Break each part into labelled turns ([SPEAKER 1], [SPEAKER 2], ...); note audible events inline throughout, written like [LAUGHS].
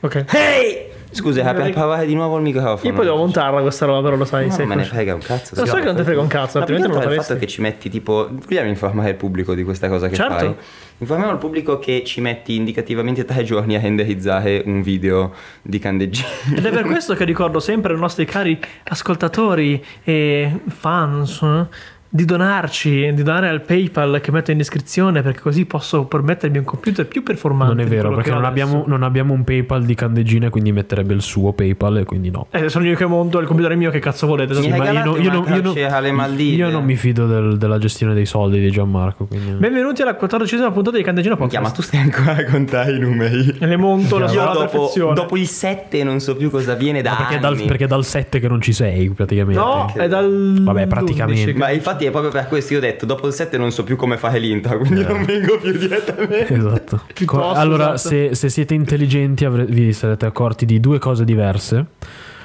[SPEAKER 1] Ok.
[SPEAKER 2] Hey! Scusa, Happy Happy di nuovo il microfono.
[SPEAKER 1] Io poi devo montarla questa roba, però lo sai.
[SPEAKER 2] Ma
[SPEAKER 1] sei
[SPEAKER 2] non me ne
[SPEAKER 1] cosciente.
[SPEAKER 2] frega un cazzo.
[SPEAKER 1] Lo
[SPEAKER 2] sì,
[SPEAKER 1] so
[SPEAKER 2] no,
[SPEAKER 1] che non te frega un cazzo,
[SPEAKER 2] Ma più che
[SPEAKER 1] altrimenti non
[SPEAKER 2] altro
[SPEAKER 1] lo
[SPEAKER 2] il fatto
[SPEAKER 1] faresti.
[SPEAKER 2] che ci metti tipo. Vogliamo informare il pubblico di questa cosa che
[SPEAKER 1] Certo.
[SPEAKER 2] fai? Informiamo il pubblico che ci metti indicativamente [LAUGHS] tre giorni a renderizzare un video di candeggini.
[SPEAKER 1] Ed è per questo che ricordo sempre ai nostri cari ascoltatori e fans eh, di donarci, di donare al PayPal che metto in descrizione perché così posso permettermi un computer più performante.
[SPEAKER 3] Non è
[SPEAKER 1] di
[SPEAKER 3] vero,
[SPEAKER 1] quello
[SPEAKER 3] perché
[SPEAKER 1] che ho
[SPEAKER 3] non abbiamo,
[SPEAKER 1] adesso.
[SPEAKER 3] non abbiamo un PayPal di Candeggina, quindi metterebbe il suo PayPal e quindi no.
[SPEAKER 1] Eh, sono io che monto, il computer è mio, che cazzo volete?
[SPEAKER 2] Mi
[SPEAKER 1] Sì, ma-
[SPEAKER 3] io
[SPEAKER 2] regalate
[SPEAKER 3] non- io non-
[SPEAKER 2] una
[SPEAKER 3] io non-
[SPEAKER 2] crocetta alle Maldive.
[SPEAKER 3] Io non mi fido del- della gestione dei soldi di Gianmarco, quindi...
[SPEAKER 1] Benvenuti alla 14esima puntata di Candegino
[SPEAKER 2] Minchia, ma
[SPEAKER 1] Podcast.
[SPEAKER 2] tu stai ancora a contare i numeri.
[SPEAKER 1] E Le monto la
[SPEAKER 2] Io
[SPEAKER 1] sua alla
[SPEAKER 2] dopo,
[SPEAKER 1] perfezione.
[SPEAKER 2] dopo il 7 non so più cosa viene da
[SPEAKER 3] perché, è dal,
[SPEAKER 2] anni.
[SPEAKER 3] perché è dal 7 che non ci sei praticamente.
[SPEAKER 1] No,
[SPEAKER 2] Perché-
[SPEAKER 1] è dal
[SPEAKER 3] Vabbè, praticamente.
[SPEAKER 1] 11 che-
[SPEAKER 2] Ma infatti è proprio per questo io ho detto dopo il 7 non so più come fare l'intro,
[SPEAKER 1] Eh.
[SPEAKER 2] quindi non vengo più
[SPEAKER 1] [LAUGHS]
[SPEAKER 2] direttamente.
[SPEAKER 3] [LAUGHS] Esatto.
[SPEAKER 1] Piuttosto,
[SPEAKER 3] Co- allora,
[SPEAKER 1] esatto.
[SPEAKER 3] se, se siete intelligenti avre- vi sarete accorti di due cose diverse.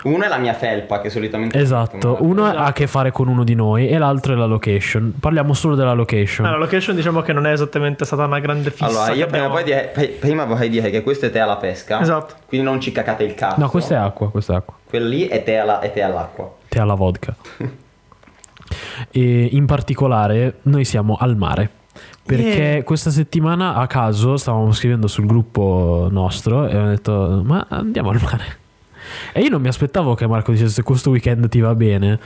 [SPEAKER 2] Uno è la mia felpa che solitamente
[SPEAKER 3] Esatto, uno ha a che fare con uno di noi e l'altro è la location. Parliamo solo della location.
[SPEAKER 1] Allora, la location diciamo che non è esattamente stata una grande fissa.
[SPEAKER 2] Allora,
[SPEAKER 1] che
[SPEAKER 2] io prima,
[SPEAKER 1] abbiamo-
[SPEAKER 2] poi dire- pr- prima vorrei dire che questo è tè alla pesca.
[SPEAKER 1] Esatto.
[SPEAKER 2] Quindi non ci cacate il cazzo.
[SPEAKER 3] no, questa è acqua, questa è acqua.
[SPEAKER 2] Quello lì è tè, alla- è tè all'acqua.
[SPEAKER 3] Te alla vodka. e in particolare noi siamo al mare. Perché
[SPEAKER 1] Yeah.
[SPEAKER 3] questa settimana a caso stavamo scrivendo sul gruppo nostro e ho detto ma andiamo al mare. E io non mi aspettavo che Marco dicesse questo weekend ti va bene.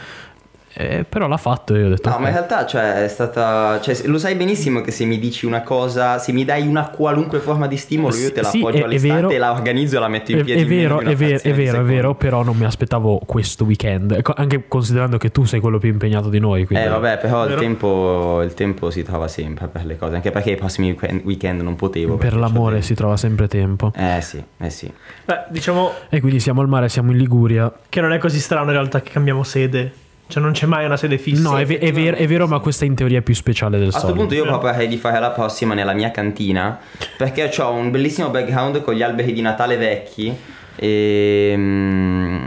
[SPEAKER 3] Eh, però l'ha fatto e io ho detto...
[SPEAKER 2] No, ma in
[SPEAKER 3] "Ok".
[SPEAKER 2] realtà, cioè, è stata. Cioè, lo sai benissimo che se mi dici una cosa, se mi dai una qualunque forma di stimolo, io te la
[SPEAKER 3] "Eh, Sì,
[SPEAKER 2] appoggio
[SPEAKER 3] è- è
[SPEAKER 2] all'istante
[SPEAKER 3] vero.
[SPEAKER 2] e la organizzo e la metto in
[SPEAKER 3] È,
[SPEAKER 2] piedi.
[SPEAKER 3] è
[SPEAKER 2] in meno
[SPEAKER 3] vero,
[SPEAKER 2] di Eh, una
[SPEAKER 3] è vero, è
[SPEAKER 2] frazione di
[SPEAKER 3] vero, è
[SPEAKER 2] secondo.
[SPEAKER 3] vero, però non mi aspettavo questo weekend, Ecco, anche considerando che tu sei quello più impegnato di noi. Quindi...
[SPEAKER 2] Eh vabbè, però il
[SPEAKER 1] Vero.
[SPEAKER 2] tempo, il tempo si trova sempre per le cose, anche perché i prossimi weekend, weekend non potevo.
[SPEAKER 3] Per
[SPEAKER 2] perché
[SPEAKER 3] l'amore
[SPEAKER 2] c'avevo-
[SPEAKER 3] si trova sempre tempo.
[SPEAKER 2] Eh sì, eh sì.
[SPEAKER 1] Beh, diciamo
[SPEAKER 3] E quindi siamo al mare, siamo in Liguria.
[SPEAKER 1] che non è così strano in realtà che cambiamo sede. Cioè non c'è mai una sede fissa.
[SPEAKER 3] No, è, ve- è vero, è vero, ma questa è in teoria è più speciale del
[SPEAKER 2] A questo
[SPEAKER 3] solito.
[SPEAKER 2] punto io proporrei di fare la prossima nella mia cantina perché ho un bellissimo background con gli alberi di Natale vecchi e mm,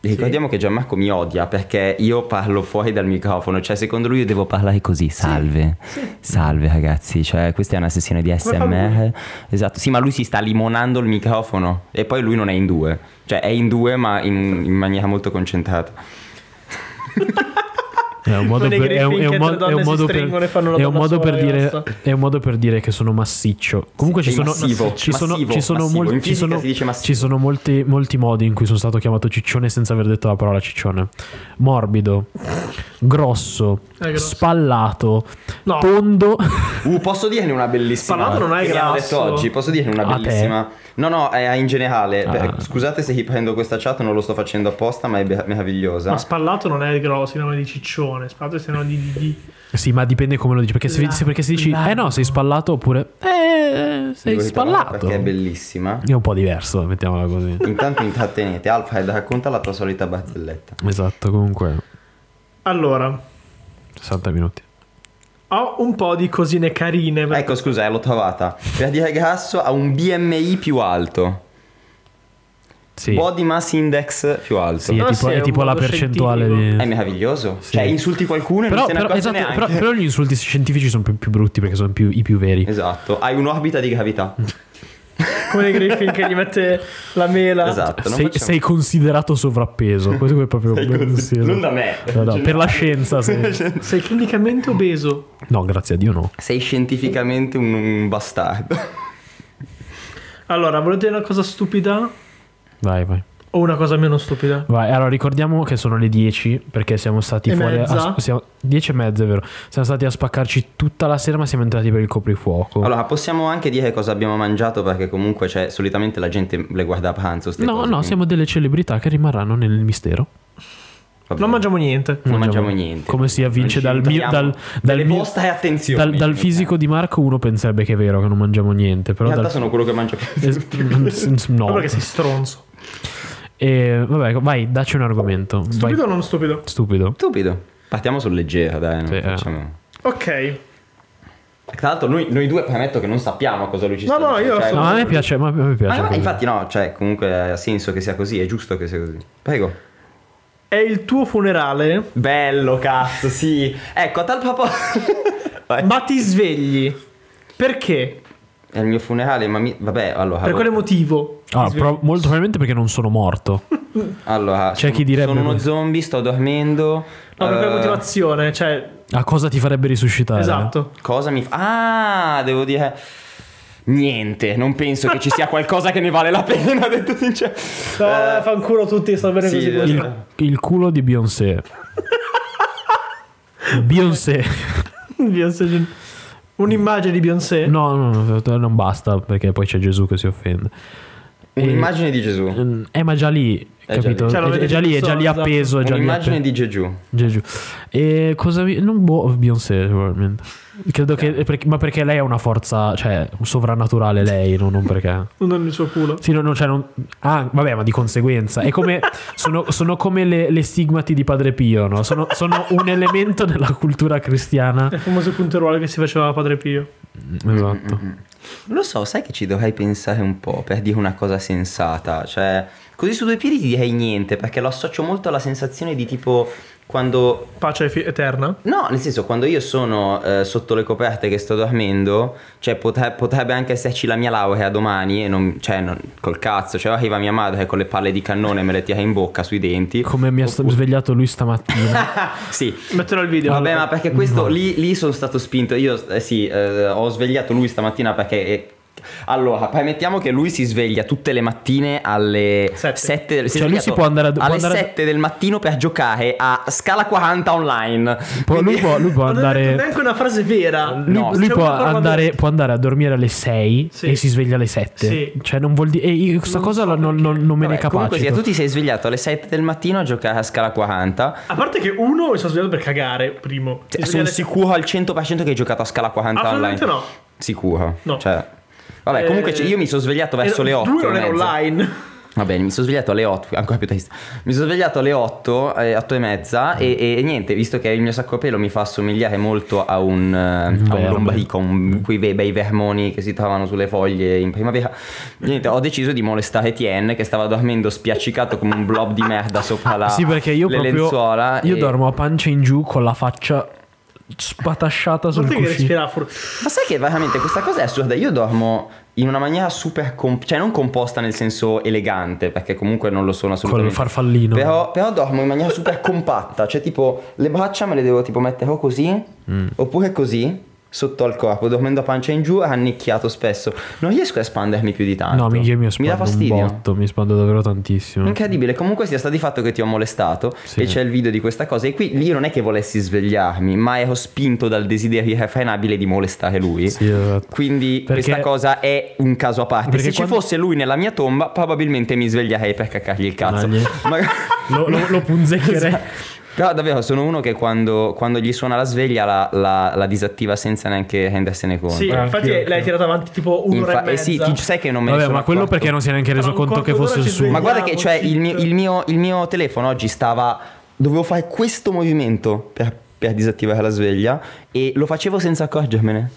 [SPEAKER 2] ricordiamo che Gianmarco mi odia perché io parlo fuori dal microfono, cioè secondo lui io devo parlare così, salve, salve ragazzi, cioè questa è una sessione di
[SPEAKER 1] fa lui?
[SPEAKER 2] SMR, esatto, sì ma lui si sta limonando il microfono e poi lui non è in due, cioè è in due ma in- in maniera molto concentrata.
[SPEAKER 3] È un modo
[SPEAKER 1] Come nei
[SPEAKER 3] per- è un- è
[SPEAKER 1] Griffin
[SPEAKER 2] cioè,
[SPEAKER 3] un
[SPEAKER 1] che
[SPEAKER 3] mo-
[SPEAKER 1] tre
[SPEAKER 3] è
[SPEAKER 1] donne
[SPEAKER 3] un
[SPEAKER 1] si
[SPEAKER 3] modo per-
[SPEAKER 1] stringono e fanno una
[SPEAKER 3] è un
[SPEAKER 1] donna
[SPEAKER 3] modo per
[SPEAKER 1] sola e
[SPEAKER 3] dire-
[SPEAKER 1] basta.
[SPEAKER 3] è un modo per dire che sono massiccio. Comunque
[SPEAKER 2] Sì,
[SPEAKER 3] ci sono,
[SPEAKER 2] massivo,
[SPEAKER 3] ci sono,
[SPEAKER 2] massivo,
[SPEAKER 3] ci sono,
[SPEAKER 2] massivo.
[SPEAKER 3] molti-
[SPEAKER 2] In
[SPEAKER 3] ci
[SPEAKER 2] fisica
[SPEAKER 3] sono-
[SPEAKER 2] si dice massivo.
[SPEAKER 3] ci sono molti, molti modi in cui sono stato chiamato ciccione senza aver detto la parola ciccione. Morbido, grosso,
[SPEAKER 1] È grosso.
[SPEAKER 3] spallato,
[SPEAKER 1] No.
[SPEAKER 3] tondo. [LAUGHS]
[SPEAKER 2] Uh, posso dirne una bellissima.
[SPEAKER 1] Spallato non è
[SPEAKER 2] che mi hanno
[SPEAKER 1] grasso.
[SPEAKER 2] detto oggi, posso dirne una
[SPEAKER 3] A te?
[SPEAKER 2] bellissima. No, no, è in generale.
[SPEAKER 3] Ah.
[SPEAKER 2] Beh, Scusate se riprendo questa chat, non lo sto facendo apposta, ma è be- meravigliosa.
[SPEAKER 1] Ma spallato non è grosso, si chiama di ciccione. Spallato si chiama di, di, di-
[SPEAKER 3] Sì, ma dipende come lo dici. Perché se,
[SPEAKER 1] La-
[SPEAKER 3] se- perché se dici, eh no, sei spallato oppure, eh, sei
[SPEAKER 2] Devo ritornare
[SPEAKER 3] spallato.
[SPEAKER 2] Perché è
[SPEAKER 3] È
[SPEAKER 2] bellissima.
[SPEAKER 3] un po' diverso, mettiamola così.
[SPEAKER 2] Intanto intrattenete. Alfred, racconta la tua solita barzelletta.
[SPEAKER 3] Esatto, comunque,
[SPEAKER 1] Allora,
[SPEAKER 3] 60 minuti.
[SPEAKER 1] ho un po' di cosine carine. per-
[SPEAKER 2] Ecco, scusa, eh, l'ho trovata. Per dire grasso ha un BMI più alto.
[SPEAKER 3] Sì.
[SPEAKER 2] Body mass index più alto.
[SPEAKER 3] Sì, è
[SPEAKER 1] No,
[SPEAKER 3] tipo,
[SPEAKER 1] sì,
[SPEAKER 3] è
[SPEAKER 1] è Boh, un
[SPEAKER 3] tipo la
[SPEAKER 1] modo
[SPEAKER 3] percentuale
[SPEAKER 1] scientifico.
[SPEAKER 3] di...
[SPEAKER 2] È meraviglioso.
[SPEAKER 3] Sì.
[SPEAKER 2] Cioè, insulti qualcuno e
[SPEAKER 3] Però,
[SPEAKER 2] non se ne
[SPEAKER 3] però-
[SPEAKER 2] accorge
[SPEAKER 3] esatto,
[SPEAKER 2] neanche.
[SPEAKER 3] però, però gli insulti scientifici sono più, più brutti perché sono più- i più veri.
[SPEAKER 2] Esatto, hai un'orbita di
[SPEAKER 3] [LAUGHS]
[SPEAKER 2] gravità.
[SPEAKER 1] Come i Griffin che gli mette la mela.
[SPEAKER 2] Esatto. non
[SPEAKER 3] Sei,
[SPEAKER 2] facciamo-
[SPEAKER 3] sei considerato
[SPEAKER 2] [LAUGHS]
[SPEAKER 3] sovrappeso. Questo è proprio
[SPEAKER 2] Sei così.
[SPEAKER 3] sì, esatto.
[SPEAKER 2] Non da Cioè, me.
[SPEAKER 3] No, no, per la
[SPEAKER 2] [LAUGHS]
[SPEAKER 3] scienza. sì.
[SPEAKER 1] Sei clinicamente obeso.
[SPEAKER 3] No, grazie a Dio no.
[SPEAKER 2] Sei scientificamente un, un bastardo.
[SPEAKER 1] Allora, volete una cosa stupida
[SPEAKER 3] Vai, vai.
[SPEAKER 1] o una cosa meno stupida?
[SPEAKER 3] Vai, allora ricordiamo che sono le 10 perché siamo stati
[SPEAKER 1] E
[SPEAKER 3] fuori
[SPEAKER 1] mezza?
[SPEAKER 3] a, siamo, 10 e mezza, è vero. Siamo stati a spaccarci tutta la sera ma siamo entrati per il coprifuoco.
[SPEAKER 2] Allora, possiamo anche dire cosa abbiamo mangiato perché comunque cioè, solitamente la gente le guarda a pranzo. ste
[SPEAKER 3] no,
[SPEAKER 2] cose,
[SPEAKER 3] no,
[SPEAKER 2] quindi
[SPEAKER 3] siamo delle celebrità che rimarranno nel mistero.
[SPEAKER 2] va
[SPEAKER 3] Cioè,
[SPEAKER 2] bene.
[SPEAKER 1] Non mangiamo niente.
[SPEAKER 2] Non mangiamo niente.
[SPEAKER 3] Come si avvince
[SPEAKER 2] Non
[SPEAKER 3] dal
[SPEAKER 2] ci
[SPEAKER 3] mio
[SPEAKER 2] nutriamo
[SPEAKER 3] dal, dal
[SPEAKER 2] delle
[SPEAKER 3] mio-
[SPEAKER 2] vostre attenzioni.
[SPEAKER 3] dal- dal fisico di Marco uno penserebbe che è vero che non mangiamo niente,
[SPEAKER 2] In
[SPEAKER 3] però
[SPEAKER 2] realtà
[SPEAKER 3] dal
[SPEAKER 2] sono quello che mangio più.
[SPEAKER 3] Es- [LAUGHS] s- no.
[SPEAKER 1] Ma perché sei stronzo.
[SPEAKER 3] E, vabbè, vai, dacci un argomento. Vai.
[SPEAKER 1] Stupido o non stupido?
[SPEAKER 3] Stupido.
[SPEAKER 2] Stupido. Partiamo sul leggero, dai. non
[SPEAKER 3] Sì, eh.
[SPEAKER 2] facciamo-
[SPEAKER 1] Ok.
[SPEAKER 2] Tra l'altro, noi, noi due premetto che non sappiamo cosa lui ci
[SPEAKER 1] No,
[SPEAKER 2] sta
[SPEAKER 1] no,
[SPEAKER 2] dicendo,
[SPEAKER 1] io
[SPEAKER 2] cioè,
[SPEAKER 1] sono-
[SPEAKER 3] No, a me piace, ma a me piace.
[SPEAKER 2] Ah, no,
[SPEAKER 3] così.
[SPEAKER 2] infatti, no, cioè, comunque ha senso che sia così, è giusto che sia così. Prego.
[SPEAKER 1] È il tuo funerale,
[SPEAKER 2] Bello, cazzo, sì. Ecco, a tal [LAUGHS] proposito...
[SPEAKER 1] ma ti svegli. Perché?
[SPEAKER 2] È il mio funerale, ma mi... Vabbè, allora...
[SPEAKER 1] Per quale motivo?
[SPEAKER 3] Allora, Ah, pro- molto probabilmente perché non sono morto.
[SPEAKER 2] Allora,
[SPEAKER 3] C'è
[SPEAKER 2] sono-
[SPEAKER 3] chi direbbe
[SPEAKER 2] sono uno
[SPEAKER 3] così.
[SPEAKER 2] zombie, sto dormendo.
[SPEAKER 1] No, proprio
[SPEAKER 2] eh,
[SPEAKER 1] la motivazione, cioè,
[SPEAKER 3] A cosa ti farebbe risuscitare?
[SPEAKER 1] esatto.
[SPEAKER 2] Cosa mi fa? Ah, devo dire. Niente, non penso che ci sia qualcosa che ne vale la pena, [LAUGHS] detto sincero.
[SPEAKER 1] No,
[SPEAKER 2] Eh,
[SPEAKER 1] fanculo tutti, sta bene
[SPEAKER 2] sì,
[SPEAKER 1] così.
[SPEAKER 2] eh.
[SPEAKER 1] questo.
[SPEAKER 3] Il, il culo
[SPEAKER 2] [LAUGHS]
[SPEAKER 3] di Beyoncé. Beyoncé.
[SPEAKER 1] Beyoncé. Un'immagine di Beyoncé.
[SPEAKER 3] No, no, no, non basta perché poi c'è Gesù che si offende.
[SPEAKER 2] un'immagine di Gesù.
[SPEAKER 3] Eh, ma già lì,
[SPEAKER 2] È già
[SPEAKER 3] capito?
[SPEAKER 2] lì.
[SPEAKER 1] Cioè, lo
[SPEAKER 3] È- è,
[SPEAKER 1] vedi
[SPEAKER 3] già lì, è già lì
[SPEAKER 1] esatto.
[SPEAKER 3] appeso. È già lì
[SPEAKER 2] Un'immagine
[SPEAKER 3] appeso.
[SPEAKER 2] di Gesù.
[SPEAKER 3] Gesù. E cosa vi... Non boh, Beyoncé probabilmente. Credo che... perché- ma perché lei è una forza, cioè, sovrannaturale lei, no? non perché...
[SPEAKER 1] Non nel suo culo.
[SPEAKER 3] Sì, no, no, cioè, non- ah, vabbè, ma di conseguenza. È come, sono, sono come le, le stigmati di Padre Pio, no? Sono, sono un elemento nella cultura cristiana.
[SPEAKER 1] È il famoso punteruolo che si faceva a Padre Pio.
[SPEAKER 3] Esatto.
[SPEAKER 2] Non lo so, sai che ci dovrei pensare un po' per dire una cosa sensata. Cioè, così su due piedi ti direi niente, perché lo associo molto alla sensazione di tipo quando
[SPEAKER 1] Pace fi- eterna.
[SPEAKER 2] No, nel senso, quando io sono eh, sotto le coperte che sto dormendo, cioè potre- potrebbe anche esserci la mia laurea domani, e non, cioè, non- col cazzo, cioè arriva mia madre che con le palle di cannone me le tira in bocca sui denti.
[SPEAKER 3] Come mi ha sta- svegliato lui stamattina.
[SPEAKER 2] sì.
[SPEAKER 1] Metterò il video.
[SPEAKER 2] Vabbè, ma perché questo lì, lì sono stato spinto. Io eh, sì, eh, ho svegliato lui stamattina perché. eh, allora, permettiamo che lui si sveglia tutte le mattine alle
[SPEAKER 1] Sette.
[SPEAKER 2] 7
[SPEAKER 3] Cioè, lui si può andare a- può
[SPEAKER 2] alle
[SPEAKER 3] andare a-
[SPEAKER 2] 7 del mattino per giocare a scala 40 online.
[SPEAKER 3] Può- lui, può, lui può
[SPEAKER 1] Non ho detto
[SPEAKER 3] andare...
[SPEAKER 1] neanche una frase vera.
[SPEAKER 3] Lui,
[SPEAKER 2] No,
[SPEAKER 3] lui
[SPEAKER 1] stiamo
[SPEAKER 3] può,
[SPEAKER 1] parlando-
[SPEAKER 3] andare, può andare a dormire alle 6
[SPEAKER 1] Sì.
[SPEAKER 3] e si sveglia alle 7.
[SPEAKER 1] Sì.
[SPEAKER 3] Cioè, non vuol dire. E io questa cosa la- non, non- non me ne
[SPEAKER 2] Vabbè, Comunque, sia,
[SPEAKER 3] capacito.
[SPEAKER 2] tu ti sei svegliato alle 7 del mattino a giocare a scala 40.
[SPEAKER 1] A parte che uno mi sono svegliato per cagare, primo. Mi
[SPEAKER 2] Cioè, sono
[SPEAKER 1] svegliare-
[SPEAKER 2] sicuro al 100% che hai giocato a scala 40 online.
[SPEAKER 1] Assolutamente no.
[SPEAKER 2] Sicuro.
[SPEAKER 1] No.
[SPEAKER 2] Cioè, vabbè,
[SPEAKER 1] Eh,
[SPEAKER 2] comunque cioè, io mi sono svegliato verso
[SPEAKER 1] ero-
[SPEAKER 2] le 8.
[SPEAKER 1] Due non
[SPEAKER 2] e
[SPEAKER 1] ero
[SPEAKER 2] mezza.
[SPEAKER 1] online.
[SPEAKER 2] Va bene, mi sono svegliato alle 8, ancora più triste. Mi sono svegliato alle 8, eh, 8 e mezza e, e niente, visto che il mio sacco a pelo mi fa assomigliare molto a un, eh, a un
[SPEAKER 3] Verme.
[SPEAKER 2] lombrico, un- quei bei, bei vermoni che si trovano sulle foglie in primavera, niente, ho deciso di molestare Tien che stava dormendo spiaccicato come un blob di merda sopra la,
[SPEAKER 3] sì, perché io
[SPEAKER 2] le
[SPEAKER 3] proprio.
[SPEAKER 2] lenzuola.
[SPEAKER 3] io
[SPEAKER 2] e-
[SPEAKER 3] dormo a pancia in giù con la faccia spatasciata sul
[SPEAKER 1] Guarda che
[SPEAKER 3] cuscino.
[SPEAKER 1] respirava fuori.
[SPEAKER 2] Ma sai che veramente questa cosa è assurda? Io dormo in una maniera super, comp- cioè non composta nel senso elegante, perché comunque non lo sono
[SPEAKER 3] Col
[SPEAKER 2] assolutamente.
[SPEAKER 3] farfallino.
[SPEAKER 2] Però, però dormo in maniera super compatta, cioè tipo le braccia me le devo tipo mettere o così
[SPEAKER 3] Mm.
[SPEAKER 2] oppure così sotto al corpo, dormendo a pancia in giù, rannicchiato spesso. Non riesco a espandermi più di tanto.
[SPEAKER 3] No, mi, io mi
[SPEAKER 2] dà
[SPEAKER 3] espando un
[SPEAKER 2] fastidio.
[SPEAKER 3] botto, mi espando davvero tantissimo.
[SPEAKER 2] Incredibile, comunque sia stato di fatto che ti ho molestato
[SPEAKER 3] Mm. Sì.
[SPEAKER 2] e c'è il video di questa cosa e qui lì non è che volessi svegliarmi, ma ero spinto dal desiderio irrefrenabile di molestare lui.
[SPEAKER 3] Sì, esatto.
[SPEAKER 2] Quindi
[SPEAKER 3] Perché-
[SPEAKER 2] questa cosa è un caso a parte.
[SPEAKER 3] Perché
[SPEAKER 2] Se
[SPEAKER 3] quando-
[SPEAKER 2] ci fosse lui nella mia tomba, probabilmente mi sveglierei per caccargli il cazzo.
[SPEAKER 3] Dagli.
[SPEAKER 2] [LAUGHS] Ma-
[SPEAKER 3] Lo, lo, lo punzecchierei.
[SPEAKER 2] Però davvero sono uno che quando, quando gli suona la sveglia la, la- la disattiva senza neanche rendersene conto.
[SPEAKER 1] Sì,
[SPEAKER 3] Anch'io,
[SPEAKER 1] infatti
[SPEAKER 3] anch'io.
[SPEAKER 1] l'hai tirato avanti tipo un'ora
[SPEAKER 2] Infa-
[SPEAKER 1] e
[SPEAKER 2] eh
[SPEAKER 1] mezza.
[SPEAKER 2] sì, ti- sai che non me ne
[SPEAKER 3] Vabbè,
[SPEAKER 2] sono
[SPEAKER 3] ma quello
[SPEAKER 2] accorto.
[SPEAKER 3] perché non si è neanche
[SPEAKER 1] Tra
[SPEAKER 3] reso
[SPEAKER 1] un
[SPEAKER 3] conto che
[SPEAKER 1] quarto
[SPEAKER 3] fosse
[SPEAKER 1] d'ora
[SPEAKER 3] il
[SPEAKER 1] ci
[SPEAKER 3] suo.
[SPEAKER 2] Ma
[SPEAKER 1] svegliamo.
[SPEAKER 2] guarda che cioè, il, mio,
[SPEAKER 1] shit.
[SPEAKER 2] il mio- il mio telefono oggi stava... Dovevo fare questo movimento per, per disattivare la sveglia e lo facevo senza accorgermene.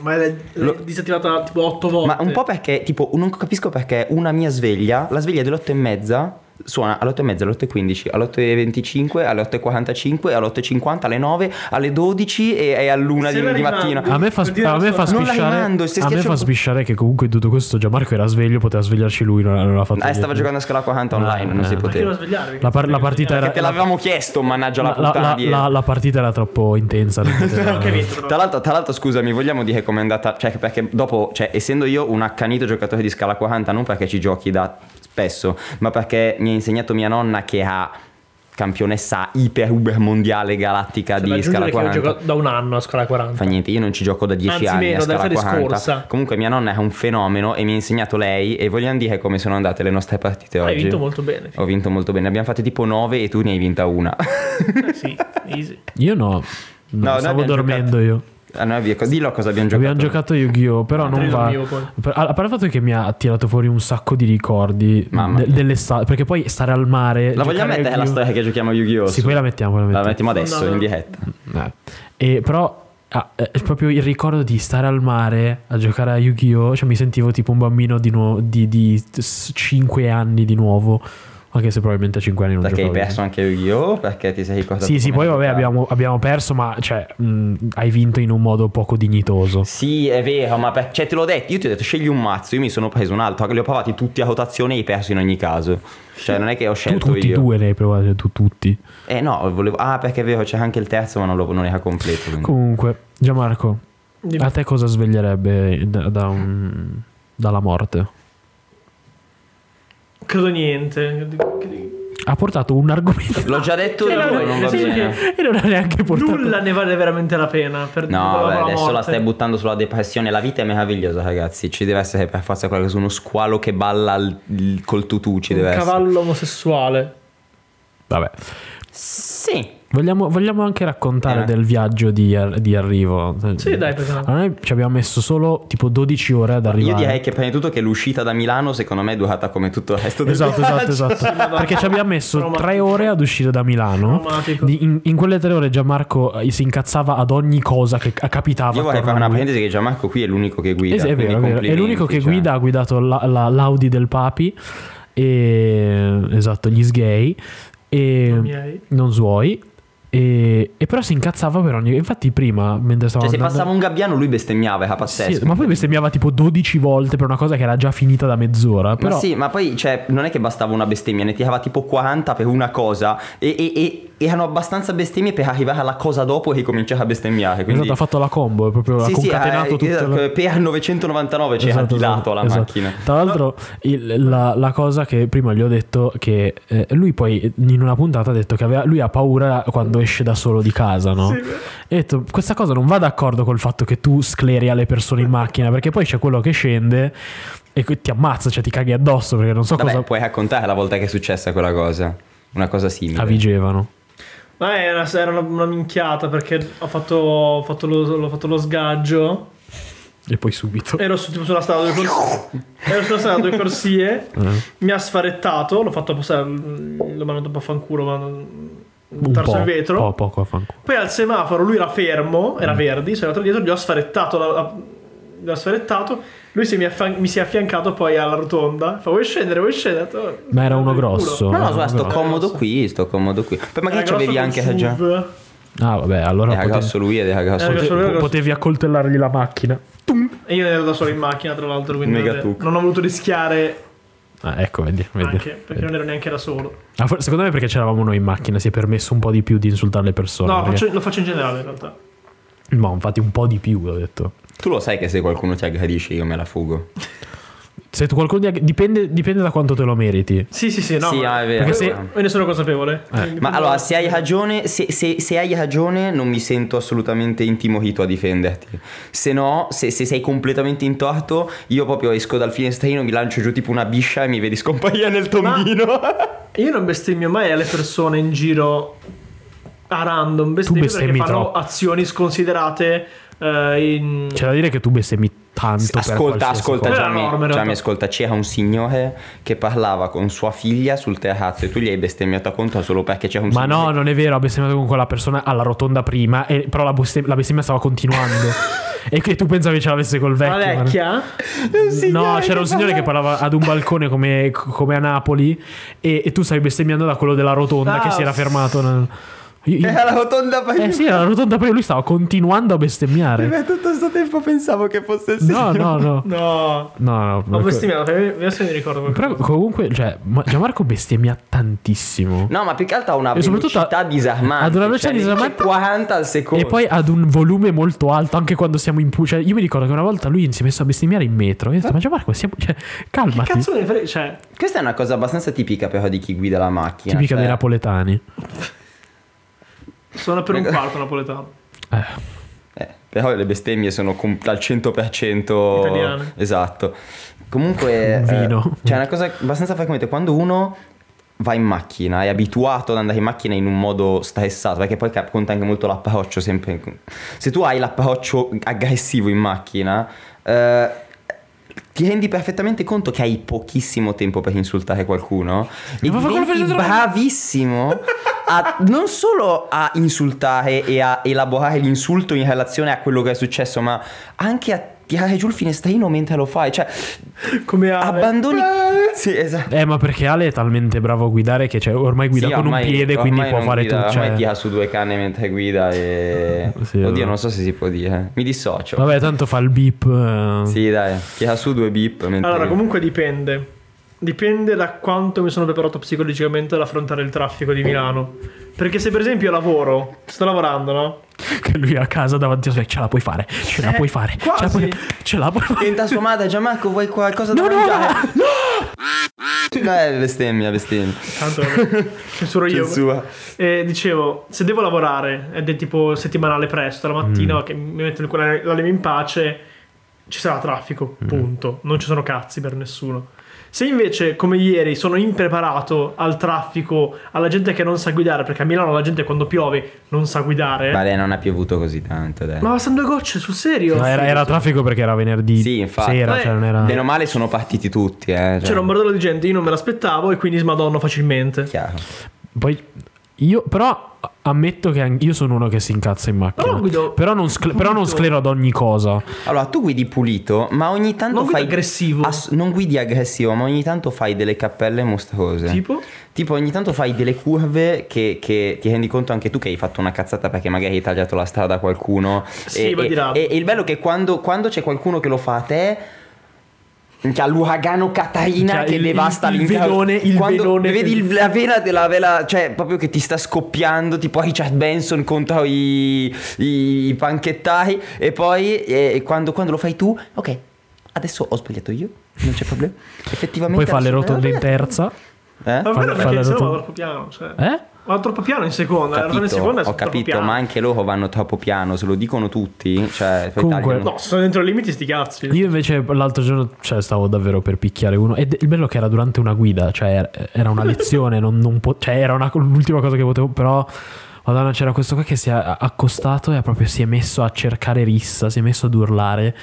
[SPEAKER 1] Ma l'hai l'hai
[SPEAKER 2] Lo-
[SPEAKER 1] disattivata tipo 8 volte.
[SPEAKER 2] Ma un po' perché, tipo, non capisco perché una mia sveglia, la sveglia delle 8 e mezza, suona alle 8 e mezza, alle 8 e 15, alle 8 e 25, alle 8 e 45, alle 8 e 50, alle 9, alle 12 e, e all'una
[SPEAKER 1] Se
[SPEAKER 2] di
[SPEAKER 1] la
[SPEAKER 2] lunedì
[SPEAKER 1] rimandi.
[SPEAKER 2] mattina.
[SPEAKER 3] A me fa,
[SPEAKER 1] Continua
[SPEAKER 3] a
[SPEAKER 1] la
[SPEAKER 3] me
[SPEAKER 1] sua-
[SPEAKER 3] fa
[SPEAKER 2] Non la
[SPEAKER 3] spisciare.
[SPEAKER 2] rimando, se
[SPEAKER 3] a me
[SPEAKER 2] schiaccio-
[SPEAKER 3] fa spisciare che comunque in tutto questo Gianmarco era sveglio, poteva svegliarci lui, non, non l'ha fatto.
[SPEAKER 2] Ah,
[SPEAKER 3] niente.
[SPEAKER 2] stava giocando a scala 40 online,
[SPEAKER 3] Ah,
[SPEAKER 2] non si
[SPEAKER 3] eh.
[SPEAKER 1] Perché non
[SPEAKER 2] poteva.
[SPEAKER 1] svegliarvi?
[SPEAKER 3] La, par- la partita era.
[SPEAKER 2] Perché te l'avevamo chiesto, mannaggia la
[SPEAKER 3] la- la-
[SPEAKER 2] puttana
[SPEAKER 3] la-
[SPEAKER 2] di-
[SPEAKER 3] la- la partita era troppo
[SPEAKER 1] [LAUGHS]
[SPEAKER 3] intensa.
[SPEAKER 1] Non Eh, ho capito, però.
[SPEAKER 2] Tra l'altro, tra l'altro, scusami, vogliamo dire com'è andata? Cioè, perché dopo, cioè, essendo io un accanito giocatore di scala 40, non perché ci giochi da spesso, ma perché mi ha insegnato mia nonna che ha campionessa iper uber mondiale galattica
[SPEAKER 1] Cioè, da
[SPEAKER 2] di scala
[SPEAKER 1] aggiungere che ho
[SPEAKER 2] 40.
[SPEAKER 1] giocato da un anno a scala 40.
[SPEAKER 2] Fa niente, io non ci gioco da 10
[SPEAKER 1] Anzi,
[SPEAKER 2] anni
[SPEAKER 1] meno,
[SPEAKER 2] a
[SPEAKER 1] dalla
[SPEAKER 2] scala
[SPEAKER 1] serie
[SPEAKER 2] 40.
[SPEAKER 1] scorsa.
[SPEAKER 2] Comunque mia nonna è un fenomeno e mi ha insegnato lei e vogliamo dire come sono andate le nostre partite oggi.
[SPEAKER 1] Hai vinto molto
[SPEAKER 2] [LAUGHS]
[SPEAKER 1] bene.
[SPEAKER 2] Ho vinto molto bene, abbiamo fatto tipo 9 e tu ne hai vinta una. [LAUGHS]
[SPEAKER 1] Eh sì, easy.
[SPEAKER 3] Io no. no,
[SPEAKER 2] noi
[SPEAKER 3] stavo
[SPEAKER 2] abbiamo
[SPEAKER 3] dormendo
[SPEAKER 2] giocato-
[SPEAKER 3] io.
[SPEAKER 2] Ah, no, via, co- dillo a cosa abbiamo giocato.
[SPEAKER 3] Abbiamo giocato a Yu-Gi-Oh! Però non
[SPEAKER 1] io
[SPEAKER 3] va.
[SPEAKER 1] dormivo poi.
[SPEAKER 3] per- A a parte il fatto che mi ha tirato fuori un sacco di ricordi
[SPEAKER 2] Mamma
[SPEAKER 3] de-
[SPEAKER 2] mia.
[SPEAKER 3] dell'estate. Perché poi stare al mare.
[SPEAKER 2] La vogliamo mettere
[SPEAKER 3] giocare a
[SPEAKER 2] la
[SPEAKER 3] Yu-Gi-Oh!
[SPEAKER 2] storia che giochiamo a Yu-Gi-Oh!
[SPEAKER 3] Sì,
[SPEAKER 2] Su.
[SPEAKER 3] poi la mettiamo. La
[SPEAKER 2] La mettiamo
[SPEAKER 3] mettiamo.
[SPEAKER 2] adesso
[SPEAKER 1] No, no.
[SPEAKER 2] in diretta.
[SPEAKER 3] Eh. E però ah, eh, proprio il ricordo di stare al mare a giocare a Yu-Gi-Oh! Cioè, mi sentivo tipo un bambino di, 5 anni di nuovo. Anche se probabilmente a 5 anni non
[SPEAKER 2] Perché hai
[SPEAKER 3] giocavo.
[SPEAKER 2] perso anche io? Perché ti sei ricordato?
[SPEAKER 3] Sì, sì,
[SPEAKER 2] Esatto, come
[SPEAKER 3] poi vabbè
[SPEAKER 2] giocare?
[SPEAKER 3] abbiamo, abbiamo perso, ma cioè, mh, hai vinto in un modo poco dignitoso.
[SPEAKER 2] Sì, è vero, ma per- cioè, te l'ho detto, io ti ho detto scegli un mazzo, io mi sono preso un altro, li ho provati tutti a rotazione e hai perso in ogni caso. Cioè, non è che ho
[SPEAKER 3] Tu
[SPEAKER 2] scelto
[SPEAKER 3] tutti e
[SPEAKER 2] io.
[SPEAKER 3] due ne hai provati, cioè, tu tutti.
[SPEAKER 2] Eh no, volevo... Ah, perché è vero, c'era anche il terzo, ma non, lo- non era completo. quindi.
[SPEAKER 3] Comunque, Gianmarco, a te cosa sveglierebbe da- da un- dalla morte?
[SPEAKER 1] Credo niente. Credo-
[SPEAKER 3] Ha portato un argomento... [LAUGHS]
[SPEAKER 2] L'ho già detto
[SPEAKER 1] Eh,
[SPEAKER 2] io,
[SPEAKER 1] no, no,
[SPEAKER 2] non va
[SPEAKER 1] sì,
[SPEAKER 2] bene.
[SPEAKER 1] sì.
[SPEAKER 3] E non ha neanche portato...
[SPEAKER 1] Nulla ne vale veramente la pena. Per
[SPEAKER 2] No,
[SPEAKER 1] per
[SPEAKER 2] vabbè,
[SPEAKER 1] la
[SPEAKER 2] adesso la
[SPEAKER 1] morte.
[SPEAKER 2] stai buttando sulla depressione. La vita è meravigliosa, ragazzi. Ci deve essere per forza qualcosa, uno squalo che balla al- il- col tutù. Ci
[SPEAKER 1] Un
[SPEAKER 2] deve essere.
[SPEAKER 1] cavallo omosessuale.
[SPEAKER 3] Vabbè.
[SPEAKER 2] Sì.
[SPEAKER 3] Vogliamo, vogliamo anche raccontare
[SPEAKER 2] Eh.
[SPEAKER 3] del viaggio di, ar- di arrivo.
[SPEAKER 1] Sì, dai, perché no?
[SPEAKER 3] A noi ci abbiamo messo solo tipo 12 ore ad arrivare.
[SPEAKER 2] Io direi che prima di tutto che l'uscita da Milano, secondo me, è durata come tutto il resto del
[SPEAKER 3] Esatto, esatto, esatto. Perché ci abbiamo messo
[SPEAKER 1] Traumatico.
[SPEAKER 3] tre ore ad uscire da Milano.
[SPEAKER 1] Traumatico.
[SPEAKER 3] Di- in, in quelle tre ore Gianmarco eh, si incazzava ad ogni cosa che ca- capitava.
[SPEAKER 2] Io vorrei
[SPEAKER 3] attorno
[SPEAKER 2] fare
[SPEAKER 3] a
[SPEAKER 2] una
[SPEAKER 3] lui.
[SPEAKER 2] parentesi che Gianmarco qui è l'unico che guida.
[SPEAKER 3] Eh sì, è
[SPEAKER 2] quindi
[SPEAKER 3] vero, è vero. È
[SPEAKER 2] complimenti,
[SPEAKER 3] l'unico che
[SPEAKER 2] cioè.
[SPEAKER 3] guida, ha guidato la- la- l'Audi del Papi. E, esatto, gli sgay. E,
[SPEAKER 1] Non miei.
[SPEAKER 3] non suoi. E, e però si incazzava per ogni. Infatti, prima mentre stavo
[SPEAKER 2] Cioè, se
[SPEAKER 3] andando-
[SPEAKER 2] passava un gabbiano, lui bestemmiava, era
[SPEAKER 3] Sì,
[SPEAKER 2] pazzesco.
[SPEAKER 3] ma poi bestemmiava tipo 12 volte per una cosa che era già finita da mezz'ora. Però
[SPEAKER 2] Ma sì, ma poi cioè, non è che bastava una bestemmia, ne tirava tipo 40 per una cosa e, e- e erano abbastanza bestemmie per arrivare alla cosa dopo e ricominciare a bestemmiare.
[SPEAKER 3] esatto,
[SPEAKER 2] Quindi...
[SPEAKER 3] ha fatto la combo, è proprio ha concatenato
[SPEAKER 2] eh,
[SPEAKER 3] tutto.
[SPEAKER 2] esatto,
[SPEAKER 3] il-
[SPEAKER 2] per 999 c'era
[SPEAKER 3] Esatto,
[SPEAKER 2] attilato
[SPEAKER 3] esatto,
[SPEAKER 2] la
[SPEAKER 3] esatto.
[SPEAKER 2] macchina.
[SPEAKER 3] Tra l'altro, il- la, la cosa che prima gli ho detto, che eh, lui poi in una puntata ha detto che aveva- lui ha paura quando esce da solo di casa, no? E ho detto, questa cosa non va d'accordo col fatto che tu scleri alle persone in macchina, perché poi c'è quello che scende e que- ti ammazza, cioè ti caghi addosso, perché non so
[SPEAKER 2] Vabbè,
[SPEAKER 3] cosa
[SPEAKER 2] puoi raccontare la volta che è successa quella cosa. Una cosa simile.
[SPEAKER 3] avvigevano.
[SPEAKER 1] Ma è una- era una, una minchiata perché ho fatto, ho fatto lo, l'ho fatto lo sgaggio.
[SPEAKER 3] E poi subito.
[SPEAKER 1] Ero su- tipo sulla strada due
[SPEAKER 2] [LAUGHS]
[SPEAKER 1] corsie. ero sulla strada due
[SPEAKER 3] [LAUGHS]
[SPEAKER 1] corsie.
[SPEAKER 3] eh,
[SPEAKER 1] mi ha sfarettato. L'ho fatto passare. L'ho mandato un po' a fanculo, ma. non-
[SPEAKER 3] Un
[SPEAKER 1] Verso
[SPEAKER 3] po',
[SPEAKER 1] il vetro.
[SPEAKER 3] po- Mm. poco a fanculo.
[SPEAKER 1] Poi al semaforo lui era fermo, era verdi, sono andato dietro, gli ho sfarettato, la- la- gli ho sfarettato, lui si, mi, affan- mi si è affiancato poi alla rotonda, fa vuoi scendere, vuoi scendere? Ho detto,
[SPEAKER 3] Ma era
[SPEAKER 1] "Oh,
[SPEAKER 3] uno
[SPEAKER 1] per il culo".
[SPEAKER 3] grosso.
[SPEAKER 2] No, no, guarda, sto
[SPEAKER 3] Era
[SPEAKER 2] comodo
[SPEAKER 1] grosso.
[SPEAKER 2] qui, sto comodo qui. Poi
[SPEAKER 1] Era
[SPEAKER 2] magari ci
[SPEAKER 1] grosso
[SPEAKER 2] avevi
[SPEAKER 1] col
[SPEAKER 2] anche eh,
[SPEAKER 1] SUV.
[SPEAKER 2] ragione.
[SPEAKER 3] Ah, vabbè, allora
[SPEAKER 2] Era
[SPEAKER 3] potevi,
[SPEAKER 2] grosso lui ed era grosso
[SPEAKER 1] Era
[SPEAKER 2] te.
[SPEAKER 1] grosso lui.
[SPEAKER 3] potevi- potevi accoltellargli la macchina.
[SPEAKER 1] E io ero da solo in macchina, tra l'altro, quindi
[SPEAKER 2] Mega
[SPEAKER 1] vabbè,
[SPEAKER 2] tucco.
[SPEAKER 1] non ho voluto rischiare
[SPEAKER 3] Ah, ecco, vedi. vedi,
[SPEAKER 1] anche, perché
[SPEAKER 3] vedi.
[SPEAKER 1] non ero neanche da solo.
[SPEAKER 3] Ah, for- secondo me perché c'eravamo noi in macchina si è permesso un po' di più di insultare le persone.
[SPEAKER 1] No,
[SPEAKER 3] perché-
[SPEAKER 1] faccio- lo faccio in generale in realtà.
[SPEAKER 3] No, infatti un po' di più, ho detto.
[SPEAKER 2] Tu lo sai che se qualcuno ti aggredisce io me la fugo.
[SPEAKER 3] Se tu qualcuno ti ag- dipende, dipende da quanto te lo meriti.
[SPEAKER 1] Sì, sì, sì, no.
[SPEAKER 2] sì,
[SPEAKER 1] ma-
[SPEAKER 2] ah, è vero.
[SPEAKER 3] perché
[SPEAKER 2] è
[SPEAKER 3] se-
[SPEAKER 2] vero.
[SPEAKER 1] Me ne sono
[SPEAKER 3] Eh.
[SPEAKER 1] consapevole. Quindi-
[SPEAKER 2] Ma allora, se hai ragione, se, se- se hai ragione, non mi sento assolutamente intimorito a difenderti. Se no, se, se sei completamente in torto, io proprio esco dal finestrino, mi lancio giù tipo una biscia e mi vedi scomparire nel tombino.
[SPEAKER 1] Io non bestemmio mai alle persone in giro a random, bestemmio
[SPEAKER 3] bestemmi
[SPEAKER 1] perché fanno
[SPEAKER 3] troppo. Cioè,
[SPEAKER 1] azioni sconsiderate eh, in...
[SPEAKER 3] C'è da dire che tu bestemmi tanto per
[SPEAKER 2] Ascolta,
[SPEAKER 3] qualsiasi
[SPEAKER 2] ascolta,
[SPEAKER 1] cosa.
[SPEAKER 3] cosa.
[SPEAKER 1] Era
[SPEAKER 2] Gianni,
[SPEAKER 1] enorme, in
[SPEAKER 2] Gianni,
[SPEAKER 1] realtà.
[SPEAKER 2] ascolta, c'era un signore che parlava con sua figlia sul terrazzo e tu gli hai bestemmiato contro solo perché c'era un
[SPEAKER 3] Ma
[SPEAKER 2] signore.
[SPEAKER 3] no, non è vero, ha bestemmiato con quella persona alla rotonda prima, e- però la, bestem- la bestemmia stava continuando. e che tu pensavi ce l'avesse col vecchio. eh.
[SPEAKER 1] La
[SPEAKER 3] ma no.
[SPEAKER 1] vecchia?
[SPEAKER 3] No, c'era un signore che parlava ad un balcone come, come a Napoli e, e tu stavi bestemmiando da quello della rotonda
[SPEAKER 1] Ah.
[SPEAKER 3] che si era fermato. nel- Io- io-
[SPEAKER 2] [LAUGHS] Era la rotonda per
[SPEAKER 3] eh sì, era la rotonda prima, lui stava continuando a bestemmiare.
[SPEAKER 2] tutto questo tempo pensavo che fosse il
[SPEAKER 3] No,
[SPEAKER 2] signore.
[SPEAKER 3] no, no.
[SPEAKER 1] No.
[SPEAKER 3] No, no.
[SPEAKER 1] Ho bestemmiato, eh, adesso mi ricordo qualcosa.
[SPEAKER 3] Però comunque, cioè, ma- Gianmarco bestemmia tantissimo.
[SPEAKER 2] No, ma più che altro ha una
[SPEAKER 3] E soprattutto
[SPEAKER 2] velocità
[SPEAKER 3] ha-
[SPEAKER 2] disarmante.
[SPEAKER 3] ad una velocità
[SPEAKER 2] cioè, ne dice
[SPEAKER 3] disarmante.
[SPEAKER 2] 40 al secondo.
[SPEAKER 3] E poi ad un volume molto alto, anche quando siamo in pu- cioè, Io mi ricordo che una volta lui si è messo a bestemmiare in metro. Io ho detto, ma Gianmarco, siamo... cioè, calmati.
[SPEAKER 1] Cazzo ne frega, cioè...
[SPEAKER 2] Questa è una cosa abbastanza tipica però di chi guida la macchina.
[SPEAKER 3] Tipica
[SPEAKER 2] cioè,
[SPEAKER 1] Eh.
[SPEAKER 3] dei napoletani.
[SPEAKER 1] Sono per un quarto napoletano.
[SPEAKER 3] Eh,
[SPEAKER 2] eh, però le bestemmie sono com- al 100%
[SPEAKER 1] Italiane.
[SPEAKER 2] Esatto. Comunque,
[SPEAKER 3] Un vino.
[SPEAKER 2] eh, cioè, è una cosa abbastanza frequente quando uno va in macchina, è abituato ad andare in macchina in un modo stressato, perché poi cap- conta anche molto l'approccio. Sempre. Se tu hai l'approccio aggressivo in macchina, eh, ti rendi perfettamente conto che hai pochissimo tempo per insultare qualcuno e
[SPEAKER 3] Ma fa quello
[SPEAKER 2] diventi
[SPEAKER 3] per il
[SPEAKER 2] bravissimo a- non solo a insultare e a elaborare l'insulto in relazione a quello che è successo, ma anche a tirai giù il finestrino mentre lo fai. Cioè,
[SPEAKER 1] Come Ale.
[SPEAKER 2] abbandoni. Sì, esatto.
[SPEAKER 3] Ah, Eh, ma perché Ale è talmente bravo a guidare che cioè, ormai guida
[SPEAKER 2] Sì,
[SPEAKER 3] con
[SPEAKER 2] ormai-
[SPEAKER 3] un piede, quindi
[SPEAKER 2] ormai
[SPEAKER 3] può
[SPEAKER 2] non
[SPEAKER 3] fare
[SPEAKER 2] guida,
[SPEAKER 3] tutto.
[SPEAKER 2] Ormai
[SPEAKER 3] Cioè...
[SPEAKER 2] tira su due canne mentre guida e...
[SPEAKER 3] [LAUGHS] Sì,
[SPEAKER 2] Oddio,
[SPEAKER 3] allora.
[SPEAKER 2] non so se si può dire. eh. Mi dissocio.
[SPEAKER 3] Vabbè, tanto fa il beep. eh.
[SPEAKER 2] Sì, dai, tira su due bip mentre...
[SPEAKER 1] Allora, comunque dipende. Dipende da quanto mi sono preparato psicologicamente ad affrontare il traffico di Milano. Perché se per esempio io lavoro, sto lavorando, no?
[SPEAKER 3] [LAUGHS] Che lui a casa davanti a sé, ce la puoi fare, ce la
[SPEAKER 1] Eh,
[SPEAKER 3] puoi fare, ce la
[SPEAKER 1] quasi.
[SPEAKER 3] puoi, ce la puoi fare.
[SPEAKER 2] Tenta sua madre, Gianmarco, vuoi qualcosa da
[SPEAKER 3] No, no,
[SPEAKER 2] mangiare? [LAUGHS] No, Dai, bestemmia, bestemmia.
[SPEAKER 1] Tanto censuro io.
[SPEAKER 2] Censura.
[SPEAKER 1] Eh, dicevo, se devo lavorare ed è tipo settimanale presto, la
[SPEAKER 3] Mm.
[SPEAKER 1] mattina che mi metto il cuore- la leva in pace, ci sarà traffico,
[SPEAKER 3] Mm.
[SPEAKER 1] punto. Non ci sono cazzi per nessuno. Se invece, come ieri, sono impreparato al traffico, alla gente che non sa guidare, perché a Milano la gente quando piove non sa guidare.
[SPEAKER 2] Vabbè, non ha piovuto così tanto, dai.
[SPEAKER 1] Ma bastano due gocce, sul serio?
[SPEAKER 3] No, era, era traffico perché era venerdì
[SPEAKER 2] Sì, infatti.
[SPEAKER 3] sera,
[SPEAKER 1] Eh,
[SPEAKER 3] cioè non era...
[SPEAKER 2] Meno male sono partiti tutti, eh. Cioè,
[SPEAKER 1] C'era un bordello di gente, io non me l'aspettavo e quindi smadonno facilmente.
[SPEAKER 2] Chiaro.
[SPEAKER 3] Poi io però ammetto che anche- io sono uno che si incazza in macchina.
[SPEAKER 1] Però guido-
[SPEAKER 3] Però non, scle- però non
[SPEAKER 1] guido-
[SPEAKER 3] sclero ad ogni cosa.
[SPEAKER 2] Allora, tu guidi pulito, ma ogni tanto
[SPEAKER 1] Non guidi
[SPEAKER 2] fai...
[SPEAKER 1] aggressivo.
[SPEAKER 2] Ass- non guidi aggressivo, ma ogni tanto fai delle cappelle mostruose.
[SPEAKER 1] Tipo?
[SPEAKER 2] Tipo, ogni tanto fai delle curve che, che ti rendi conto anche tu che hai fatto una cazzata perché magari hai tagliato la strada a qualcuno.
[SPEAKER 1] Sì,
[SPEAKER 2] e,
[SPEAKER 1] va
[SPEAKER 2] e-
[SPEAKER 1] di là.
[SPEAKER 2] e- e il bello è che quando, quando c'è qualcuno che lo fa a te... Minchia, l'uragano Catarina
[SPEAKER 3] Cioè,
[SPEAKER 2] che
[SPEAKER 3] il-
[SPEAKER 2] devasta
[SPEAKER 3] il- il
[SPEAKER 2] l'intero
[SPEAKER 3] velone- il
[SPEAKER 2] Quando
[SPEAKER 3] velone
[SPEAKER 2] vedi
[SPEAKER 3] che-
[SPEAKER 2] il- la vena della vela cioè proprio che ti sta scoppiando tipo Richard Benson contro i, i panchettai e poi eh, quando, quando lo fai tu ok adesso ho sbagliato io non c'è
[SPEAKER 3] [LAUGHS]
[SPEAKER 2] problema effettivamente
[SPEAKER 3] Poi fa le
[SPEAKER 2] adesso-
[SPEAKER 3] rotonde in terza.
[SPEAKER 2] eh?
[SPEAKER 1] Ma è
[SPEAKER 3] Fa-
[SPEAKER 1] vero
[SPEAKER 3] fa
[SPEAKER 1] perché
[SPEAKER 3] la
[SPEAKER 1] se no
[SPEAKER 3] rotonda.
[SPEAKER 1] vado troppo piano. Cioè.
[SPEAKER 3] Eh?
[SPEAKER 1] Vado troppo piano in seconda. la rotonda in
[SPEAKER 2] Capito,
[SPEAKER 1] seconda è
[SPEAKER 2] ho
[SPEAKER 1] troppo
[SPEAKER 2] capito,
[SPEAKER 1] piano.
[SPEAKER 2] ma anche loro vanno troppo piano, se lo dicono tutti, cioè poi
[SPEAKER 3] Comunque-
[SPEAKER 2] tagliano.
[SPEAKER 1] No, se sono dentro i limiti, sti cazzi.
[SPEAKER 3] Io invece l'altro giorno cioè, stavo davvero per picchiare uno. E d- il bello che era durante una guida, cioè era- era una lezione, non, non po- cioè, era una- l'ultima cosa che potevo, però... Madonna, c'era questo qua che si è a- accostato e ha proprio si è messo a cercare rissa, si è messo ad urlare.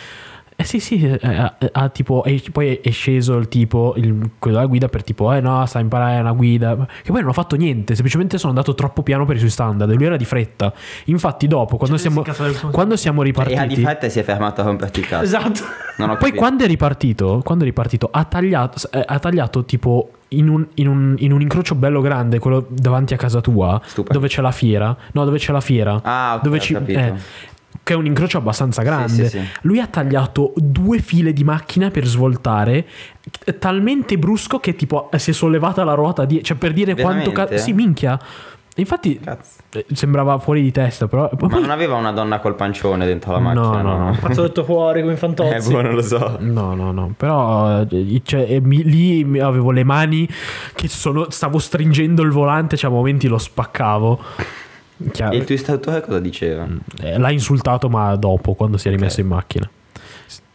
[SPEAKER 3] Eh sì, sì, eh, ha- ha tipo, e poi è sceso il tipo, il- quello della guida, per tipo, eh no, sta imparando una guida. Che poi non ho fatto niente, semplicemente sono andato troppo piano per i suoi standard e lui era di fretta. Infatti, dopo, quando,
[SPEAKER 1] Cioè,
[SPEAKER 3] siamo,
[SPEAKER 1] si incazza del- Cioè,
[SPEAKER 3] quando siamo
[SPEAKER 2] E a
[SPEAKER 3] ripartiti.
[SPEAKER 2] di fretta si è fermato a romperti il cazzo.
[SPEAKER 1] Esatto. [LAUGHS]
[SPEAKER 2] Non ho
[SPEAKER 3] Poi
[SPEAKER 2] capito.
[SPEAKER 3] quando è ripartito, quando è ripartito ha, tagliato, s- eh, ha tagliato tipo in un, in un- in un incrocio bello grande, quello davanti a casa tua,
[SPEAKER 2] Stupendo.
[SPEAKER 3] dove c'è la fiera. No, dove c'è la fiera.
[SPEAKER 2] Ah, ok,
[SPEAKER 3] dove eh,
[SPEAKER 2] ho capito.
[SPEAKER 3] che è un incrocio abbastanza grande.
[SPEAKER 2] sì, sì.
[SPEAKER 3] Lui ha tagliato due file di macchina per svoltare, t- talmente brusco che tipo eh, si è sollevata la ruota, di- cioè per dire quanto...
[SPEAKER 2] Veramente?
[SPEAKER 3] Ca- sì, minchia. Infatti
[SPEAKER 2] Cazzo.
[SPEAKER 3] eh, sembrava fuori di testa, però... poi-
[SPEAKER 2] Ma non aveva una donna col pancione dentro la
[SPEAKER 3] No,
[SPEAKER 2] macchina?
[SPEAKER 3] no, no.
[SPEAKER 1] Pazzotto fuori come
[SPEAKER 2] Eh,
[SPEAKER 1] fantozzi.
[SPEAKER 2] boh, non lo so.
[SPEAKER 3] No, no, no, però eh, cioè, eh, mi- lì mi- avevo le mani che sono, stavo stringendo il volante, cioè a momenti lo spaccavo. Chiaro,
[SPEAKER 2] E il tuo istruttore cosa diceva?
[SPEAKER 3] eh, l'ha insultato ma dopo, quando si è rimesso in macchina.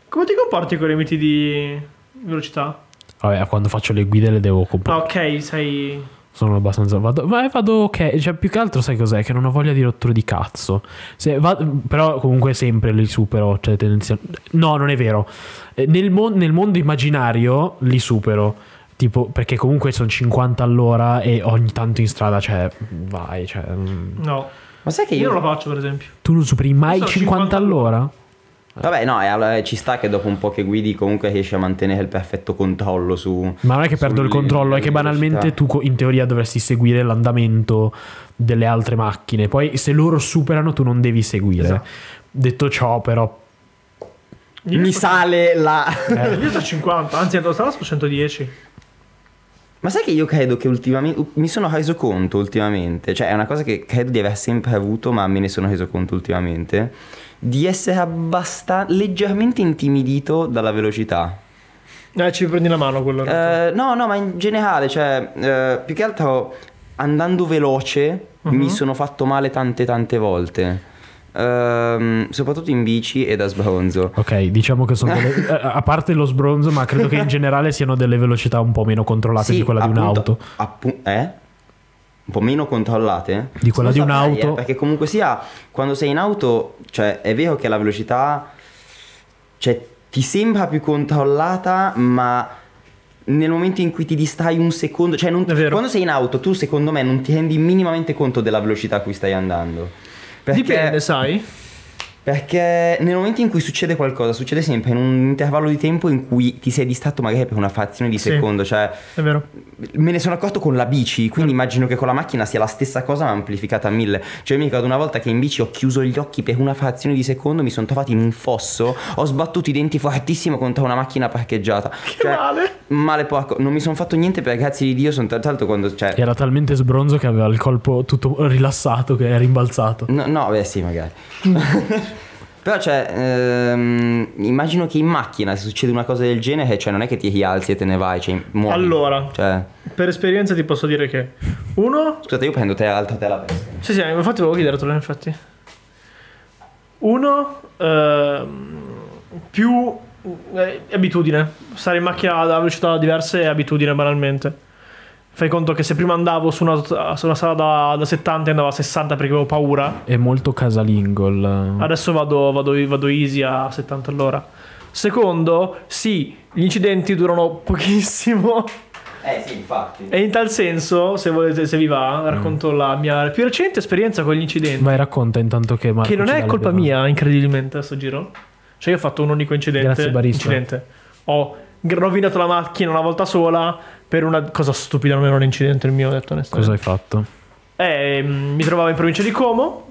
[SPEAKER 1] Come ti comporti con i limiti di velocità?
[SPEAKER 3] Vabbè, quando faccio le guide le devo
[SPEAKER 1] Ah,
[SPEAKER 3] comprare.
[SPEAKER 1] ok, sei.
[SPEAKER 3] Sono abbastanza... Vado, vai, vado ok, cioè più che altro sai cos'è? Che non ho voglia di rotture di cazzo. Se va- però comunque sempre li supero, cioè tendenzia- No, non è vero. Eh, Nel, mon- nel mondo immaginario li supero. Tipo, perché comunque sono 50 all'ora e ogni tanto in strada, cioè, vai, cioè... mm.
[SPEAKER 1] No.
[SPEAKER 2] Ma sai che
[SPEAKER 1] Io
[SPEAKER 2] io...
[SPEAKER 1] non lo faccio, per esempio.
[SPEAKER 3] Tu non superi mai
[SPEAKER 1] Io sono
[SPEAKER 3] 50 all'ora?
[SPEAKER 2] Vabbè, no, e allora, eh, ci sta che dopo un po' che guidi comunque riesci a mantenere il perfetto controllo su...
[SPEAKER 3] Ma non è che perdo il
[SPEAKER 2] sulle-
[SPEAKER 3] controllo, è che
[SPEAKER 2] sulle
[SPEAKER 3] banalmente
[SPEAKER 2] velocità.
[SPEAKER 3] tu co- in teoria dovresti seguire l'andamento delle altre macchine. Poi se loro superano tu non devi seguire.
[SPEAKER 1] Esatto.
[SPEAKER 3] Detto ciò, però...
[SPEAKER 1] Io
[SPEAKER 2] Mi
[SPEAKER 1] sto-
[SPEAKER 2] sale la... [LAUGHS]
[SPEAKER 1] Io sto a 50, anzi, andavo strada sto 110.
[SPEAKER 2] Ma sai che io credo che ultimamente mi sono reso conto ultimamente, cioè è una cosa che credo di aver sempre avuto, ma me ne sono reso conto ultimamente, di essere abbastanza leggermente intimidito dalla velocità.
[SPEAKER 1] Eh, ci prendi la mano quello. in realtà.
[SPEAKER 2] Eh, no, no, ma in generale, cioè, eh, più che altro andando veloce mi sono fatto male tante tante volte. Ehm, soprattutto in bici e da sbronzo.
[SPEAKER 3] Ok, diciamo che sono delle... eh, a parte lo sbronzo, ma credo che in generale siano delle velocità un po' meno controllate di quella di
[SPEAKER 2] appunto,
[SPEAKER 3] un'auto.
[SPEAKER 2] appu- eh? Un po' meno controllate?
[SPEAKER 3] Di quella
[SPEAKER 2] Non
[SPEAKER 3] di
[SPEAKER 2] saprei,
[SPEAKER 3] un'auto.
[SPEAKER 2] eh, perché comunque sia, quando sei in auto, cioè è vero che la velocità, cioè ti sembra più controllata, ma nel momento in cui ti distrai un secondo, cioè non-
[SPEAKER 1] È vero.
[SPEAKER 2] quando sei in auto tu secondo me non ti rendi minimamente conto della velocità a cui stai andando. Perché-
[SPEAKER 1] Dipende, sai?
[SPEAKER 2] Perché nel momento in cui succede qualcosa, succede sempre in un intervallo di tempo in cui ti sei distratto magari per una frazione di
[SPEAKER 1] Sì.
[SPEAKER 2] secondo. Cioè,
[SPEAKER 1] È vero.
[SPEAKER 2] me ne sono accorto con la bici, quindi immagino che con la macchina sia la stessa cosa ma amplificata a mille. Cioè, io mi ricordo una volta che in bici ho chiuso gli occhi per una frazione di secondo, mi sono trovato in un fosso, ho sbattuto i denti fortissimo contro una macchina parcheggiata. Cioè,
[SPEAKER 1] male.
[SPEAKER 2] male porco, non mi sono fatto niente per grazie di Dio, sono tra l'altro quando... Cioè,
[SPEAKER 3] Era talmente sbronzo che aveva il colpo tutto rilassato che era rimbalzato.
[SPEAKER 2] No, no, beh sì, magari. [LAUGHS] Però, cioè, ehm, immagino che in macchina se succede una cosa del genere, cioè non è che ti rialzi e te ne vai, cioè muori.
[SPEAKER 1] Allora.
[SPEAKER 2] Cioè,
[SPEAKER 1] Per esperienza ti posso dire che uno
[SPEAKER 2] scusate, io prendo te l'altra te la pesca.
[SPEAKER 1] Sì, sì, infatti volevo chiedertelo, infatti. Uno, ehm, più eh, abitudine. Stare in macchina a velocità diverse è abitudine, banalmente. Fai conto che se prima andavo su una, su una strada da, da 70 e andavo a 60 perché avevo paura,
[SPEAKER 3] È molto casalingo. il-
[SPEAKER 1] adesso vado, vado- vado easy a 70 all'ora. Secondo, sì, gli incidenti durano [LAUGHS] pochissimo.
[SPEAKER 2] Eh sì, infatti.
[SPEAKER 1] E in tal senso, se, volete, se vi va, racconto la mia più recente esperienza con gli incidenti.
[SPEAKER 3] Vai, racconta intanto che Marco
[SPEAKER 1] Che non
[SPEAKER 3] ci dà
[SPEAKER 1] è
[SPEAKER 3] le
[SPEAKER 1] colpa
[SPEAKER 3] domande.
[SPEAKER 1] mia, incredibilmente, a sto giro. Cioè, io ho fatto un unico incidente.
[SPEAKER 3] Grazie, barista.
[SPEAKER 1] incidente. Ho gr- rovinato la macchina una volta sola per una cosa stupida, non era un incidente il mio, ho detto
[SPEAKER 3] Cosa
[SPEAKER 1] onestamente.
[SPEAKER 3] hai fatto?
[SPEAKER 1] Eh, mm, mi trovavo in provincia di Como,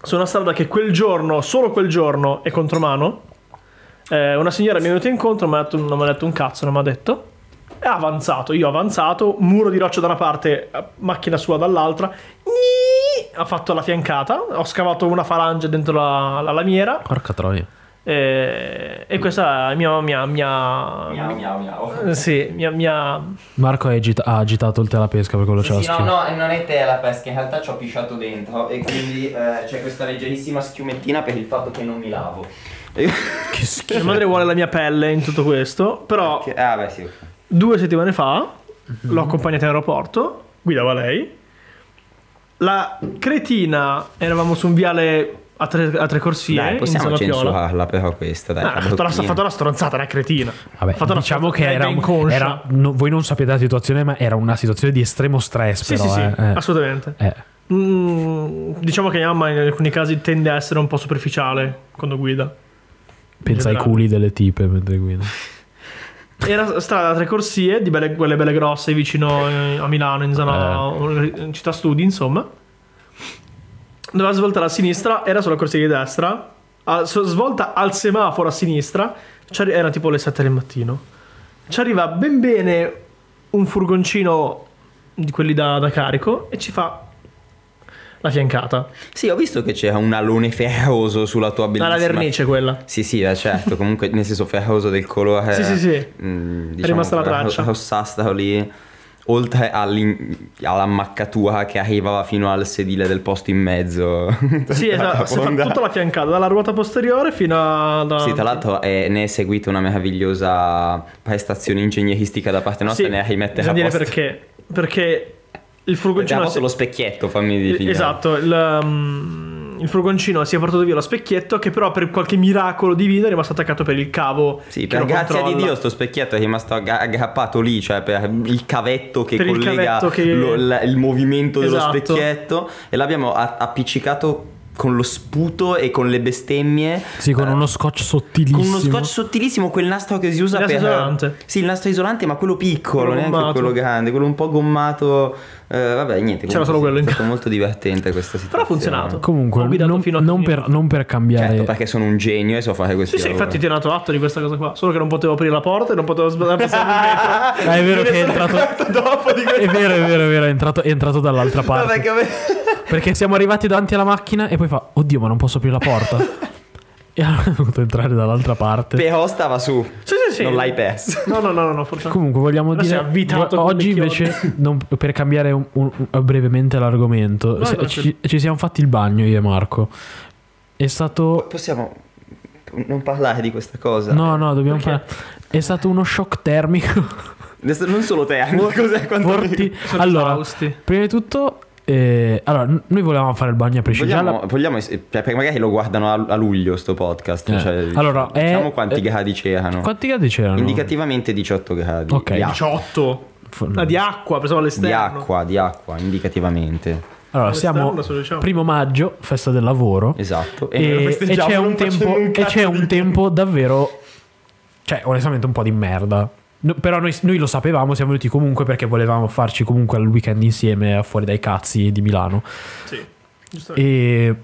[SPEAKER 1] su una strada che quel giorno, solo quel giorno, è contromano. Eh, una signora mi è venuta incontro, mi ha detto- non mi ha detto un cazzo, non mi ha detto. È avanzato, io ho avanzato, muro di roccia da una parte, eh, macchina sua dall'altra. Gni! Ha fatto la fiancata, ho scavato una falange dentro la, la lamiera.
[SPEAKER 3] Porca troia.
[SPEAKER 1] eh, e questa mia... mia, mia,
[SPEAKER 2] Miau, miau, miau.
[SPEAKER 1] eh, sì, mia, mia...
[SPEAKER 3] Marco ha, agita- ha agitato il telapesca per quello
[SPEAKER 2] Sì,
[SPEAKER 3] ce l'ha
[SPEAKER 2] sì, no,
[SPEAKER 3] scritto.
[SPEAKER 2] no, non è te la pesca, in realtà ci ho pisciato dentro e quindi eh, c'è questa leggerissima schiumettina per il fatto che non mi lavo. [LAUGHS]
[SPEAKER 3] Che schifo.
[SPEAKER 1] Mia madre vuole la mia pelle in tutto questo, però...
[SPEAKER 2] Che- ah, beh, sì. ok.
[SPEAKER 1] due settimane fa
[SPEAKER 3] Mhm.
[SPEAKER 1] l'ho accompagnata in aeroporto, guidava lei. La cretina, eravamo su un viale a tre, a tre corsie,
[SPEAKER 2] Dai, possiamo
[SPEAKER 1] in zona Piola.
[SPEAKER 2] censurarla però questa, dai.
[SPEAKER 1] No, ha Ah, fatto, la, ha
[SPEAKER 2] bruttina.
[SPEAKER 1] fatto una stronzata, una cretina.
[SPEAKER 3] Vabbè,
[SPEAKER 1] Ha fatto una
[SPEAKER 3] diciamo che
[SPEAKER 1] stronzata,
[SPEAKER 3] era,
[SPEAKER 1] è
[SPEAKER 3] un-
[SPEAKER 1] inconscia.
[SPEAKER 3] era- no, voi non sapete la situazione, ma era una situazione di estremo stress.
[SPEAKER 1] Sì,
[SPEAKER 3] però,
[SPEAKER 1] sì, sì,
[SPEAKER 3] eh. Eh.
[SPEAKER 1] assolutamente.
[SPEAKER 3] Eh.
[SPEAKER 1] Mm, diciamo che mia mamma in alcuni casi tende a essere un po' superficiale quando guida.
[SPEAKER 3] Pensa ai
[SPEAKER 1] generale.
[SPEAKER 3] culi delle tipe mentre guida.
[SPEAKER 1] Era strada a tre corsie, di belle, quelle belle grosse vicino eh, a Milano, in zona in città studi, insomma. Doveva svoltare a sinistra, era sulla corsia di destra. a- so- svolta al semaforo a sinistra, ci arri- era tipo le 7 del mattino. Ci arriva ben bene un furgoncino di quelli da, da carico e ci fa la fiancata.
[SPEAKER 2] Sì, ho visto che c'era un alone ferroso sulla tua
[SPEAKER 1] Ma
[SPEAKER 2] bellissima...
[SPEAKER 1] la vernice quella.
[SPEAKER 2] Sì, sì, eh, certo, comunque nel senso ferroso del colore.
[SPEAKER 1] Sì, sì, sì.
[SPEAKER 2] mm, diciamo,
[SPEAKER 1] rimasta la
[SPEAKER 2] ro-
[SPEAKER 1] traccia.
[SPEAKER 2] Rossastro lì, oltre all'in- all'ammaccatura che arrivava fino al sedile del posto in mezzo.
[SPEAKER 1] [LAUGHS]
[SPEAKER 2] [LAUGHS]
[SPEAKER 1] Sì, esatto, si è fatta tutta la fiancata, dalla ruota posteriore fino a... da-
[SPEAKER 2] Sì, tra l'altro eh, ne è seguita una meravigliosa prestazione ingegneristica da parte nostra,
[SPEAKER 1] Sì,
[SPEAKER 2] ne rimettere
[SPEAKER 1] bisogna
[SPEAKER 2] a
[SPEAKER 1] dire
[SPEAKER 2] posto.
[SPEAKER 1] perché. Perché il furgoncino...
[SPEAKER 2] Abbiamo
[SPEAKER 1] si-
[SPEAKER 2] posto lo specchietto, fammi
[SPEAKER 1] eh,
[SPEAKER 2] dire.
[SPEAKER 1] esatto, il, um, il furgoncino si è portato via lo specchietto che però per qualche miracolo divino è rimasto attaccato per il cavo.
[SPEAKER 2] Sì,
[SPEAKER 1] che
[SPEAKER 2] per
[SPEAKER 1] lo
[SPEAKER 2] grazia di
[SPEAKER 1] controlla.
[SPEAKER 2] Dio sto specchietto è rimasto agga- aggrappato lì, cioè per il cavetto che
[SPEAKER 1] Per il
[SPEAKER 2] collega
[SPEAKER 1] cavetto che-
[SPEAKER 2] lo- l- il movimento dello
[SPEAKER 1] Esatto.
[SPEAKER 2] specchietto e l'abbiamo a- appiccicato con lo sputo e con le bestemmie.
[SPEAKER 3] Sì, con
[SPEAKER 2] eh,
[SPEAKER 3] uno scotch sottilissimo.
[SPEAKER 2] con uno scotch sottilissimo, quel nastro che si usa
[SPEAKER 1] Il
[SPEAKER 2] per...
[SPEAKER 1] nastro isolante.
[SPEAKER 2] Sì, il nastro isolante, ma quello piccolo,
[SPEAKER 1] Quello
[SPEAKER 2] neanche
[SPEAKER 1] gommato.
[SPEAKER 2] quello grande, quello un po' gommato. Eh, vabbè, niente.
[SPEAKER 1] C'era solo
[SPEAKER 2] comunque sì,
[SPEAKER 1] quello in
[SPEAKER 2] È stato molto divertente questa situazione.
[SPEAKER 1] Però ha funzionato.
[SPEAKER 3] Comunque,
[SPEAKER 1] Ho guidato
[SPEAKER 3] non,
[SPEAKER 1] fino a
[SPEAKER 3] non per, non per cambiare.
[SPEAKER 2] Certo, perché sono un genio e so fare questo.
[SPEAKER 1] Sì, sì, infatti
[SPEAKER 2] [LAUGHS]
[SPEAKER 1] ti ho dato atto di questa cosa qua, solo che non potevo aprire la porta e non potevo sbagliare
[SPEAKER 2] [LAUGHS]
[SPEAKER 1] passare
[SPEAKER 3] Ah, è vero
[SPEAKER 1] Me ne
[SPEAKER 3] che è
[SPEAKER 1] sono
[SPEAKER 3] entrato.
[SPEAKER 1] accorto dopo di questo.
[SPEAKER 3] È vero, è vero, è vero, è entrato, è entrato dall'altra parte.
[SPEAKER 2] perché... [LAUGHS]
[SPEAKER 3] Perché siamo arrivati davanti alla macchina e poi fa: Oddio, ma non posso aprire
[SPEAKER 2] [LAUGHS]
[SPEAKER 3] la porta. e allora è dovuto entrare dall'altra parte.
[SPEAKER 2] Però stava su.
[SPEAKER 1] Sì, sì, sì.
[SPEAKER 2] Non l'hai perso.
[SPEAKER 1] No, no, no, no, no forse
[SPEAKER 3] Comunque vogliamo
[SPEAKER 1] Però si è
[SPEAKER 3] dire
[SPEAKER 1] avvitato
[SPEAKER 3] vo-
[SPEAKER 1] con
[SPEAKER 3] oggi
[SPEAKER 1] le chiodi.
[SPEAKER 3] invece non- per cambiare un- un- un- brevemente l'argomento
[SPEAKER 1] Vai,
[SPEAKER 3] se-
[SPEAKER 1] vai,
[SPEAKER 3] ci, ci siamo fatti il bagno io e Marco. È stato
[SPEAKER 2] Cioè, Possiamo non parlare di questa cosa?
[SPEAKER 3] No, no, dobbiamo fare È stato uno shock termico
[SPEAKER 2] Adesso Non solo te, anche cos'è quanto
[SPEAKER 3] forti.
[SPEAKER 1] [LAUGHS] Sono
[SPEAKER 3] Allora,
[SPEAKER 1] esausti.
[SPEAKER 3] prima di tutto eh, allora, n- noi volevamo fare il bagno a prescindere.
[SPEAKER 2] Vogliamo, vogliamo- cioè, perché magari lo guardano a, a luglio sto podcast.
[SPEAKER 3] Eh.
[SPEAKER 2] Cioè,
[SPEAKER 3] Allora, è-
[SPEAKER 2] diciamo quanti
[SPEAKER 3] eh,
[SPEAKER 2] gradi c'erano.
[SPEAKER 3] Quanti gradi c'erano?
[SPEAKER 2] Indicativamente 18 gradi.
[SPEAKER 3] Ok.
[SPEAKER 2] Di acqua,
[SPEAKER 1] 18.
[SPEAKER 3] Fu-
[SPEAKER 1] Ah, di acqua, pensavo
[SPEAKER 2] di
[SPEAKER 1] all'esterno.
[SPEAKER 2] acqua, di acqua, indicativamente.
[SPEAKER 3] Allora, siamo
[SPEAKER 1] Quest'anno, se lo diciamo.
[SPEAKER 3] primo maggio, festa del lavoro.
[SPEAKER 2] Esatto. E,
[SPEAKER 3] E,
[SPEAKER 2] lo
[SPEAKER 3] e
[SPEAKER 2] festeggiamo,
[SPEAKER 3] c'è
[SPEAKER 2] non
[SPEAKER 3] un
[SPEAKER 2] facendo
[SPEAKER 3] tempo,
[SPEAKER 2] un
[SPEAKER 3] e c'è
[SPEAKER 2] cazzo
[SPEAKER 3] un
[SPEAKER 2] di-
[SPEAKER 3] tempo davvero, cioè onestamente un po' di merda. No, però noi, noi lo sapevamo, siamo venuti comunque perché volevamo farci comunque il weekend insieme a fuori dai cazzi di Milano.
[SPEAKER 1] Sì, giustamente.
[SPEAKER 3] E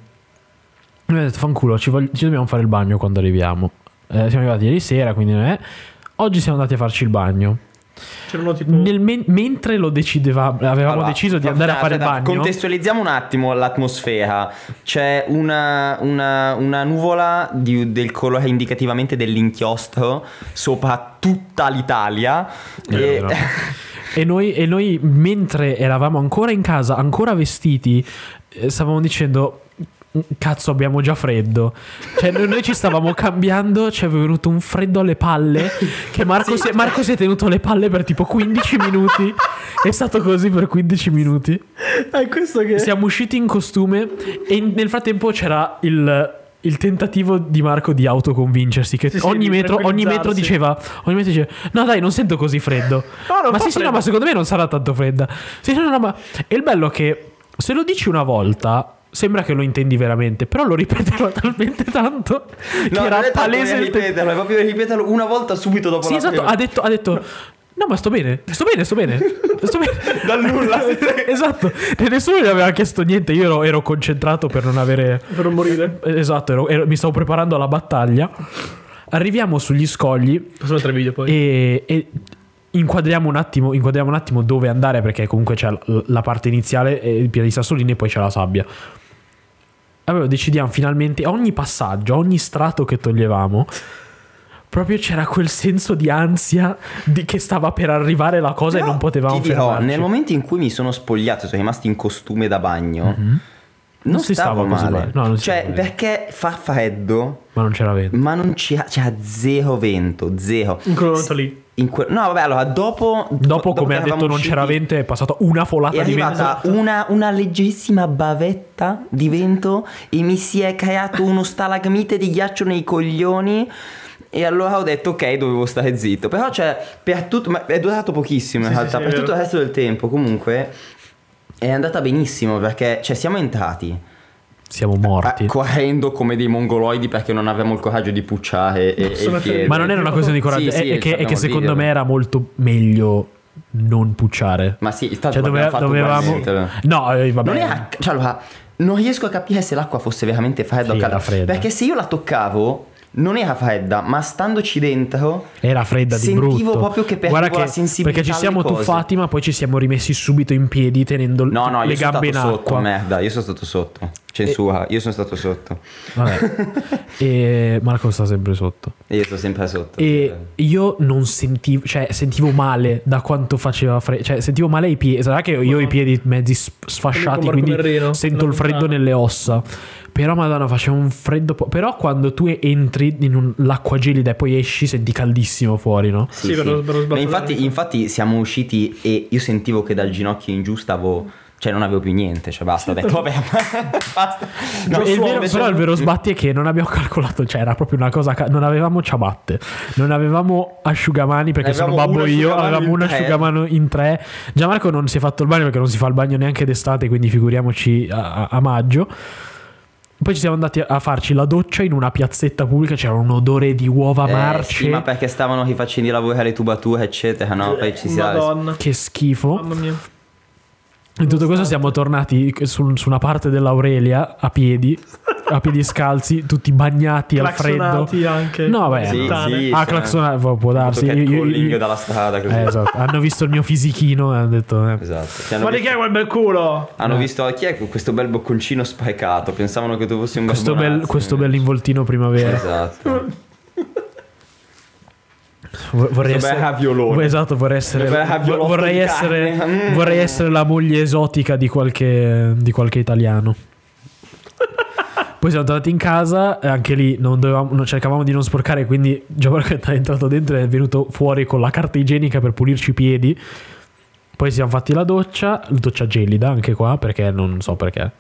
[SPEAKER 3] mi ha detto fanculo, ci, vog- ci dobbiamo fare il bagno quando arriviamo. Eh, siamo arrivati ieri sera, quindi eh. oggi siamo andati a farci il bagno.
[SPEAKER 1] C'erano tipo...
[SPEAKER 3] Nel men- mentre lo decidevamo, avevamo
[SPEAKER 2] Allora,
[SPEAKER 3] deciso di
[SPEAKER 2] fa-
[SPEAKER 3] andare a
[SPEAKER 2] no,
[SPEAKER 3] fare il
[SPEAKER 2] aspetta,
[SPEAKER 3] bagno.
[SPEAKER 2] Contestualizziamo un attimo l'atmosfera. C'è una, una- una nuvola di- del colore indicativamente dell'inchiostro sopra tutta l'Italia.
[SPEAKER 3] È
[SPEAKER 2] E- [LAUGHS]
[SPEAKER 3] vero. [LAUGHS] E noi, e noi, mentre eravamo ancora in casa, ancora vestiti, eh, stavamo dicendo. "Mm, Cazzo, abbiamo già freddo. Cioè, noi, noi ci stavamo cambiando. Ci è venuto un freddo alle palle. Che Marco, si, è- Marco si è tenuto le palle per tipo 15 minuti. È stato così per 15 minuti.
[SPEAKER 1] È Eh, questo
[SPEAKER 3] [LAUGHS]
[SPEAKER 1] che...
[SPEAKER 3] Siamo usciti in costume. E in- nel frattempo c'era il. il tentativo di Marco di autoconvincersi che
[SPEAKER 1] Sì, sì, di
[SPEAKER 3] ogni, metro, ogni metro
[SPEAKER 1] tranquillizzarsi.
[SPEAKER 3] diceva ogni metro diceva no dai non sento così freddo
[SPEAKER 1] [LAUGHS] No, non
[SPEAKER 3] ma
[SPEAKER 1] fa
[SPEAKER 3] sì, sì, no,
[SPEAKER 1] freddo.
[SPEAKER 3] ma secondo me non sarà tanto fredda. Sì, no, no, ma... E il bello è che se lo dici una volta. Sembra che lo intendi veramente, però lo ripeterò [LAUGHS] talmente tanto che
[SPEAKER 2] No,
[SPEAKER 3] era
[SPEAKER 2] non è tanto
[SPEAKER 3] palese
[SPEAKER 2] per
[SPEAKER 3] il te-
[SPEAKER 2] ripeterlo, è proprio ripeterlo una volta subito dopo
[SPEAKER 3] Sì,
[SPEAKER 2] la
[SPEAKER 3] esatto,
[SPEAKER 2] prima.
[SPEAKER 3] ha detto, ha detto no, ma sto bene, sto bene, sto bene.
[SPEAKER 1] [LAUGHS]
[SPEAKER 3] Sto bene.
[SPEAKER 2] Da
[SPEAKER 3] [LAUGHS]
[SPEAKER 2] nulla.
[SPEAKER 3] esatto, e nessuno gli aveva chiesto niente, io ero, ero concentrato per non avere...
[SPEAKER 1] Per non morire.
[SPEAKER 3] Esatto, ero- ero- mi stavo preparando alla battaglia. Arriviamo sugli scogli
[SPEAKER 1] Possiamo tre video poi.
[SPEAKER 3] e, e inquadriamo, un attimo, inquadriamo un attimo dove andare perché comunque c'è l- la parte iniziale eh, il piede di sassolini e poi c'è la sabbia allora decidiamo finalmente ogni passaggio ogni strato che toglievamo proprio c'era quel senso di ansia di che stava per arrivare la cosa e
[SPEAKER 2] Però
[SPEAKER 3] non potevamo
[SPEAKER 2] ti dirò,
[SPEAKER 3] fermarci
[SPEAKER 2] nel momento in cui mi sono spogliato, sono rimasti in costume da bagno. Non,
[SPEAKER 3] Mhm. Non si
[SPEAKER 2] stavo
[SPEAKER 3] stava così
[SPEAKER 2] male.
[SPEAKER 3] male. No, non si
[SPEAKER 2] cioè,
[SPEAKER 3] stava male.
[SPEAKER 2] perché fa freddo,
[SPEAKER 3] ma non c'era vento
[SPEAKER 2] ma non c'è, c'è zero vento, zero.
[SPEAKER 1] In quel momento lì.
[SPEAKER 2] In que- no, vabbè, allora dopo.
[SPEAKER 3] dopo,
[SPEAKER 2] che
[SPEAKER 3] come ha detto
[SPEAKER 2] eravamo
[SPEAKER 3] non c'era
[SPEAKER 2] usciti,
[SPEAKER 3] vento è passata una folata
[SPEAKER 2] È
[SPEAKER 3] di vento
[SPEAKER 2] arrivata una, una leggerissima bavetta di vento e mi si è creato uno stalagmite di ghiaccio nei coglioni. E allora ho detto ok, dovevo stare zitto. Però, cioè, per tutto. Ma è durato pochissimo in
[SPEAKER 1] Sì, sì,
[SPEAKER 2] realtà.
[SPEAKER 1] sì, è
[SPEAKER 2] per tutto
[SPEAKER 1] vero.
[SPEAKER 2] il resto del tempo, comunque. È andata benissimo perché, cioè, siamo entrati
[SPEAKER 3] siamo morti
[SPEAKER 2] eh, correndo come dei mongoloidi perché non avevamo il coraggio di pucciare e, e
[SPEAKER 1] Sono
[SPEAKER 2] il piede.
[SPEAKER 3] Ma non era una questione di coraggio,
[SPEAKER 2] Sì, sì,
[SPEAKER 3] è, è che, è
[SPEAKER 2] abbiamo
[SPEAKER 3] che
[SPEAKER 2] il
[SPEAKER 3] secondo
[SPEAKER 2] video.
[SPEAKER 3] me era molto meglio non pucciare.
[SPEAKER 2] Ma sì, tanto
[SPEAKER 3] Cioè, dove-
[SPEAKER 2] l'abbiamo fatto
[SPEAKER 3] dovevamo.
[SPEAKER 2] ugualmente.
[SPEAKER 3] No, eh, vabbè.
[SPEAKER 2] Non era. Cioè, allora, non riesco a capire se l'acqua fosse veramente fredda
[SPEAKER 3] Sì,
[SPEAKER 2] o calda.
[SPEAKER 3] era fredda.
[SPEAKER 2] Perché se io la toccavo, non era fredda, ma standoci dentro.
[SPEAKER 3] Era fredda di
[SPEAKER 2] Sentivo
[SPEAKER 3] brutto.
[SPEAKER 2] proprio che perdevo
[SPEAKER 3] Guarda
[SPEAKER 2] la sensibilità
[SPEAKER 3] Perché ci siamo
[SPEAKER 2] alle cose.
[SPEAKER 3] tuffati, ma poi ci siamo rimessi subito in piedi tenendo
[SPEAKER 2] No, no, io
[SPEAKER 3] le
[SPEAKER 2] sono
[SPEAKER 3] gambe
[SPEAKER 2] stato
[SPEAKER 3] in
[SPEAKER 2] sotto.
[SPEAKER 3] acqua.
[SPEAKER 2] Merda, io sono stato sotto. Censura, io sono stato sotto.
[SPEAKER 3] Vabbè.
[SPEAKER 2] [LAUGHS]
[SPEAKER 3] e Marco sta sempre sotto.
[SPEAKER 2] E io sto sempre sotto. Cioè,
[SPEAKER 3] E io non sentivo, cioè sentivo male da quanto faceva freddo, cioè sentivo male i piedi, sarà che io ho i piedi mezzi sf- sfasciati,
[SPEAKER 1] Come Marco
[SPEAKER 3] quindi
[SPEAKER 1] Merrino,
[SPEAKER 3] sento
[SPEAKER 1] la
[SPEAKER 3] il freddo
[SPEAKER 1] puntata.
[SPEAKER 3] nelle ossa. Però madonna faceva un freddo, po- però quando tu entri in un- l'acqua gelida e poi esci senti caldissimo fuori, no?
[SPEAKER 1] Sì, per lo- per lo
[SPEAKER 2] Ma
[SPEAKER 1] sbattere.
[SPEAKER 2] infatti, infatti siamo usciti e io sentivo che dal ginocchio in giù stavo. Cioè, non avevo più niente. Cioè, basta. Ho detto, vabbè, [LAUGHS] basta. No,
[SPEAKER 3] E il vero-
[SPEAKER 2] invece-
[SPEAKER 3] però il vero sbatti è che non abbiamo calcolato, cioè era proprio una cosa, ca- non avevamo ciabatte, non avevamo asciugamani perché
[SPEAKER 2] Ne
[SPEAKER 3] sono
[SPEAKER 2] avevamo
[SPEAKER 3] babbo
[SPEAKER 2] un
[SPEAKER 3] io,
[SPEAKER 2] asciugamano
[SPEAKER 3] avevamo
[SPEAKER 2] in
[SPEAKER 3] un
[SPEAKER 2] tre.
[SPEAKER 3] asciugamano in tre. Gianmarco non si è fatto il bagno perché non si fa il bagno neanche d'estate, quindi figuriamoci a, a- a maggio. Poi ci siamo andati a farci la doccia in una piazzetta pubblica, c'era un odore di uova
[SPEAKER 2] Eh,
[SPEAKER 3] marce,
[SPEAKER 2] sì, ma perché stavano rifacendo i lavori alle tubature, eccetera, no? Poi ci si
[SPEAKER 1] Eh, Madonna.
[SPEAKER 3] che schifo.
[SPEAKER 1] Mamma mia.
[SPEAKER 3] In tutto questo siamo tornati su, su una parte dell'Aurelia a piedi, a piedi scalzi, tutti bagnati al freddo.
[SPEAKER 1] Claxonati anche.
[SPEAKER 3] No, beh,
[SPEAKER 2] Sì,
[SPEAKER 1] Lontane.
[SPEAKER 2] sì.
[SPEAKER 3] Ah,
[SPEAKER 2] cioè,
[SPEAKER 3] claxonare, può, può darsi. Io- io-
[SPEAKER 2] catcalling
[SPEAKER 3] io-
[SPEAKER 2] dalla strada così.
[SPEAKER 3] Eh, esatto. Hanno visto il mio fisichino e hanno detto... eh.
[SPEAKER 2] Esatto. Ci hanno
[SPEAKER 1] Ma di
[SPEAKER 2] visto,
[SPEAKER 1] che è quel bel culo?
[SPEAKER 2] hanno visto chi è questo bel bocconcino spaicato? Pensavano che tu fossi un
[SPEAKER 3] Questo, bel,
[SPEAKER 2] Garbonazzi,
[SPEAKER 3] questo
[SPEAKER 2] invece.
[SPEAKER 3] bell'involtino primavera.
[SPEAKER 2] Esatto.
[SPEAKER 3] Vo- Vorrei
[SPEAKER 2] Questo bel
[SPEAKER 3] essere...
[SPEAKER 2] raviolone.
[SPEAKER 3] Esatto, vorrei essere...
[SPEAKER 2] Questo bel raviolotto
[SPEAKER 3] Vorrei
[SPEAKER 2] di
[SPEAKER 3] essere,
[SPEAKER 2] carne. Mm.
[SPEAKER 3] vorrei essere la moglie esotica di qualche, di qualche italiano. Poi siamo tornati in casa, e anche lì non dovevamo, non- cercavamo di non sporcare, quindi Gianmarco è entrato dentro e è venuto fuori con la carta igienica per pulirci i piedi. Poi siamo fatti la doccia, doccia gelida anche qua, perché non so perché.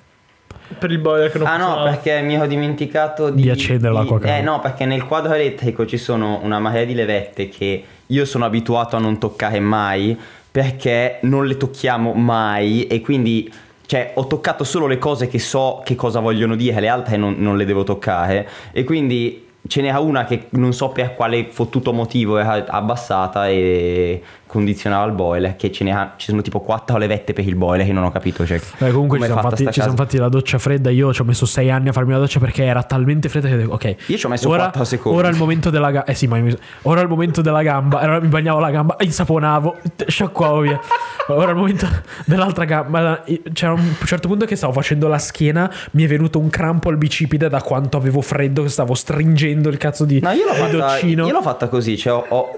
[SPEAKER 1] Per il boiler che non
[SPEAKER 2] Ah no,
[SPEAKER 1] funzionava.
[SPEAKER 2] perché mi ero dimenticato di,
[SPEAKER 3] Di accendere
[SPEAKER 2] di-
[SPEAKER 3] l'acqua calda.
[SPEAKER 2] Eh no, perché nel quadro elettrico ci sono una marea di levette che io sono abituato a non toccare mai perché non le tocchiamo mai e quindi Cioè, ho toccato solo le cose che so che cosa vogliono dire, le altre non, non le devo toccare. E quindi ce n'era una che non so per quale fottuto motivo era abbassata e condizionava il boiler. Che ce, n'era, ci sono tipo quattro levette per il boiler che non ho capito. Cioè,
[SPEAKER 3] Beh, comunque ci
[SPEAKER 2] come è
[SPEAKER 3] siamo,
[SPEAKER 2] fatta
[SPEAKER 3] fatti,
[SPEAKER 2] sta
[SPEAKER 3] ci
[SPEAKER 2] casa.
[SPEAKER 3] siamo fatti la doccia fredda. Io ci ho messo sei anni a farmi la doccia perché era talmente fredda che ho detto, ok.
[SPEAKER 2] Io ci ho messo
[SPEAKER 3] ora,
[SPEAKER 2] quattro secondi.
[SPEAKER 3] Ora è il momento della gamba. Eh sì, ma mi- ora è il momento della gamba. Allora mi bagnavo la gamba, insaponavo, t- sciacquavo via. [LAUGHS] Ora è il momento dell'altra gamba. C'era un certo punto che stavo facendo la schiena, mi è venuto un crampo al bicipite da quanto avevo freddo, che stavo stringendo il cazzo di,
[SPEAKER 2] No, io l'ho,
[SPEAKER 3] di
[SPEAKER 2] fatta,
[SPEAKER 3] doccino.
[SPEAKER 2] io l'ho fatta così, cioè ho, ho-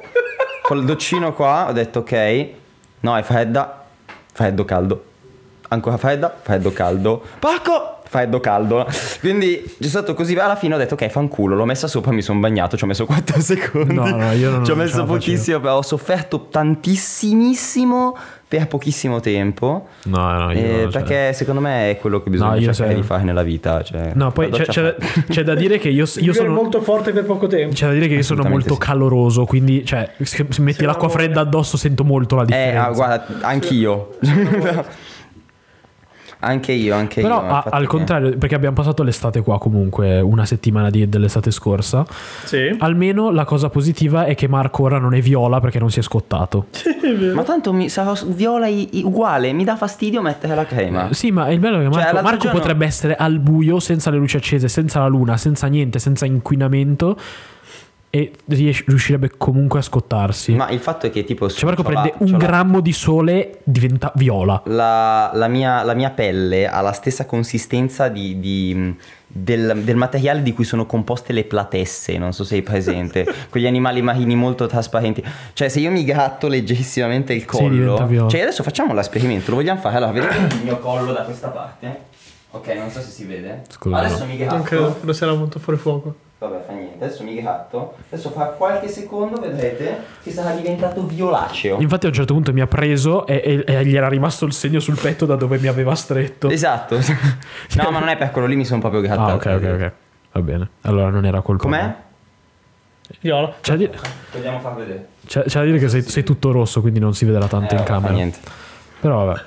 [SPEAKER 2] col doccino qua ho detto ok, no è fredda, freddo caldo, ancora fredda, freddo caldo, pacco, freddo caldo. Quindi c'è stato così, alla fine ho detto ok fanculo, l'ho messa sopra, mi sono bagnato, ci ho messo 4 [LAUGHS] secondi.
[SPEAKER 3] No, no, io non-
[SPEAKER 2] Ci ho
[SPEAKER 3] non
[SPEAKER 2] messo
[SPEAKER 3] ce la facevo.
[SPEAKER 2] pochissimo, però ho sofferto tantissimissimo per pochissimo tempo.
[SPEAKER 3] No, no, io
[SPEAKER 2] Eh,
[SPEAKER 3] non ce la-
[SPEAKER 2] perché secondo me è quello che bisogna
[SPEAKER 3] io
[SPEAKER 2] cercare
[SPEAKER 3] se-
[SPEAKER 2] di fare nella vita. Cioè,
[SPEAKER 3] No, poi
[SPEAKER 2] la
[SPEAKER 3] c'è,
[SPEAKER 2] doccia
[SPEAKER 3] c'è
[SPEAKER 2] fa-
[SPEAKER 3] da, c'è da dire che io, io
[SPEAKER 4] Vivere
[SPEAKER 3] sono
[SPEAKER 4] molto forte per poco tempo.
[SPEAKER 3] C'è da dire che io sono
[SPEAKER 2] Assolutamente
[SPEAKER 3] molto
[SPEAKER 2] sì.
[SPEAKER 3] caloroso, quindi cioè, se se metti
[SPEAKER 4] Sì,
[SPEAKER 3] l'acqua
[SPEAKER 4] ma-
[SPEAKER 3] fredda addosso sento molto la
[SPEAKER 2] Eh,
[SPEAKER 3] differenza.
[SPEAKER 2] ah, guarda, anch'io. [LAUGHS] anche io, anche
[SPEAKER 3] Però
[SPEAKER 2] io.
[SPEAKER 3] a-
[SPEAKER 2] infatti,
[SPEAKER 3] al
[SPEAKER 2] eh.
[SPEAKER 3] contrario, perché abbiamo passato l'estate qua comunque, una settimana di- dell'estate scorsa,
[SPEAKER 4] Sì.
[SPEAKER 3] almeno la cosa positiva è che Marco ora non è viola perché non si è scottato.
[SPEAKER 2] Ma tanto mi sarò s- viola i- i- uguale, mi dà fastidio mettere la crema.
[SPEAKER 3] Eh, Sì, ma il bello è che Marco,
[SPEAKER 2] Cioè, l'altro
[SPEAKER 3] Marco
[SPEAKER 2] giorno-
[SPEAKER 3] potrebbe essere al buio, senza le luci accese, senza la luna, senza niente, senza inquinamento e riesce- riuscirebbe comunque a scottarsi.
[SPEAKER 2] Ma il fatto è che tipo...
[SPEAKER 3] Cioè Marco
[SPEAKER 2] c'ho la-
[SPEAKER 3] prende
[SPEAKER 2] c'ho
[SPEAKER 3] un
[SPEAKER 2] la-
[SPEAKER 3] grammo di sole, diventa viola.
[SPEAKER 2] La, la mia, la mia pelle ha la stessa consistenza di- di- del, del materiale di cui sono composte le platesse, non so se hai presente,
[SPEAKER 3] [LAUGHS]
[SPEAKER 2] quegli animali marini molto trasparenti. Cioè se io mi gratto leggerissimamente il
[SPEAKER 3] diventa
[SPEAKER 2] collo...
[SPEAKER 3] viola.
[SPEAKER 2] cioè adesso facciamo l'esperimento, lo vogliamo fare? Allora, vedete il mio collo da questa parte? Ok, non so se si vede.
[SPEAKER 3] Scusa,
[SPEAKER 2] adesso
[SPEAKER 3] no.
[SPEAKER 2] mi
[SPEAKER 1] Non
[SPEAKER 2] gratto.
[SPEAKER 1] credo, non sarà molto fuori fuoco.
[SPEAKER 2] Vabbè, fa niente, adesso mi gratto. Adesso fra qualche secondo vedrete che sarà diventato violaceo.
[SPEAKER 3] Infatti a un certo punto mi ha preso e, e- e gli era rimasto il segno sul petto da dove mi aveva stretto.
[SPEAKER 2] Esatto. [LAUGHS] No, ma non è per quello lì, mi sono proprio grattato.
[SPEAKER 3] Ah, ok, ok, ok. Va bene. Allora non era colpa.
[SPEAKER 2] Com'è?
[SPEAKER 3] mia.
[SPEAKER 1] Viola.
[SPEAKER 3] C'è da dire,
[SPEAKER 2] Vogliamo far vedere.
[SPEAKER 3] c'è- c'è da dire che sei, sei tutto rosso, quindi non si vedrà tanto in camera.
[SPEAKER 2] Eh, Niente. Cioè,
[SPEAKER 3] Però vabbè.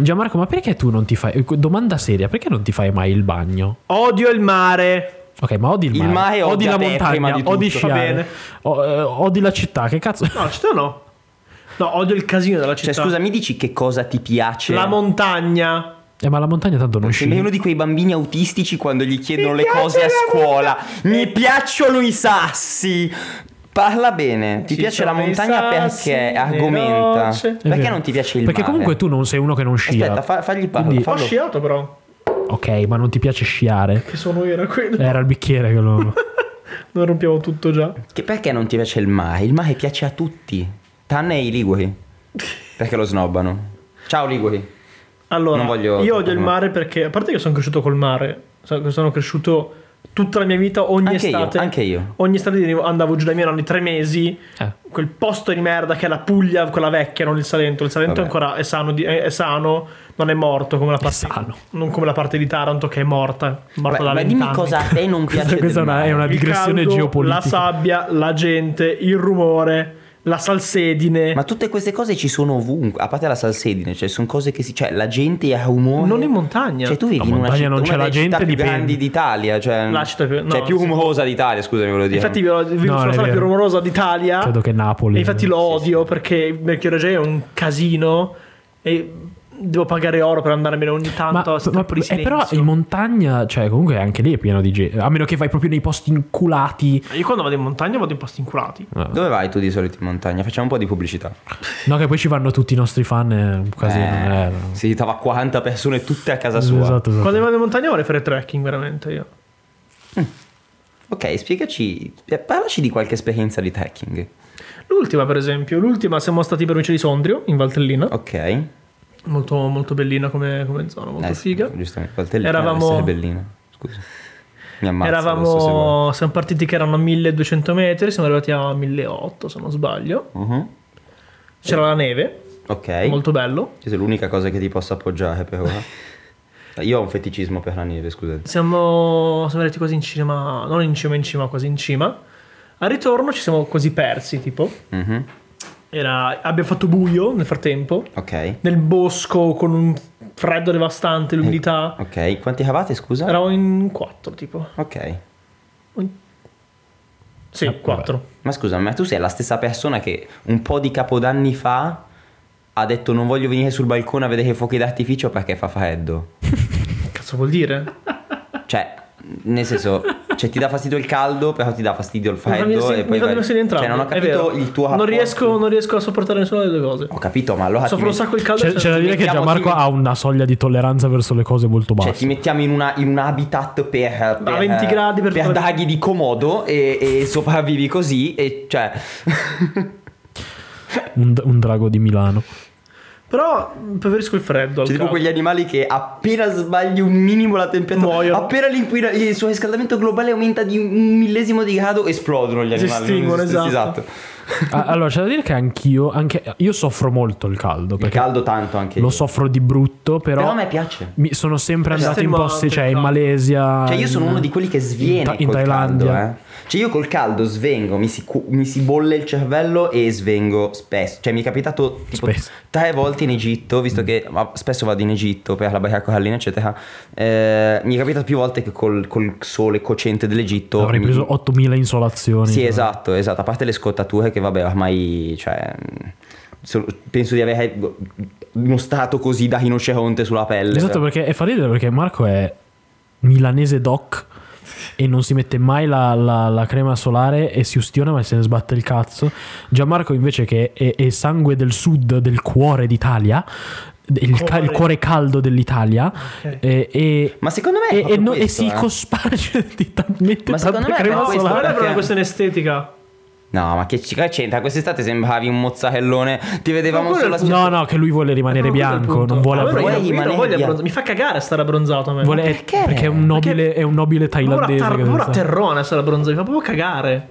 [SPEAKER 3] Gianmarco, ma perché tu non ti fai... eh, Domanda seria, perché non ti fai mai il bagno?
[SPEAKER 1] Odio il mare.
[SPEAKER 3] Ok, ma odi il
[SPEAKER 2] Il
[SPEAKER 3] mare,
[SPEAKER 2] mare
[SPEAKER 3] odi
[SPEAKER 2] odia
[SPEAKER 3] la
[SPEAKER 2] te prima
[SPEAKER 3] montagna,
[SPEAKER 2] di
[SPEAKER 3] odi
[SPEAKER 2] tutto. Va
[SPEAKER 3] sciare,
[SPEAKER 1] bene.
[SPEAKER 3] o- eh, odi la città, che cazzo... [LAUGHS]
[SPEAKER 1] No, la città no. No, odio il casino della città.
[SPEAKER 2] Cioè, scusa, mi dici che cosa ti piace?
[SPEAKER 1] La montagna.
[SPEAKER 3] Eh, ma la montagna tanto non
[SPEAKER 2] Sembri
[SPEAKER 3] sci.
[SPEAKER 2] uno di quei bambini autistici quando gli chiedono
[SPEAKER 1] Mi
[SPEAKER 2] le
[SPEAKER 1] piace
[SPEAKER 2] cose a
[SPEAKER 1] la
[SPEAKER 2] scuola. Mi piacciono i sassi. Parla bene. Ti
[SPEAKER 1] Ci
[SPEAKER 2] piace la
[SPEAKER 1] sono i
[SPEAKER 2] montagna
[SPEAKER 1] sassi,
[SPEAKER 2] perché
[SPEAKER 1] le
[SPEAKER 2] argomenta.
[SPEAKER 1] rocce. È
[SPEAKER 3] È
[SPEAKER 2] Perché
[SPEAKER 3] vero.
[SPEAKER 2] non ti piace il
[SPEAKER 3] Perché
[SPEAKER 2] mare?
[SPEAKER 3] comunque tu non sei uno che non scia.
[SPEAKER 2] Aspetta, fa- fagli parlare.
[SPEAKER 3] Quindi-
[SPEAKER 1] Ho
[SPEAKER 2] fallo-
[SPEAKER 1] sciato però.
[SPEAKER 3] Ok, ma non ti piace sciare.
[SPEAKER 1] Che sono era quello. [LAUGHS]
[SPEAKER 3] Era il bicchiere che
[SPEAKER 2] [LAUGHS]
[SPEAKER 3] lo...
[SPEAKER 1] Noi rompiamo tutto già.
[SPEAKER 2] Che perché non ti piace il mare? Il mare piace a tutti, tranne i
[SPEAKER 1] [LAUGHS]
[SPEAKER 2] liguri. Perché lo snobbano. Ciao liguri.
[SPEAKER 1] Allora,
[SPEAKER 2] Non voglio-
[SPEAKER 1] io odio il
[SPEAKER 2] no.
[SPEAKER 1] mare perché, a parte che sono cresciuto col mare, so- sono cresciuto tutta la mia vita, ogni
[SPEAKER 2] Anche io,
[SPEAKER 1] estate.
[SPEAKER 2] anche io.
[SPEAKER 1] Ogni estate venivo- andavo giù dai miei nonni tre mesi,
[SPEAKER 3] Eh.
[SPEAKER 1] quel posto di merda che è la Puglia, quella vecchia, non il Salento. Il Salento
[SPEAKER 2] Vabbè.
[SPEAKER 1] ancora è sano, di- è, è sano, non è morto come la parte,
[SPEAKER 3] sano.
[SPEAKER 1] non come la parte di Taranto che è morta, è morta
[SPEAKER 2] Vabbè,
[SPEAKER 1] da
[SPEAKER 2] ma dimmi
[SPEAKER 1] vent'anni.
[SPEAKER 2] cosa a te non piace
[SPEAKER 3] Questa,
[SPEAKER 2] del
[SPEAKER 3] questa è, una,
[SPEAKER 2] mare.
[SPEAKER 3] è una
[SPEAKER 1] Il
[SPEAKER 3] digressione
[SPEAKER 1] caldo,
[SPEAKER 3] geopolitica.
[SPEAKER 1] La sabbia, la gente, il rumore, la salsedine.
[SPEAKER 2] Ma tutte queste cose ci sono ovunque, a parte la salsedine, cioè sono cose che si... Cioè la gente ha rumore...
[SPEAKER 1] non in montagna.
[SPEAKER 2] Cioè tu vivi
[SPEAKER 3] No,
[SPEAKER 2] in una
[SPEAKER 3] montagna
[SPEAKER 2] città,
[SPEAKER 3] non c'è
[SPEAKER 2] una
[SPEAKER 3] la
[SPEAKER 2] delle
[SPEAKER 3] gente,
[SPEAKER 2] città più
[SPEAKER 3] dipende.
[SPEAKER 2] grandi d'Italia, cioè...
[SPEAKER 1] La città più- no,
[SPEAKER 2] cioè più
[SPEAKER 1] sì.
[SPEAKER 2] rumorosa d'Italia, scusami, volevo dire.
[SPEAKER 1] Infatti vivo, vivo
[SPEAKER 3] No, è
[SPEAKER 1] sulla strada più
[SPEAKER 3] vero.
[SPEAKER 1] rumorosa d'Italia.
[SPEAKER 3] Credo che Napoli.
[SPEAKER 1] E infatti lo odio perché Vecchio Reggia è un casino e devo pagare oro per andarmene ogni
[SPEAKER 3] Ma,
[SPEAKER 1] tanto. a
[SPEAKER 3] ma-
[SPEAKER 1] stop di
[SPEAKER 3] eh, però
[SPEAKER 1] silenzio.
[SPEAKER 3] in montagna, cioè comunque anche lì è pieno di gente. A meno che vai proprio nei posti inculati.
[SPEAKER 1] Io quando vado in montagna vado in posti inculati.
[SPEAKER 2] Dove vai tu di solito in montagna? Facciamo un po' di pubblicità.
[SPEAKER 3] No, che poi ci vanno tutti i nostri fan. È un casino.
[SPEAKER 2] Eh,
[SPEAKER 3] eh,
[SPEAKER 2] Si trova 40 persone tutte a casa sua.
[SPEAKER 3] Esatto, esatto.
[SPEAKER 1] Quando vado in montagna vorrei fare trekking veramente io.
[SPEAKER 2] Ok, spiegaci, eh, parlaci di qualche esperienza di trekking.
[SPEAKER 1] L'ultima per esempio, l'ultima siamo stati in provincia di Sondrio, in Valtellina,
[SPEAKER 2] Ok.
[SPEAKER 1] molto, molto bellina come, come zona, molto
[SPEAKER 2] Eh, sì,
[SPEAKER 1] figa.
[SPEAKER 2] Giustamente, Valtellina
[SPEAKER 1] Eravamo-
[SPEAKER 2] deve essere bellina. Scusa. Mi ammazzo adesso se vuoi.
[SPEAKER 1] Eravamo, siamo partiti che erano a 1200 metri, siamo arrivati a 1800 se non sbaglio.
[SPEAKER 2] Mhm.
[SPEAKER 1] C'era la neve,
[SPEAKER 2] Ok.
[SPEAKER 1] molto bello.
[SPEAKER 2] Questa è Cioè, l'unica cosa che ti posso appoggiare per [LAUGHS] ora. Io ho un feticismo per la neve, scusate.
[SPEAKER 1] Siamo, siamo arrivati quasi in cima, non in cima in cima, quasi in cima. Al ritorno ci siamo così persi, tipo.
[SPEAKER 2] Mhm.
[SPEAKER 1] Era, abbiamo fatto buio nel frattempo,
[SPEAKER 2] Ok.
[SPEAKER 1] nel bosco con un freddo devastante, l'umidità.
[SPEAKER 2] Ok, quanti eravate, scusa?
[SPEAKER 1] Eravamo in quattro, tipo.
[SPEAKER 2] Ok. Ah,
[SPEAKER 1] Sì, quattro.
[SPEAKER 2] Ma scusa, ma tu sei la stessa persona che un po' di capodanni fa ha detto non voglio venire sul balcone a vedere i fuochi d'artificio perché fa freddo.
[SPEAKER 1] Che cazzo vuol dire?
[SPEAKER 2] Cioè, nel senso, cioè ti dà fastidio il caldo, però ti dà fastidio il
[SPEAKER 1] Mi fa
[SPEAKER 2] freddo
[SPEAKER 1] venire-
[SPEAKER 2] e poi
[SPEAKER 1] mi fa
[SPEAKER 2] vai-
[SPEAKER 1] venire di entrambe,
[SPEAKER 2] Cioè, non ho
[SPEAKER 1] è
[SPEAKER 2] capito
[SPEAKER 1] vero.
[SPEAKER 2] il tuo
[SPEAKER 1] non
[SPEAKER 2] rapporto.
[SPEAKER 1] riesco, non riesco a sopportare nessuna delle due cose.
[SPEAKER 2] Ho capito, ma allora ti,
[SPEAKER 1] Soffro un
[SPEAKER 2] met-
[SPEAKER 1] sacco il caldo.
[SPEAKER 3] C'è,
[SPEAKER 1] e
[SPEAKER 3] c'è da dire che
[SPEAKER 2] mettiamo-
[SPEAKER 3] Gianmarco
[SPEAKER 2] ti-
[SPEAKER 3] ha una soglia di tolleranza verso le cose molto
[SPEAKER 2] cioè,
[SPEAKER 3] bassa.
[SPEAKER 2] ti mettiamo in, una- in un habitat per, per
[SPEAKER 1] 20 gradi per fare-
[SPEAKER 2] daghi di comodo e, e sopravvivi così e cioè [LAUGHS]
[SPEAKER 3] un, un drago
[SPEAKER 2] [LAUGHS]
[SPEAKER 3] di Milano.
[SPEAKER 1] Però mh, preferisco il freddo. al
[SPEAKER 2] C'è tipo
[SPEAKER 1] caldo.
[SPEAKER 2] quegli animali che appena sbagli un minimo la temperatura,
[SPEAKER 1] Muoiono.
[SPEAKER 2] appena l'inquina- il suo riscaldamento globale aumenta di un millesimo di grado, esplodono gli
[SPEAKER 1] Si
[SPEAKER 2] animali.
[SPEAKER 1] estinguono,
[SPEAKER 2] non esiste-
[SPEAKER 1] esatto.
[SPEAKER 3] Ah, allora, c'è da dire che anch'io, anche io soffro molto il caldo.
[SPEAKER 2] Il
[SPEAKER 3] Perché
[SPEAKER 2] caldo tanto anche.
[SPEAKER 3] lo
[SPEAKER 2] io.
[SPEAKER 3] soffro di brutto, però,
[SPEAKER 2] Però a me piace.
[SPEAKER 3] mi- sono sempre
[SPEAKER 1] Esatto.
[SPEAKER 3] andato in
[SPEAKER 1] Esatto.
[SPEAKER 3] posti, cioè in
[SPEAKER 1] Esatto.
[SPEAKER 3] Malesia.
[SPEAKER 2] Cioè io sono
[SPEAKER 3] in-
[SPEAKER 2] uno di quelli che sviene
[SPEAKER 3] in, Ta- in
[SPEAKER 2] col
[SPEAKER 3] Thailandia.
[SPEAKER 2] caldo, eh. Cioè io col caldo svengo, mi si, cu- mi si bolle il cervello e svengo spesso. Cioè mi è capitato tipo
[SPEAKER 3] Spesso. Mm.
[SPEAKER 2] tre volte in Egitto, visto che ma spesso vado in Egitto per la Bahia Corallina eccetera. Eh, mi è capitato più volte che col, col sole cocente dell'Egitto
[SPEAKER 3] Avrei
[SPEAKER 2] mi-
[SPEAKER 3] preso 8000 insolazioni.
[SPEAKER 2] Sì,
[SPEAKER 3] cioè.
[SPEAKER 2] esatto, esatto. A parte le scottature che vabbè ormai, cioè, mh, so- penso di avere uno stato così da rinoceronte sulla pelle.
[SPEAKER 3] Esatto,
[SPEAKER 2] però.
[SPEAKER 3] perché è fa ridere perché Marco è milanese doc e non si mette mai la, la- la crema solare e si ustiona ma se ne sbatte il cazzo. Gianmarco invece che è, è sangue del sud, del cuore d'Italia, il, ca- il cuore caldo dell'Italia e... e-
[SPEAKER 2] Ma secondo me è
[SPEAKER 3] e- e
[SPEAKER 2] proprio
[SPEAKER 3] no- e
[SPEAKER 2] questo,
[SPEAKER 3] si
[SPEAKER 2] eh.
[SPEAKER 3] cosparge di ta- mette
[SPEAKER 2] Ma secondo
[SPEAKER 3] tanta
[SPEAKER 2] me è
[SPEAKER 3] crema
[SPEAKER 2] proprio questo,
[SPEAKER 1] Guarda,
[SPEAKER 3] solare.
[SPEAKER 1] però è
[SPEAKER 2] perché-
[SPEAKER 1] una questione estetica.
[SPEAKER 2] No, ma che ci- che c'entra? Quest'estate sembravi un mozzarellone, ti vedevamo
[SPEAKER 1] Ma quello
[SPEAKER 2] solo
[SPEAKER 1] è
[SPEAKER 2] la
[SPEAKER 1] il
[SPEAKER 3] No, no, che lui vuole rimanere
[SPEAKER 1] Ma quello è il
[SPEAKER 3] bianco,
[SPEAKER 1] punto.
[SPEAKER 3] non vuole
[SPEAKER 1] Ma allora
[SPEAKER 2] avere-
[SPEAKER 1] io-
[SPEAKER 2] Vuoi
[SPEAKER 1] io non
[SPEAKER 2] rimanere
[SPEAKER 1] voglio
[SPEAKER 2] bianco?
[SPEAKER 1] abbronzo- Mi fa cagare stare abbronzato a me.
[SPEAKER 3] vuole-
[SPEAKER 2] perché?
[SPEAKER 3] perché è un nobile, è un nobile
[SPEAKER 1] Proprio
[SPEAKER 3] thailandese.
[SPEAKER 1] una tar-
[SPEAKER 3] che
[SPEAKER 1] proprio una
[SPEAKER 3] sa-
[SPEAKER 1] terrona stare abbronzato, mi fa proprio cagare.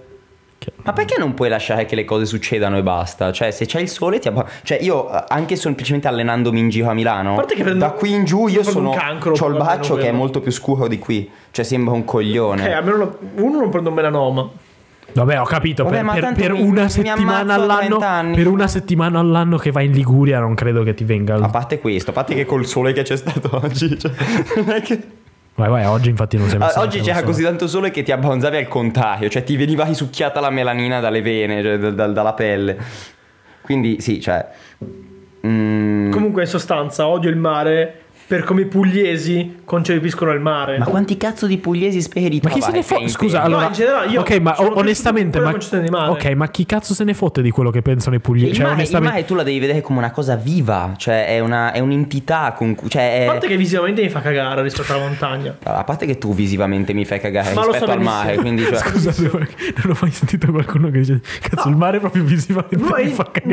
[SPEAKER 2] Ma perché non puoi lasciare che le cose succedano e basta? Cioè, se c'è il sole ti abba- Cioè, io eh, anche semplicemente allenandomi in giro a Milano,
[SPEAKER 1] A parte che prendo-
[SPEAKER 2] da qui in giù io
[SPEAKER 1] prendo
[SPEAKER 2] sono
[SPEAKER 1] un cancro,
[SPEAKER 2] ho il
[SPEAKER 1] almeno
[SPEAKER 2] braccio che è
[SPEAKER 1] quello.
[SPEAKER 2] molto più scuro di qui. Cioè, sembra un coglione.
[SPEAKER 1] Eh, almeno lo- uno non prende un melanoma.
[SPEAKER 2] Mm.
[SPEAKER 3] Vabbè, ho capito.
[SPEAKER 2] Vabbè,
[SPEAKER 3] per-
[SPEAKER 2] ma
[SPEAKER 3] per,
[SPEAKER 2] tanto
[SPEAKER 3] per
[SPEAKER 2] mi-
[SPEAKER 3] una
[SPEAKER 2] mi
[SPEAKER 3] settimana
[SPEAKER 2] ammazzo a
[SPEAKER 3] all'anno,
[SPEAKER 2] 30 anni.
[SPEAKER 3] per una settimana all'anno che vai in Liguria, non credo che ti venga.
[SPEAKER 2] A parte questo, a parte che col sole che c'è stato [LAUGHS] oggi, cioè, non è che-
[SPEAKER 3] Vai, vai, oggi, infatti, non sei
[SPEAKER 2] Ah,
[SPEAKER 3] messo
[SPEAKER 2] oggi
[SPEAKER 3] neanche
[SPEAKER 2] c'era
[SPEAKER 3] col
[SPEAKER 2] così
[SPEAKER 3] sole.
[SPEAKER 2] tanto sole che ti abbronzavi al contrario, cioè ti veniva risucchiata la melanina dalle vene, cioè, da- da- dalla pelle. Quindi sì, cioè... mm,
[SPEAKER 1] Comunque, in sostanza, odio il mare per come i pugliesi concepiscono il mare.
[SPEAKER 2] ma quanti cazzo di pugliesi speri di
[SPEAKER 3] Ma chi se
[SPEAKER 2] trovare
[SPEAKER 3] ne
[SPEAKER 2] che
[SPEAKER 3] fotte?
[SPEAKER 2] in
[SPEAKER 3] Scusa,
[SPEAKER 2] tempo?
[SPEAKER 3] allora.
[SPEAKER 1] in generale, io
[SPEAKER 3] ok, ma
[SPEAKER 1] sono
[SPEAKER 3] o-
[SPEAKER 1] cresciuto
[SPEAKER 3] onestamente.
[SPEAKER 1] con
[SPEAKER 3] Ma,
[SPEAKER 1] quella concezione di mare.
[SPEAKER 3] ok, ma chi cazzo se ne fotte di quello che pensano i pugliesi?
[SPEAKER 2] Il
[SPEAKER 3] Cioè,
[SPEAKER 2] mare, il
[SPEAKER 3] onestamente.
[SPEAKER 2] mare tu la devi vedere come una cosa viva, cioè è, una, è un'entità con cui... Cioè,
[SPEAKER 1] A
[SPEAKER 2] è-
[SPEAKER 1] parte che visivamente mi fa cagare rispetto alla montagna.
[SPEAKER 2] Allora, a parte che tu visivamente mi fai cagare
[SPEAKER 1] Ma lo so
[SPEAKER 2] rispetto al
[SPEAKER 1] benissimo.
[SPEAKER 2] mare, quindi cioè...
[SPEAKER 3] [LAUGHS] Scusate, ma non ho mai sentito qualcuno che dice: Cazzo, il mare proprio visivamente
[SPEAKER 1] Ma
[SPEAKER 3] [LAUGHS] mi
[SPEAKER 1] è-
[SPEAKER 3] fa cagare.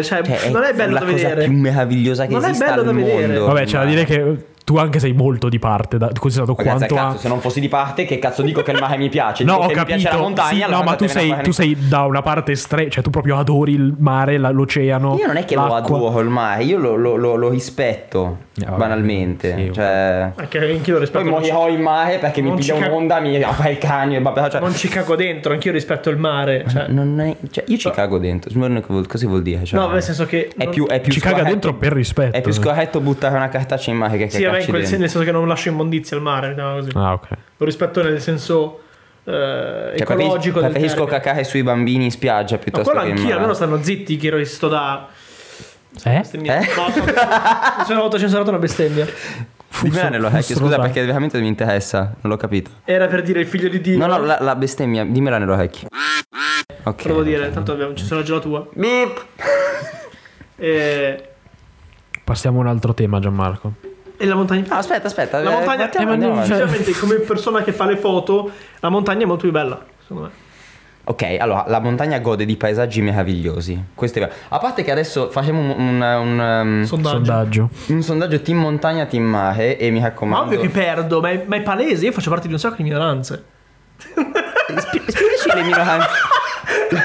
[SPEAKER 1] cagare, cioè,
[SPEAKER 2] Cioè,
[SPEAKER 1] non è bello
[SPEAKER 2] la
[SPEAKER 1] da
[SPEAKER 2] cosa
[SPEAKER 1] vedere.
[SPEAKER 2] più meravigliosa che
[SPEAKER 1] Non è
[SPEAKER 2] esista
[SPEAKER 1] bello
[SPEAKER 2] al
[SPEAKER 1] da vedere.
[SPEAKER 2] mondo.
[SPEAKER 3] Vabbè, c'è da
[SPEAKER 2] Ma-
[SPEAKER 3] dire che tu anche sei molto di parte, da, considerato
[SPEAKER 2] Ragazzi,
[SPEAKER 3] quanto
[SPEAKER 2] cazzo,
[SPEAKER 3] ha.
[SPEAKER 2] se non fossi di parte, che cazzo dico che il mare mi piace?
[SPEAKER 3] No,
[SPEAKER 2] Dico
[SPEAKER 3] ho
[SPEAKER 2] che mi
[SPEAKER 3] capito.
[SPEAKER 2] piace la montagna,
[SPEAKER 3] Sì,
[SPEAKER 2] allora
[SPEAKER 3] no, ma tu
[SPEAKER 2] andatevene a
[SPEAKER 3] sei,
[SPEAKER 2] fare-
[SPEAKER 3] tu sei da una parte estrema, cioè tu proprio adori il mare, la- l'oceano.
[SPEAKER 2] Io non è che lo
[SPEAKER 3] l'acqua.
[SPEAKER 2] adoro il mare, io lo, lo- lo- lo rispetto,
[SPEAKER 3] Eh, vabbè,
[SPEAKER 2] banalmente.
[SPEAKER 3] sì,
[SPEAKER 2] cioè...
[SPEAKER 1] Anche anch'io rispetto
[SPEAKER 2] Poi
[SPEAKER 1] non ci-
[SPEAKER 2] morirò in mare perché mi
[SPEAKER 1] non
[SPEAKER 2] piglia
[SPEAKER 1] ci ca-
[SPEAKER 2] un'onda, mi fa il cagno e vabbè, cioè...
[SPEAKER 1] Non ci cago dentro, anch'io rispetto il mare. Cioè,
[SPEAKER 2] Non è- cioè, io ci cago dentro, non- cosa vuol dire? Cioè,
[SPEAKER 1] No, nel senso che
[SPEAKER 2] È
[SPEAKER 1] non-
[SPEAKER 2] più, è più
[SPEAKER 3] Ci caga
[SPEAKER 2] scorretto-
[SPEAKER 3] dentro per rispetto.
[SPEAKER 2] È più scorretto buttare una cartacea in mare che
[SPEAKER 1] Sì, vabbè, in
[SPEAKER 2] cagarci
[SPEAKER 1] quel
[SPEAKER 2] dentro.
[SPEAKER 1] senso, nel senso che non lascio immondizia al mare, diciamo così.
[SPEAKER 3] Ah, ok.
[SPEAKER 1] Lo rispetto nel senso eh,
[SPEAKER 2] Cioè, preferis-
[SPEAKER 1] ecologico. del
[SPEAKER 2] preferisco
[SPEAKER 1] termine.
[SPEAKER 2] cacare sui bambini in spiaggia
[SPEAKER 1] Ma
[SPEAKER 2] piuttosto
[SPEAKER 1] quello
[SPEAKER 2] che in
[SPEAKER 1] anch'io,
[SPEAKER 2] mare.
[SPEAKER 1] almeno stanno zitti che io sto da...
[SPEAKER 3] Eh?
[SPEAKER 1] bestemmia.
[SPEAKER 2] Eh?
[SPEAKER 1] No, sto- Mi sono autocensurato una bestemmia.
[SPEAKER 2] Dimmi
[SPEAKER 3] Fusso-
[SPEAKER 2] nell'orecchio,
[SPEAKER 3] fusso
[SPEAKER 2] scusa
[SPEAKER 3] rosato.
[SPEAKER 2] perché veramente mi interessa, non l'ho capito.
[SPEAKER 1] Era per dire il figlio di Dio.
[SPEAKER 2] No, no, la, la bestemmia, dimmela nell'orecchio. Ok.
[SPEAKER 1] Volevo dire, tanto abbiamo, ci sono già la tua.
[SPEAKER 2] Beep.
[SPEAKER 1] E,
[SPEAKER 3] Passiamo a un altro tema, Gianmarco.
[SPEAKER 1] e la montagna... ah,
[SPEAKER 2] No, aspetta, aspetta.
[SPEAKER 1] La
[SPEAKER 2] eh,
[SPEAKER 1] montagna,
[SPEAKER 2] partiamo,
[SPEAKER 1] eh, ma
[SPEAKER 2] andiamo
[SPEAKER 1] non-
[SPEAKER 2] avanti.
[SPEAKER 1] sinceramente, come persona che fa le foto, la montagna è molto più bella, secondo me.
[SPEAKER 2] Ok, allora, la montagna gode di paesaggi meravigliosi. Questo è vero. A parte che adesso facciamo un, un, un, um,
[SPEAKER 1] Sondaggio.
[SPEAKER 3] Sondaggio.
[SPEAKER 2] un sondaggio team montagna, team mare e mi
[SPEAKER 1] Ma
[SPEAKER 2] raccomando...
[SPEAKER 1] ovvio che perdo, ma è, ma è palese, io faccio parte di un sacco di minoranze.
[SPEAKER 2] Spiegaci le minoranze.
[SPEAKER 1] [LAUGHS]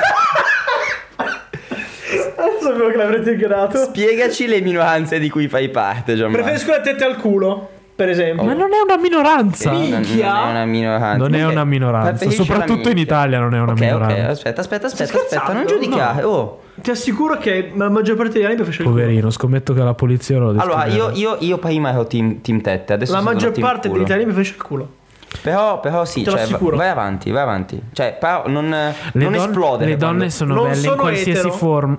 [SPEAKER 1] Sapevo che l'avrete ignorato.
[SPEAKER 2] Spiegaci le minoranze di cui fai parte, Gianmarco.
[SPEAKER 1] Preferisco le tette al culo.
[SPEAKER 4] per
[SPEAKER 2] Oh.
[SPEAKER 4] esempio.
[SPEAKER 3] Ma non è una minoranza.
[SPEAKER 2] Non- non è una minoranza.
[SPEAKER 3] Non è
[SPEAKER 2] Comunque,
[SPEAKER 3] una minoranza,
[SPEAKER 2] preferisce la
[SPEAKER 3] soprattutto in
[SPEAKER 2] minchia.
[SPEAKER 3] Italia non è una
[SPEAKER 2] Ok,
[SPEAKER 3] minoranza.
[SPEAKER 2] Ok, aspetta, aspetta, aspetta, aspetta, non
[SPEAKER 1] scherzando?
[SPEAKER 2] giudicare. Oh.
[SPEAKER 1] Ti assicuro che la maggior parte degli anime preferisce il culo.
[SPEAKER 3] Poverino, scommetto che la polizia lo
[SPEAKER 2] Allora, io,
[SPEAKER 3] descriverà.
[SPEAKER 2] io, io prima ero team, team tette, adesso
[SPEAKER 1] La
[SPEAKER 2] sono
[SPEAKER 1] maggior
[SPEAKER 2] team
[SPEAKER 1] parte
[SPEAKER 2] culo.
[SPEAKER 1] degli italiani preferisce il culo.
[SPEAKER 2] Però, però sì,
[SPEAKER 1] Te lo
[SPEAKER 2] cioè, va-
[SPEAKER 1] assicuro.
[SPEAKER 2] vai avanti, vai avanti. Cioè, però non,
[SPEAKER 3] Le
[SPEAKER 2] non
[SPEAKER 3] don-
[SPEAKER 2] esplodere.
[SPEAKER 3] Le donne
[SPEAKER 2] quando-
[SPEAKER 3] sono
[SPEAKER 1] Non
[SPEAKER 3] belle in
[SPEAKER 1] sono
[SPEAKER 3] qualsiasi
[SPEAKER 1] etero.
[SPEAKER 3] forma.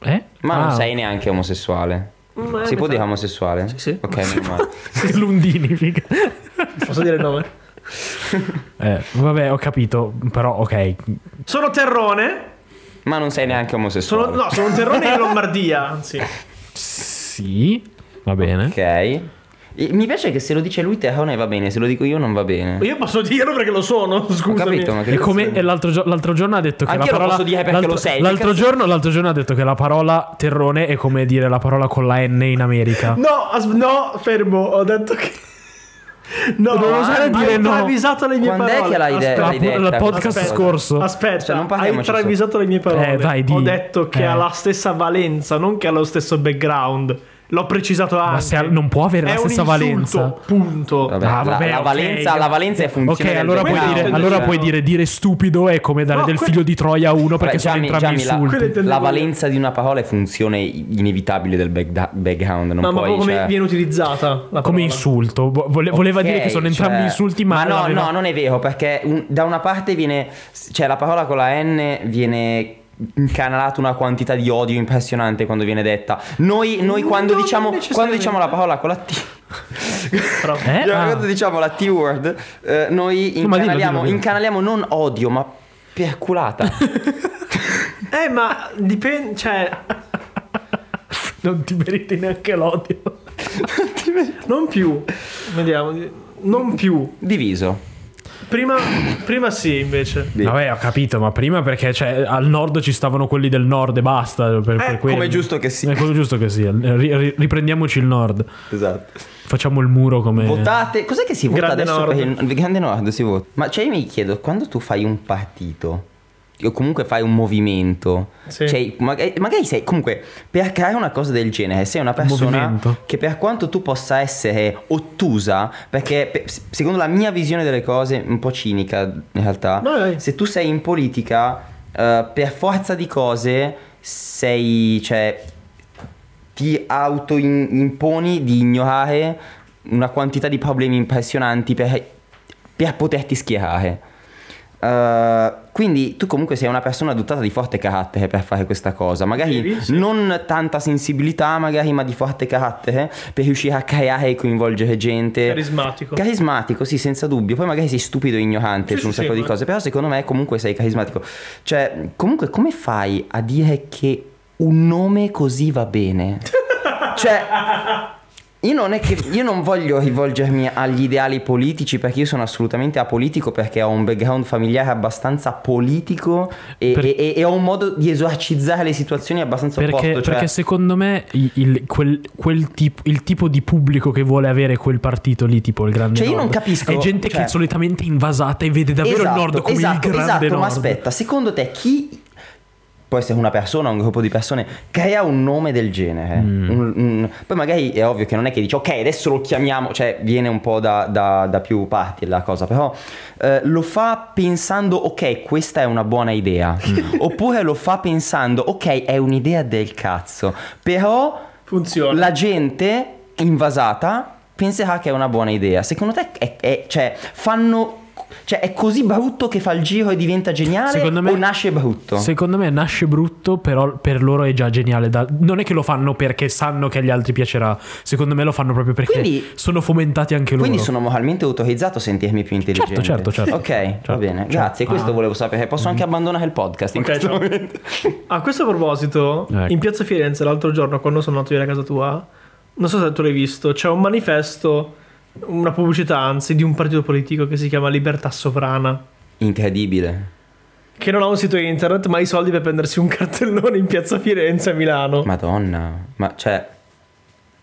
[SPEAKER 3] Eh?
[SPEAKER 2] Ma
[SPEAKER 3] Ah,
[SPEAKER 2] non
[SPEAKER 3] [LAUGHS]
[SPEAKER 2] sei neanche omosessuale.
[SPEAKER 1] Mm, eh,
[SPEAKER 2] si può
[SPEAKER 1] metà.
[SPEAKER 2] dire omosessuale?
[SPEAKER 1] Sì, sì.
[SPEAKER 2] Ok,
[SPEAKER 1] [LAUGHS]
[SPEAKER 2] meno male.
[SPEAKER 3] Lundini, figa.
[SPEAKER 1] Posso dire il nome?
[SPEAKER 3] Eh, vabbè, ho capito, però ok.
[SPEAKER 1] Sono Terrone.
[SPEAKER 2] Ma non sei neanche omosessuale.
[SPEAKER 1] Sono, no, sono un Terrone in Lombardia, anzi.
[SPEAKER 3] Sì, va bene.
[SPEAKER 2] Ok. E Mi piace che se lo dice lui Terrone va bene, se lo dico io non va bene.
[SPEAKER 1] Io posso dirlo perché lo sono,
[SPEAKER 2] Ho
[SPEAKER 1] scusami.
[SPEAKER 2] capito, ma che
[SPEAKER 3] E come
[SPEAKER 2] cazzo-
[SPEAKER 3] e l'altro, gio- l'altro giorno ha detto che la
[SPEAKER 2] Anch'io lo
[SPEAKER 3] parola
[SPEAKER 2] posso dire perché
[SPEAKER 3] l'altro,
[SPEAKER 2] lo sei, che
[SPEAKER 3] l'altro
[SPEAKER 2] cazzo-
[SPEAKER 3] giorno, l'altro giorno ha detto che la parola terrone è come dire la parola con la N in America.
[SPEAKER 1] No, as- no, fermo, ho detto che... [LAUGHS] No,
[SPEAKER 3] Devo usare
[SPEAKER 1] hai
[SPEAKER 3] dire no.
[SPEAKER 1] travisato le mie
[SPEAKER 2] Quando è
[SPEAKER 1] parole.
[SPEAKER 2] che l'hai de-
[SPEAKER 1] Aspetta.
[SPEAKER 2] l'hai
[SPEAKER 3] La-
[SPEAKER 2] detta?
[SPEAKER 3] la podcast
[SPEAKER 2] questa cosa?
[SPEAKER 3] scorso.
[SPEAKER 1] Aspetta,
[SPEAKER 2] Cioè, non
[SPEAKER 1] hai
[SPEAKER 2] parliamoci
[SPEAKER 1] travisato le mie parole.
[SPEAKER 3] Eh, dai, di.
[SPEAKER 1] Ho detto che
[SPEAKER 3] Eh.
[SPEAKER 1] ha la stessa valenza, non che ha lo stesso background. L'ho precisato anche.
[SPEAKER 3] se ha- non può avere la
[SPEAKER 1] È un
[SPEAKER 3] stessa
[SPEAKER 1] insulto,
[SPEAKER 3] valenza.
[SPEAKER 1] Punto.
[SPEAKER 2] Vabbè,
[SPEAKER 3] Ah,
[SPEAKER 2] la-
[SPEAKER 3] vabbè,
[SPEAKER 2] la,
[SPEAKER 3] ok.
[SPEAKER 2] valenza, la valenza è
[SPEAKER 3] Ok,
[SPEAKER 2] funzione del
[SPEAKER 3] allora puoi,
[SPEAKER 2] background.
[SPEAKER 3] dire,
[SPEAKER 1] quello
[SPEAKER 3] allora
[SPEAKER 1] diciamo.
[SPEAKER 3] puoi dire dire stupido è come dare
[SPEAKER 1] No,
[SPEAKER 3] del
[SPEAKER 1] que-
[SPEAKER 3] figlio di Troia a uno perché
[SPEAKER 2] Vabbè,
[SPEAKER 3] sono
[SPEAKER 2] Gianni,
[SPEAKER 3] entrambi
[SPEAKER 2] Gianni, la-
[SPEAKER 1] Quello
[SPEAKER 3] insulti.
[SPEAKER 1] intendevo
[SPEAKER 2] La
[SPEAKER 1] io.
[SPEAKER 2] valenza di una parola è funzione inevitabile del back- background. Non
[SPEAKER 1] No, ma
[SPEAKER 2] puoi,
[SPEAKER 1] proprio come
[SPEAKER 2] cioè-
[SPEAKER 1] viene utilizzata la parola.
[SPEAKER 3] Come insulto, vo- vole- voleva
[SPEAKER 2] Ok,
[SPEAKER 3] dire che sono entrambi
[SPEAKER 2] cioè-
[SPEAKER 3] insulti, ma,
[SPEAKER 2] no,
[SPEAKER 3] l'aveva-
[SPEAKER 2] no, non è vero, perché un- da una parte viene. Cioè, la parola con la N viene incanalata una quantità di odio impressionante quando viene detta. Noi, noi quando,
[SPEAKER 1] Non
[SPEAKER 2] diciamo, quando
[SPEAKER 1] necessariamente.
[SPEAKER 2] diciamo la parola con la T.
[SPEAKER 1] Però-
[SPEAKER 3] Eh?
[SPEAKER 2] Cioè,
[SPEAKER 3] Ah.
[SPEAKER 2] Quando diciamo la T-word, eh, noi
[SPEAKER 3] No, ma dillo,
[SPEAKER 2] incanaliamo,
[SPEAKER 3] dillo, dillo.
[SPEAKER 2] incanaliamo non odio, ma
[SPEAKER 3] [LAUGHS]
[SPEAKER 2] perculata.
[SPEAKER 1] Eh, ma dipende, cioè,
[SPEAKER 3] [LAUGHS] non ti meriti neanche l'odio.
[SPEAKER 1] non più. Vediamo, non più.
[SPEAKER 2] Diviso.
[SPEAKER 1] Prima, prima sì, invece.
[SPEAKER 2] Sì.
[SPEAKER 3] Vabbè, ho capito, ma prima perché cioè, al nord ci stavano quelli del nord e basta. Per,
[SPEAKER 1] Eh,
[SPEAKER 3] per quelli.
[SPEAKER 2] come giusto che sia.
[SPEAKER 3] È quello giusto che sia. Ri- ri- riprendiamoci il nord.
[SPEAKER 2] Esatto.
[SPEAKER 3] Facciamo il muro come.
[SPEAKER 2] Votate. Cos'è che si vota
[SPEAKER 1] Grande
[SPEAKER 2] adesso?
[SPEAKER 1] Nord.
[SPEAKER 2] Per il, il grande Nord si vota. Ma cioè, io mi chiedo, quando tu fai un partito, o comunque fai un movimento,
[SPEAKER 1] Sì.
[SPEAKER 2] cioè, magari, magari sei comunque per creare una cosa del genere, sei una persona
[SPEAKER 3] movimento.
[SPEAKER 2] che per quanto tu possa essere ottusa, perché pe- s- secondo la mia visione delle cose, un po' cinica in realtà,
[SPEAKER 1] Vai, vai.
[SPEAKER 2] se tu sei in politica, eh, per forza di cose sei, cioè, ti autoimponi di ignorare una quantità di problemi impressionanti per, per poterti schierare. Eh, quindi tu comunque sei una persona dotata di forte carattere per fare questa cosa, magari
[SPEAKER 1] Sì, sì.
[SPEAKER 2] non tanta sensibilità, magari, ma di forte carattere per riuscire a creare e coinvolgere gente.
[SPEAKER 1] Carismatico.
[SPEAKER 2] Carismatico, sì, senza dubbio. Poi magari sei stupido e ignorante
[SPEAKER 1] Sì,
[SPEAKER 2] su un
[SPEAKER 1] sì,
[SPEAKER 2] sacco
[SPEAKER 1] sì,
[SPEAKER 2] di
[SPEAKER 1] ma-
[SPEAKER 2] cose, però secondo me comunque sei carismatico. Cioè, comunque come fai a dire che un nome così va
[SPEAKER 3] [LAUGHS]
[SPEAKER 2] bene? cioè, io non, è che, io non voglio rivolgermi agli ideali politici perché io sono assolutamente apolitico perché ho un background familiare abbastanza politico e,
[SPEAKER 3] Per-
[SPEAKER 2] e- e- e ho un modo di esorcizzare le situazioni abbastanza
[SPEAKER 3] Perché,
[SPEAKER 2] opposto. Cioè,
[SPEAKER 3] perché secondo me il, il- quel, quel tipo, il tipo di pubblico che vuole avere quel partito lì, tipo il grande
[SPEAKER 2] Cioè, io non
[SPEAKER 3] Nord,
[SPEAKER 2] capisco,
[SPEAKER 3] È gente
[SPEAKER 2] cioè-
[SPEAKER 3] che solitamente è invasata e vede davvero il nord come
[SPEAKER 2] esatto,
[SPEAKER 3] il grande
[SPEAKER 2] esatto,
[SPEAKER 3] nord.
[SPEAKER 2] ma aspetta, secondo te chi può essere una persona, un gruppo di persone, crea un nome del genere?
[SPEAKER 3] Mm.
[SPEAKER 2] Un- un- poi magari è ovvio che non è che dici ok adesso lo chiamiamo, cioè viene un po' da, da- da più parti la cosa, però eh, lo fa pensando ok questa è una buona idea,
[SPEAKER 3] Mm.
[SPEAKER 2] [LAUGHS] oppure lo fa pensando ok è un'idea del cazzo, però
[SPEAKER 1] Funziona.
[SPEAKER 2] la gente invasata penserà che è una buona idea. Secondo te è, è- cioè, fanno. Cioè, è così brutto che fa il giro e diventa geniale?
[SPEAKER 3] Secondo me-
[SPEAKER 2] o nasce brutto?
[SPEAKER 3] Secondo me nasce brutto, però per loro è già geniale. da- Non è che lo fanno perché sanno che agli altri piacerà. Secondo me lo fanno proprio perché
[SPEAKER 2] Quindi-
[SPEAKER 3] sono fomentati anche loro.
[SPEAKER 2] Quindi sono moralmente autorizzato a sentirmi più intelligente.
[SPEAKER 3] certo, certo.
[SPEAKER 2] Ok,
[SPEAKER 3] Certo,
[SPEAKER 2] va bene.
[SPEAKER 3] certo.
[SPEAKER 2] Grazie, questo
[SPEAKER 3] Ah.
[SPEAKER 2] volevo sapere. Posso anche abbandonare il podcast in
[SPEAKER 1] Ok,
[SPEAKER 2] questo
[SPEAKER 1] ciao.
[SPEAKER 2] momento.
[SPEAKER 1] A questo proposito,
[SPEAKER 3] Ecco.
[SPEAKER 1] in piazza Firenze l'altro giorno, quando sono andato via a casa tua, non so se tu l'hai visto, c'è un manifesto, una pubblicità anzi, di un partito politico che si chiama Libertà Sovrana.
[SPEAKER 2] Incredibile.
[SPEAKER 1] Che non ha un sito internet, ma ha i soldi [LAUGHS] per prendersi un cartellone in piazza Firenze a Milano.
[SPEAKER 2] Madonna. Ma cioè.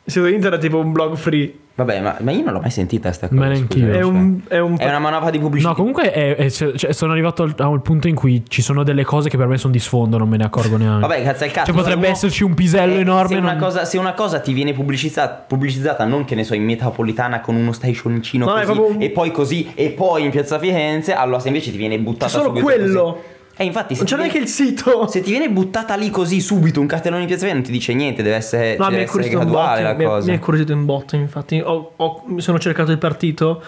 [SPEAKER 1] Il sito internet è tipo un blog free.
[SPEAKER 2] Vabbè, ma, ma io non l'ho mai sentita sta cosa.
[SPEAKER 3] Ma
[SPEAKER 2] scusa.
[SPEAKER 3] neanch'io.
[SPEAKER 1] È
[SPEAKER 2] cioè.
[SPEAKER 1] un, è un-
[SPEAKER 2] È una manovra di pubblicità.
[SPEAKER 3] No, comunque è- è- cioè, sono arrivato al, a un punto in cui ci sono delle cose che per me sono di sfondo, non me ne accorgo neanche.
[SPEAKER 2] Vabbè, cazzo al cazzo.
[SPEAKER 3] Cioè, potrebbe
[SPEAKER 2] uno-
[SPEAKER 3] esserci un pisello
[SPEAKER 2] Eh,
[SPEAKER 3] enorme,
[SPEAKER 2] Se una,
[SPEAKER 3] non-
[SPEAKER 2] cosa, se una cosa ti viene pubblicizzata, pubblicizzata, non che ne so, in metropolitana con uno stationcino
[SPEAKER 1] No, è
[SPEAKER 2] così,
[SPEAKER 1] proprio un-
[SPEAKER 2] e poi così, e poi in piazza Firenze, allora se invece ti viene buttata
[SPEAKER 1] Solo
[SPEAKER 2] subito
[SPEAKER 1] quello.
[SPEAKER 2] così- Eh, infatti, se
[SPEAKER 1] Non c'è
[SPEAKER 2] ti
[SPEAKER 1] neanche
[SPEAKER 2] viene-
[SPEAKER 1] il sito.
[SPEAKER 2] se ti viene buttata lì così subito un cartellone in piazza Firenze, non ti dice niente, deve essere,
[SPEAKER 1] No, mi è
[SPEAKER 2] cioè, deve essere
[SPEAKER 1] incuriosito un
[SPEAKER 2] graduale
[SPEAKER 1] botto.
[SPEAKER 2] la
[SPEAKER 1] Mi è, mi
[SPEAKER 2] cosa.
[SPEAKER 1] è incuriosito un botto, infatti. Ho- ho- mi sono cercato il partito,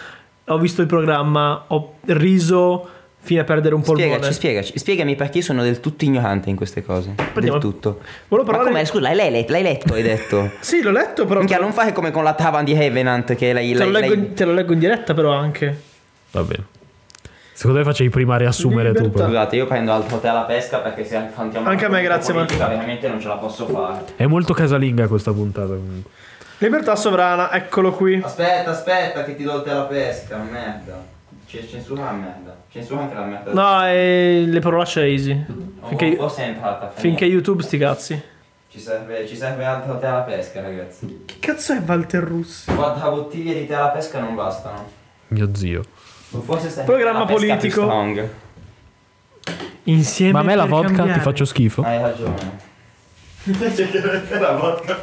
[SPEAKER 1] ho visto il programma, ho riso fino a perdere un po' il
[SPEAKER 2] Spiegaci,
[SPEAKER 1] polmone.
[SPEAKER 2] spiegaci, spiegami perché io sono del tutto ignorante in queste cose.
[SPEAKER 1] Prendiamo-
[SPEAKER 2] Del tutto.
[SPEAKER 1] Volevo
[SPEAKER 2] Ma
[SPEAKER 1] parlare-
[SPEAKER 2] com'è? Scusa, l'hai, l'hai- l'hai letto,
[SPEAKER 1] [LAUGHS]
[SPEAKER 2] hai detto.
[SPEAKER 1] Sì, l'ho letto però.
[SPEAKER 2] Minchia, non fare come con la Tavan di Revenant che lei...
[SPEAKER 1] te,
[SPEAKER 2] lei-
[SPEAKER 1] lo leggo,
[SPEAKER 2] lei-
[SPEAKER 1] in- te lo leggo in diretta però anche.
[SPEAKER 3] Va bene. Secondo me facevi prima a riassumere tu.
[SPEAKER 1] Libertà.
[SPEAKER 3] però.
[SPEAKER 2] Scusate, io prendo altro tè alla pesca perché se fantiamo
[SPEAKER 1] Anche a me, grazie,
[SPEAKER 2] politica, veramente non ce la posso fare.
[SPEAKER 3] È molto casalinga questa puntata comunque.
[SPEAKER 1] Libertà sovrana, eccolo qui.
[SPEAKER 2] Aspetta, aspetta che ti do il tè alla pesca, merda. C- censura la merda. Censura anche la merda.
[SPEAKER 1] No, e le parolacce è easy.
[SPEAKER 2] Oh,
[SPEAKER 1] Finché,
[SPEAKER 2] forse è entrata. fa
[SPEAKER 1] finché
[SPEAKER 2] niente.
[SPEAKER 1] YouTube sti cazzi.
[SPEAKER 2] Ci serve, ci serve altro tè alla pesca, ragazzi.
[SPEAKER 1] Che cazzo è Walter Russi?
[SPEAKER 2] Quattro bottiglie di tè alla pesca non bastano.
[SPEAKER 3] Mio zio.
[SPEAKER 2] O Forse serve
[SPEAKER 1] Programma
[SPEAKER 2] la pesca più
[SPEAKER 1] politico.
[SPEAKER 2] strong.
[SPEAKER 1] Insieme
[SPEAKER 3] Ma a me la
[SPEAKER 1] per
[SPEAKER 3] vodka Eh,
[SPEAKER 1] cambiare.
[SPEAKER 3] ti faccio schifo.
[SPEAKER 2] Hai ragione. la vodka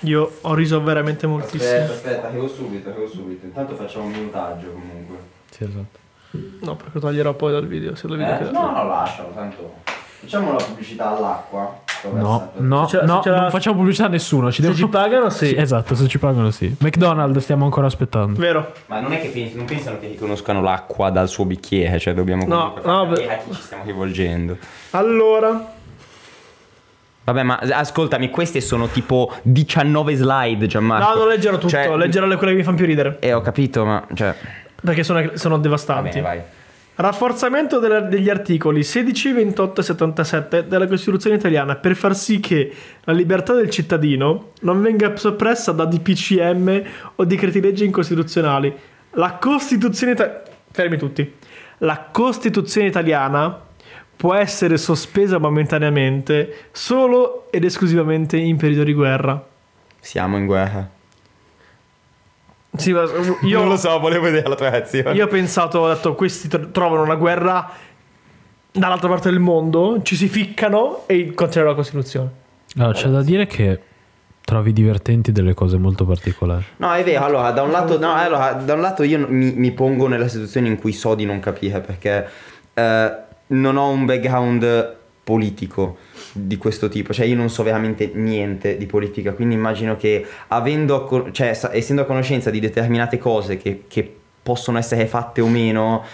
[SPEAKER 1] Io ho riso veramente moltissimo.
[SPEAKER 2] Aspetta, aspetta, che ho subito, che ho subito. Intanto facciamo un minutaggio comunque.
[SPEAKER 3] Sì, esatto.
[SPEAKER 1] No, perché lo taglierò poi dal video, se lo vedo
[SPEAKER 2] Eh?
[SPEAKER 1] che-
[SPEAKER 2] No, no, lascialo, tanto. Facciamo la pubblicità all'acqua.
[SPEAKER 3] No, no,
[SPEAKER 1] Se c'è- se
[SPEAKER 3] no,
[SPEAKER 1] c'è la-
[SPEAKER 3] non facciamo pubblicità a nessuno. Ci
[SPEAKER 1] Se
[SPEAKER 3] devo-
[SPEAKER 1] ci pagano sì.
[SPEAKER 3] Sì, esatto, se ci pagano sì. McDonald's stiamo ancora aspettando.
[SPEAKER 1] Vero.
[SPEAKER 2] Ma non è che pens- non pensano che riconoscano l'acqua dal suo bicchiere, cioè dobbiamo
[SPEAKER 1] No,
[SPEAKER 2] comunque
[SPEAKER 1] no,
[SPEAKER 2] far capire
[SPEAKER 1] beh.
[SPEAKER 2] a chi ci stiamo rivolgendo.
[SPEAKER 1] Allora,
[SPEAKER 2] Vabbè, ma ascoltami, queste sono tipo 19 slide, Gianmarco.
[SPEAKER 1] no, non leggerò tutto,
[SPEAKER 2] Cioè,
[SPEAKER 1] leggerò le quelle che mi fanno più ridere.
[SPEAKER 2] Eh, ho capito, ma cioè
[SPEAKER 1] Perché sono, sono
[SPEAKER 2] Va
[SPEAKER 1] devastanti.
[SPEAKER 2] bene, vai.
[SPEAKER 1] Rafforzamento della- degli articoli 16, 28 e 77 della Costituzione italiana per far sì che la libertà del cittadino non venga soppressa da DPCM o decreti legge incostituzionali. La Costituzione italiana. Fermi tutti. La Costituzione italiana può essere sospesa momentaneamente solo ed esclusivamente in periodo di guerra.
[SPEAKER 2] Siamo in guerra.
[SPEAKER 1] Sì, ma io,
[SPEAKER 2] Non lo so, volevo vedere la tua reazione.
[SPEAKER 1] Io ho pensato, ho detto, questi tro- trovano una guerra dall'altra parte del mondo, ci si ficcano e continuano la Costituzione.
[SPEAKER 3] Allora, c'è da dire che trovi divertenti delle cose molto particolari.
[SPEAKER 2] No, è vero, allora da un lato, no, allora, da un lato io mi, mi pongo nella situazione in cui so di non capire perché eh, non ho un background politico di questo tipo, cioè io non so veramente niente di politica, quindi immagino che avendo, a co- cioè, sa- essendo a conoscenza di determinate cose che, che possono essere fatte o meno,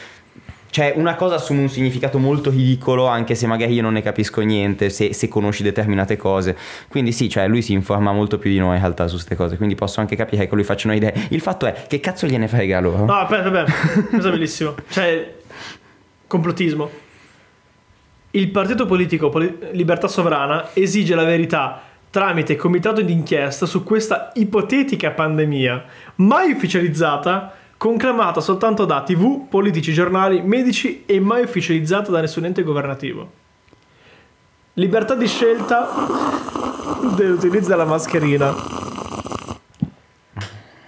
[SPEAKER 2] cioè una cosa assume un significato molto ridicolo anche se magari io non ne capisco niente, se, se conosci determinate cose. Quindi sì, cioè lui si informa molto più di noi in realtà su queste cose, quindi posso anche capire che lui faccia un'idea. Il fatto è che cazzo gliene frega loro?
[SPEAKER 1] No, aspetta, [LAUGHS] aspetta, cosa bellissima. Cioè, complottismo. Il partito politico Poli- Libertà Sovrana esige la verità tramite comitato d'inchiesta su questa ipotetica pandemia, mai ufficializzata, conclamata soltanto da tv, politici, giornali, medici e mai ufficializzata da nessun ente governativo. Libertà di scelta dell'utilizzo della mascherina.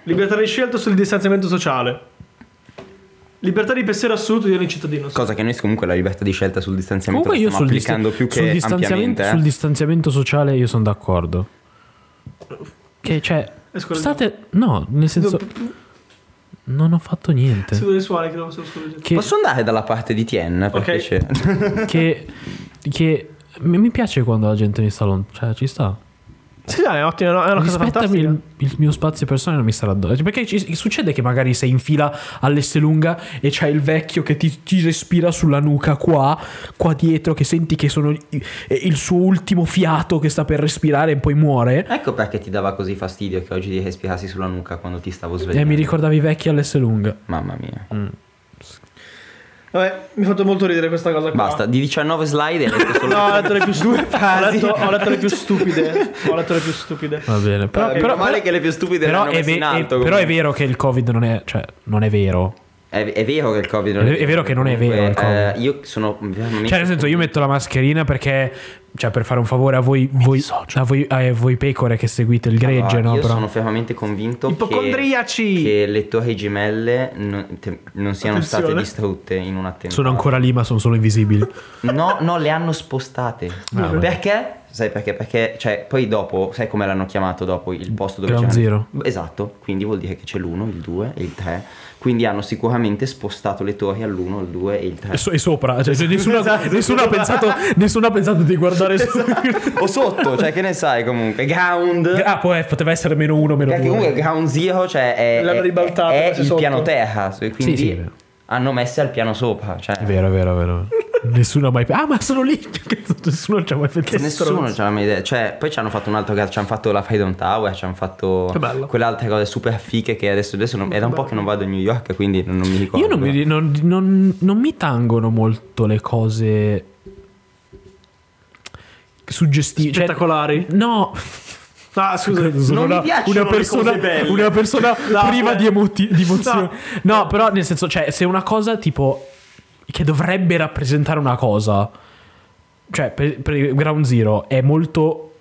[SPEAKER 1] Libertà di scelta sul distanziamento sociale. Libertà di pensiero assoluto di ogni cittadino.
[SPEAKER 2] Cosa che noi comunque la libertà di scelta sul distanziamento
[SPEAKER 3] Comunque
[SPEAKER 2] la
[SPEAKER 3] io
[SPEAKER 2] stiamo
[SPEAKER 3] sul, dista-
[SPEAKER 2] applicando più
[SPEAKER 3] sul
[SPEAKER 2] che
[SPEAKER 3] distanziamento,
[SPEAKER 2] ampiamente. eh.
[SPEAKER 3] sul distanziamento sociale io sono d'accordo. Che cioè...
[SPEAKER 1] Eh, scusa,
[SPEAKER 3] State... No, nel senso... Non ho fatto niente.
[SPEAKER 1] Scusa dei suoni che devo solo scorreggere.
[SPEAKER 3] Che,
[SPEAKER 2] Posso andare dalla parte di Tien? Perché
[SPEAKER 1] Ok.
[SPEAKER 2] c'è...
[SPEAKER 3] che, che mi mi piace quando la gente mi sta lontano. Cioè, ci sta.
[SPEAKER 1] Sì, dai, è ottimo, no? è una cosa
[SPEAKER 3] Rispettami
[SPEAKER 1] fantastica.
[SPEAKER 3] il, il mio spazio personale non mi sarà addosso. Perché ci- succede che magari sei in fila all'Esselunga e c'hai il vecchio che ti, ti respira sulla nuca qua, qua dietro, che senti che sono i- il suo ultimo fiato che sta per respirare e poi
[SPEAKER 2] [LAUGHS]
[SPEAKER 3] muore.
[SPEAKER 2] Ecco perché ti dava così fastidio che oggi ti respirassi sulla nuca quando ti stavo svegliando.
[SPEAKER 3] E Eh, mi Mm. ricordavi i vecchi all'Esselunga.
[SPEAKER 2] Mamma mia.
[SPEAKER 1] Vabbè, mi ha fatto molto ridere questa cosa qua.
[SPEAKER 2] Basta, di 19 slide hai letto solo
[SPEAKER 1] No, ho letto le più stupide. ho,
[SPEAKER 2] frasi.
[SPEAKER 1] letto, ho letto le più stupide. Ho letto le più stupide.
[SPEAKER 3] Va bene, [LAUGHS] però,
[SPEAKER 2] Vabbè,
[SPEAKER 3] però-
[SPEAKER 2] Eh, meno male
[SPEAKER 3] però-
[SPEAKER 2] che le più stupide
[SPEAKER 3] però
[SPEAKER 2] erano
[SPEAKER 3] è,
[SPEAKER 2] messe
[SPEAKER 3] ve-
[SPEAKER 2] in
[SPEAKER 3] è-
[SPEAKER 2] alto.
[SPEAKER 3] però è
[SPEAKER 2] comunque.
[SPEAKER 3] vero che il Covid non è. Cioè, non è vero.
[SPEAKER 2] È, è vero che il Covid non
[SPEAKER 3] È- è vero che non è vero il
[SPEAKER 2] Comunque,
[SPEAKER 3] Covid.
[SPEAKER 2] eh, io sono veramente
[SPEAKER 3] Cioè, nel senso, io metto la mascherina perché cioè per fare un favore a voi, voi, a voi, a voi pecore che seguite il gregge,
[SPEAKER 2] Allora,
[SPEAKER 3] no?
[SPEAKER 2] Ah, io
[SPEAKER 3] Però.
[SPEAKER 2] sono fermamente convinto
[SPEAKER 1] Ipocondriaci!
[SPEAKER 2] che, che le torri gemelle non, te- non siano state
[SPEAKER 1] Attenzione.
[SPEAKER 2] distrutte in un attentato.
[SPEAKER 3] Sono ancora lì, ma sono solo invisibili.
[SPEAKER 2] No, no, le hanno spostate.
[SPEAKER 3] Ah, vabbè.
[SPEAKER 2] perché? Sai perché? Perché, cioè, poi dopo, sai come l'hanno chiamato dopo il posto dove
[SPEAKER 3] Ground
[SPEAKER 2] c'erano- Esatto, quindi vuol dire che c'è l'1, il 2 e il 3. Quindi hanno sicuramente spostato le torri all'1, il 2 e il 3.
[SPEAKER 3] [LAUGHS] E, so- e sopra, cioè, se nessuno,
[SPEAKER 2] Esatto.
[SPEAKER 3] nessuno ha pensato, nessuno ha pensato di guardare su.
[SPEAKER 2] o sotto, cioè, che ne sai comunque? Ground.
[SPEAKER 3] Ah, poi eh, poteva essere meno uno, meno
[SPEAKER 2] perché comunque
[SPEAKER 3] due.
[SPEAKER 2] Ground Zero, cioè, è,
[SPEAKER 4] L'hanno
[SPEAKER 2] è-
[SPEAKER 4] ribaltato,
[SPEAKER 2] è
[SPEAKER 4] c'è
[SPEAKER 2] il
[SPEAKER 4] sotto.
[SPEAKER 2] piano terra. so- Quindi
[SPEAKER 3] sì, è vero.
[SPEAKER 2] hanno messo al piano sopra. Cioè,
[SPEAKER 3] È vero, è vero, è vero. nessuno ha mai. Ah, ma sono lì! [LAUGHS] nessuno ci ha mai pensato.
[SPEAKER 2] Nessuno ce l'ha mai idea. Cioè, poi ci hanno fatto un altro caso. Ci hanno fatto la Freedom Tower. Ci hanno fatto
[SPEAKER 1] Che bello.
[SPEAKER 2] quelle altre cose super fiche. Che adesso, adesso non- è da un po' che non vado a New York, quindi non, non mi ricordo.
[SPEAKER 3] Io non mi, non- non- non mi tangono molto le cose suggestive. cioè-
[SPEAKER 1] Spettacolari.
[SPEAKER 3] no.
[SPEAKER 1] Ah, scusa.
[SPEAKER 3] Sono
[SPEAKER 2] mi
[SPEAKER 3] una,
[SPEAKER 2] piacciono
[SPEAKER 3] una
[SPEAKER 2] le
[SPEAKER 3] persona,
[SPEAKER 2] cose belle. cioè
[SPEAKER 3] una
[SPEAKER 2] [LAUGHS]
[SPEAKER 3] persona
[SPEAKER 1] No,
[SPEAKER 3] priva
[SPEAKER 1] eh.
[SPEAKER 3] di, emoti- di emozioni.
[SPEAKER 1] No.
[SPEAKER 3] No. però nel senso, cioè, se una cosa tipo che dovrebbe rappresentare una cosa, cioè per, per Ground Zero è molto.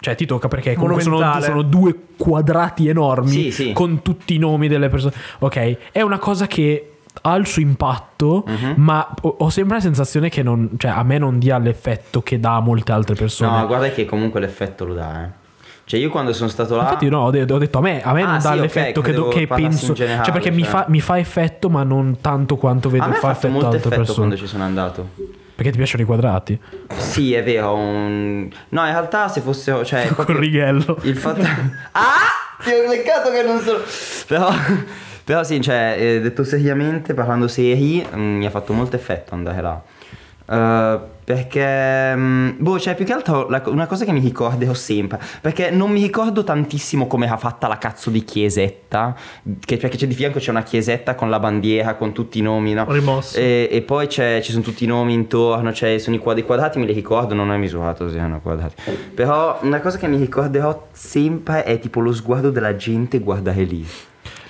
[SPEAKER 3] Cioè, ti tocca perché comunque sono,
[SPEAKER 1] Monumentale.
[SPEAKER 3] sono due quadrati enormi
[SPEAKER 2] Sì, sì.
[SPEAKER 3] con tutti i nomi delle persone. Ok, è una cosa che ha il suo impatto,
[SPEAKER 2] Mhm.
[SPEAKER 3] ma ho, ho sempre la sensazione che non, cioè, a me non dia l'effetto che dà a molte altre persone.
[SPEAKER 2] No, guarda che comunque l'effetto lo dà. eh. Cioè, io quando sono stato là.
[SPEAKER 3] Infatti, no, ho de- ho detto a me, a me
[SPEAKER 2] Ah,
[SPEAKER 3] non dà
[SPEAKER 2] sì, ok,
[SPEAKER 3] l'effetto che, do-
[SPEAKER 2] credevo
[SPEAKER 3] che
[SPEAKER 2] parlassi
[SPEAKER 3] penso.
[SPEAKER 2] in generale,
[SPEAKER 3] cioè, perché Mi,
[SPEAKER 2] cioè.
[SPEAKER 3] fa, mi fa effetto, ma non tanto quanto vedo
[SPEAKER 2] a me ha
[SPEAKER 3] fa
[SPEAKER 2] fatto
[SPEAKER 3] effetto
[SPEAKER 2] molto
[SPEAKER 3] altre
[SPEAKER 2] effetto
[SPEAKER 3] persone.
[SPEAKER 2] quando ci sono andato.
[SPEAKER 3] Perché ti piacciono i quadrati?
[SPEAKER 2] Sì, è vero. un- No, in realtà, se fossero.
[SPEAKER 3] [LAUGHS]
[SPEAKER 2] Cioè,
[SPEAKER 3] Col
[SPEAKER 2] proprio-
[SPEAKER 3] righello.
[SPEAKER 2] Il fatto. [LAUGHS] ah! Ti ho leccato che non sono. Però. Però sì, cioè, eh, detto seriamente, parlando seri, mh, mi ha fatto molto effetto andare là. Eh, perché, mh, boh, cioè, più che altro la co- una cosa che mi ricorderò sempre. Perché non mi ricordo tantissimo come ha fatta la cazzo di chiesetta. Che, perché c'è di fianco c'è una chiesetta con la bandiera, con tutti i nomi, no?
[SPEAKER 1] Rimosso.
[SPEAKER 2] E, e poi c'è- ci sono tutti i nomi intorno, cioè sono i quadri quadrati, me li ricordo, non ho misurato se erano quadrati. Però una cosa che mi ricorderò sempre è tipo lo sguardo della gente guardare lì.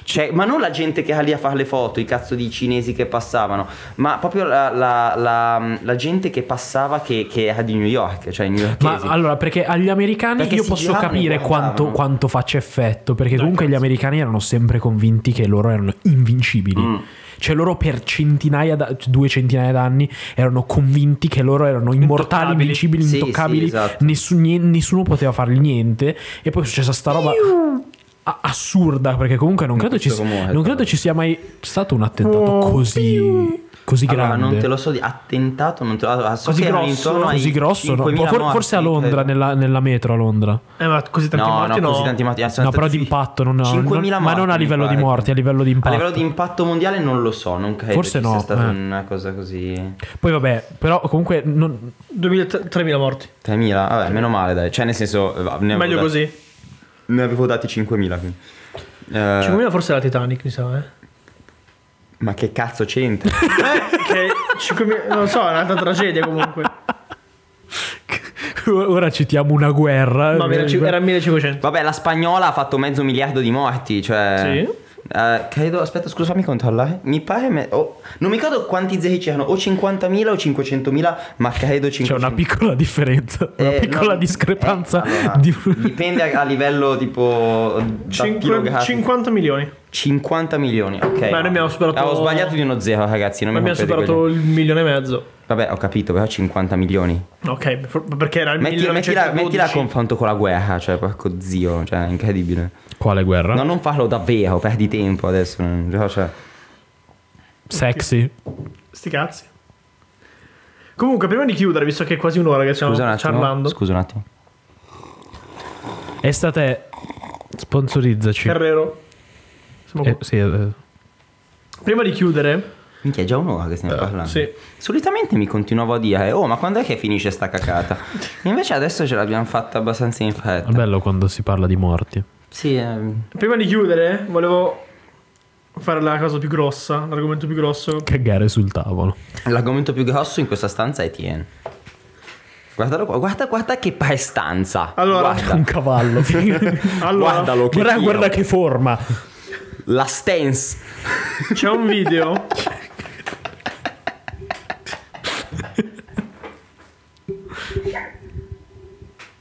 [SPEAKER 2] Cioè, ma non la gente che era lì a fare le foto, i cazzo di cinesi che passavano, ma proprio la, la- la- la gente che passava che, che era di New York, cioè New
[SPEAKER 3] Ma
[SPEAKER 2] Yorkesi.
[SPEAKER 3] allora, perché agli americani
[SPEAKER 2] Perché
[SPEAKER 3] io
[SPEAKER 2] si
[SPEAKER 3] posso
[SPEAKER 2] giravano e
[SPEAKER 3] capire
[SPEAKER 2] guardavano.
[SPEAKER 3] quanto, quanto faccia effetto. Perché comunque gli americani erano sempre convinti che loro erano invincibili.
[SPEAKER 2] Mm.
[SPEAKER 3] Cioè, loro per centinaia, da- due centinaia d'anni erano convinti che loro erano immortali,
[SPEAKER 1] Intoccabili.
[SPEAKER 3] invincibili,
[SPEAKER 2] Sì, sì,
[SPEAKER 3] intoccabili.
[SPEAKER 2] esatto.
[SPEAKER 3] nessun- nie- nessuno poteva fargli niente. E poi è successa sta roba. a- Assurda, perché comunque non credo, ci,
[SPEAKER 2] questo cioè?
[SPEAKER 3] si-
[SPEAKER 2] rumore,
[SPEAKER 3] non credo
[SPEAKER 2] però.
[SPEAKER 3] ci sia mai stato un attentato così, così
[SPEAKER 2] Allora,
[SPEAKER 3] grande.
[SPEAKER 2] non te lo so di attentato, non te lo so,
[SPEAKER 1] Così
[SPEAKER 2] che erano
[SPEAKER 1] grosso,
[SPEAKER 2] intorno ai
[SPEAKER 3] così grosso, no?
[SPEAKER 2] 5.000
[SPEAKER 3] For-
[SPEAKER 2] morti,
[SPEAKER 3] forse a Londra,
[SPEAKER 2] credo.
[SPEAKER 3] nella, nella metro a Londra.
[SPEAKER 1] Eh, ma così tanti
[SPEAKER 2] No, no,
[SPEAKER 1] morti
[SPEAKER 2] così tanti morti. Eh, sono
[SPEAKER 3] No,
[SPEAKER 2] stati
[SPEAKER 3] però
[SPEAKER 2] sui
[SPEAKER 3] d'impatto, non- non-
[SPEAKER 2] 5.000
[SPEAKER 3] ma non a
[SPEAKER 2] morti,
[SPEAKER 3] livello
[SPEAKER 2] mi
[SPEAKER 3] di
[SPEAKER 2] pare.
[SPEAKER 3] morti, a livello di
[SPEAKER 2] A
[SPEAKER 3] impatto.
[SPEAKER 2] livello di impatto mondiale non lo so, non credo
[SPEAKER 3] Forse
[SPEAKER 2] ci
[SPEAKER 3] no,
[SPEAKER 2] sia stata
[SPEAKER 3] eh.
[SPEAKER 2] una cosa così.
[SPEAKER 3] Poi vabbè, però comunque non- [LAUGHS]
[SPEAKER 1] 3.000 morti.
[SPEAKER 2] 3.000? Vabbè, meno male, dai. Cioè, nel senso, eh, va- ne avevo
[SPEAKER 1] Meglio
[SPEAKER 2] dati-
[SPEAKER 1] così.
[SPEAKER 2] Ne avevo dati 5.000. Quindi. Eh,
[SPEAKER 1] 5.000 forse è la Titanic, mi sa, eh.
[SPEAKER 2] Ma che cazzo
[SPEAKER 3] [LAUGHS]
[SPEAKER 2] c'entra?
[SPEAKER 1] che 5.000, non so, è un'altra tragedia
[SPEAKER 2] [LAUGHS]
[SPEAKER 1] comunque.
[SPEAKER 3] ora citiamo una guerra.
[SPEAKER 1] No, era, era 1.500.
[SPEAKER 2] Vabbè, la spagnola ha fatto mezzo miliardo di morti, cioè...
[SPEAKER 1] Sì.
[SPEAKER 2] Eh, credo, aspetta, scusa, fammi controllare. Mi pare. me- oh, non mi ricordo quanti zeri c'erano, o 50.000 o 500.000, ma credo 500.000.
[SPEAKER 3] C'è una piccola differenza, una
[SPEAKER 2] Eh,
[SPEAKER 3] piccola
[SPEAKER 2] no,
[SPEAKER 3] discrepanza.
[SPEAKER 2] eh, allora, [LAUGHS]
[SPEAKER 3] di-
[SPEAKER 2] dipende a, a livello tipo
[SPEAKER 1] Cinque-
[SPEAKER 2] dattilografico.
[SPEAKER 1] 50 milioni.
[SPEAKER 2] 50 milioni, ok.
[SPEAKER 1] Beh, noi abbiamo superato-
[SPEAKER 2] Avevo sbagliato di uno zero, ragazzi. Non
[SPEAKER 1] Ma
[SPEAKER 2] mi
[SPEAKER 1] abbiamo
[SPEAKER 2] rompete
[SPEAKER 1] superato
[SPEAKER 2] quelli.
[SPEAKER 1] il milione e mezzo.
[SPEAKER 2] Vabbè, ho capito, però 50 milioni.
[SPEAKER 1] Ok, for- perché era il
[SPEAKER 2] Metti, mettila,
[SPEAKER 1] 1912.
[SPEAKER 2] mettila a confronto con la guerra, cioè, porco zio, cioè, è incredibile.
[SPEAKER 3] Quale guerra?
[SPEAKER 2] No, non farlo davvero, perdi tempo adesso. non- però, Cioè,
[SPEAKER 3] Sexy.
[SPEAKER 1] Sti cazzi. Comunque, prima di chiudere, visto che è quasi un'ora che stiamo
[SPEAKER 2] scusa un attimo.
[SPEAKER 1] parlando,
[SPEAKER 2] Scusa un attimo.
[SPEAKER 3] Estate sponsorizzaci.
[SPEAKER 1] Ferrero. Siamo
[SPEAKER 3] Eh,
[SPEAKER 1] qua.
[SPEAKER 3] sì, eh,
[SPEAKER 1] Prima di chiudere,
[SPEAKER 2] Minchia, è già un'ora che stiamo parlando.
[SPEAKER 1] Eh, sì.
[SPEAKER 2] Solitamente mi continuavo a dire, oh, ma quando è che finisce
[SPEAKER 1] [LAUGHS]
[SPEAKER 2] sta cacata? Invece adesso ce l'abbiamo fatta abbastanza in
[SPEAKER 3] è
[SPEAKER 2] fretta.
[SPEAKER 3] bello quando si parla di morti.
[SPEAKER 2] Sì, ehm,
[SPEAKER 1] prima di chiudere, volevo fare la cosa più grossa, l'argomento più grosso.
[SPEAKER 3] Cagare sul tavolo.
[SPEAKER 2] l'argomento più grosso in questa stanza è Tien. Guardalo qua, guarda, guarda che prestanza.
[SPEAKER 1] Allora,
[SPEAKER 2] guarda. [LAUGHS]
[SPEAKER 3] Un cavallo.
[SPEAKER 1] Allora,
[SPEAKER 2] Guardalo, che
[SPEAKER 3] guarda,
[SPEAKER 2] fiero.
[SPEAKER 3] guarda che forma.
[SPEAKER 2] La stance.
[SPEAKER 1] c'è un video.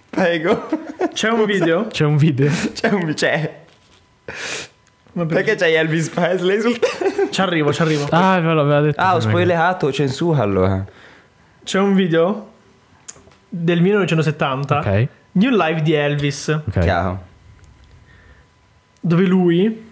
[SPEAKER 2] prego.
[SPEAKER 1] C'è un video?
[SPEAKER 3] C'è un video.
[SPEAKER 2] C'è un... C'è...
[SPEAKER 1] Vabbè.
[SPEAKER 2] Perché c'hai Elvis Presley sul...
[SPEAKER 1] Ci arrivo, ci arrivo.
[SPEAKER 3] Ah, ve l'aveva detto.
[SPEAKER 2] Ah, ho spoilerato, censura allora.
[SPEAKER 1] C'è un video del 1970
[SPEAKER 3] Ok,
[SPEAKER 1] di un live di Elvis
[SPEAKER 3] ok.
[SPEAKER 2] Chiaro.
[SPEAKER 1] dove lui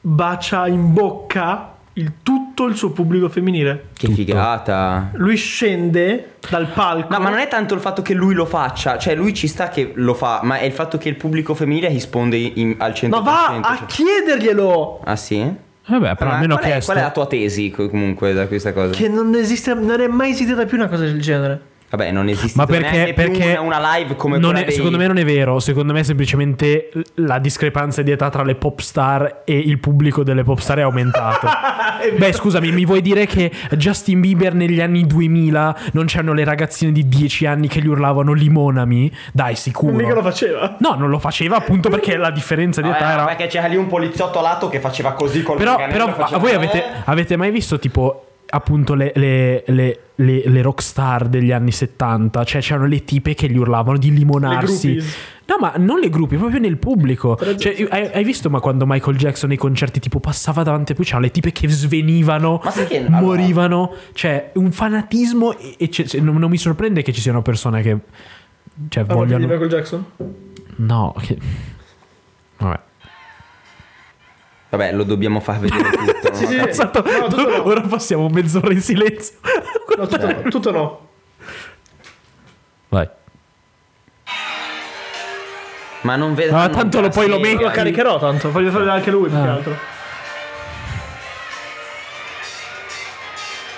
[SPEAKER 1] bacia in bocca il- tutto il suo pubblico femminile.
[SPEAKER 2] Che figata.
[SPEAKER 1] Lui scende dal palco.
[SPEAKER 2] No, ma non è tanto il fatto che lui lo faccia, cioè lui ci sta che lo fa, ma è il fatto che il pubblico femminile risponde in- al 100%.
[SPEAKER 1] Ma va a
[SPEAKER 2] cioè-
[SPEAKER 1] chiederglielo!
[SPEAKER 2] Ah sì?
[SPEAKER 3] Vabbè, Eh però
[SPEAKER 2] Ma
[SPEAKER 3] almeno ho
[SPEAKER 2] qual, è,
[SPEAKER 3] chiesto.
[SPEAKER 2] qual è la tua tesi co- comunque da questa cosa?
[SPEAKER 1] Che non esiste, non è mai esistita più una cosa del genere.
[SPEAKER 2] Vabbè, non esiste
[SPEAKER 3] Ma
[SPEAKER 2] non è
[SPEAKER 3] perché,
[SPEAKER 2] neanche più
[SPEAKER 3] perché
[SPEAKER 2] una, una live come
[SPEAKER 3] non
[SPEAKER 2] quella
[SPEAKER 3] è-
[SPEAKER 2] dei-
[SPEAKER 3] Secondo me non è vero. Secondo me, è semplicemente la discrepanza di età tra le pop star e il pubblico delle pop star è
[SPEAKER 2] [LAUGHS]
[SPEAKER 3] aumentata. Beh, scusami, mi vuoi dire che Justin Bieber negli anni 2000 non c'erano le ragazzine di 10 anni che gli urlavano limonami? Dai, sicuro.
[SPEAKER 1] Mica lo faceva. Ah,
[SPEAKER 3] No, non lo faceva appunto perché la differenza di
[SPEAKER 2] Vabbè,
[SPEAKER 3] età
[SPEAKER 2] ma
[SPEAKER 3] era.
[SPEAKER 2] perché c'era lì un poliziotto lato che faceva così col
[SPEAKER 3] Però,
[SPEAKER 2] manganello,
[SPEAKER 3] però ma
[SPEAKER 2] faceva-
[SPEAKER 3] voi avete, avete mai visto tipo appunto le, le, le, le, le rockstar degli anni 70? Cioè c'erano le tipe che gli urlavano di limonarsi.
[SPEAKER 1] groupies.
[SPEAKER 3] No, ma non le gruppi, proprio nel pubblico. Cioè, hai, hai visto ma quando Michael Jackson nei concerti tipo passava davanti a lui, c'erano le tipe che svenivano,
[SPEAKER 2] Ma sai che-
[SPEAKER 3] morivano. Cioè un fanatismo e, e c'è- se- non, non mi sorprende che ci siano persone che... Cioè
[SPEAKER 1] Ah, di
[SPEAKER 3] vogliono...
[SPEAKER 1] Michael Jackson?
[SPEAKER 3] No, che... Vabbè.
[SPEAKER 2] Vabbè, lo dobbiamo far vedere
[SPEAKER 3] [LAUGHS]
[SPEAKER 2] tutto.
[SPEAKER 1] Sì, sì,
[SPEAKER 2] no?
[SPEAKER 1] sì.
[SPEAKER 3] Esatto.
[SPEAKER 1] Eh, No, tutto no.
[SPEAKER 3] Ora passiamo mezz'ora in silenzio.
[SPEAKER 1] [LAUGHS] No, tutto no. Tutto no.
[SPEAKER 3] Vai.
[SPEAKER 2] Ma non vedo...
[SPEAKER 3] Ah, tanto lo- poi lo metti.
[SPEAKER 1] Lo caricherò tanto, voglio fare anche lui più che
[SPEAKER 3] Ah.
[SPEAKER 1] altro.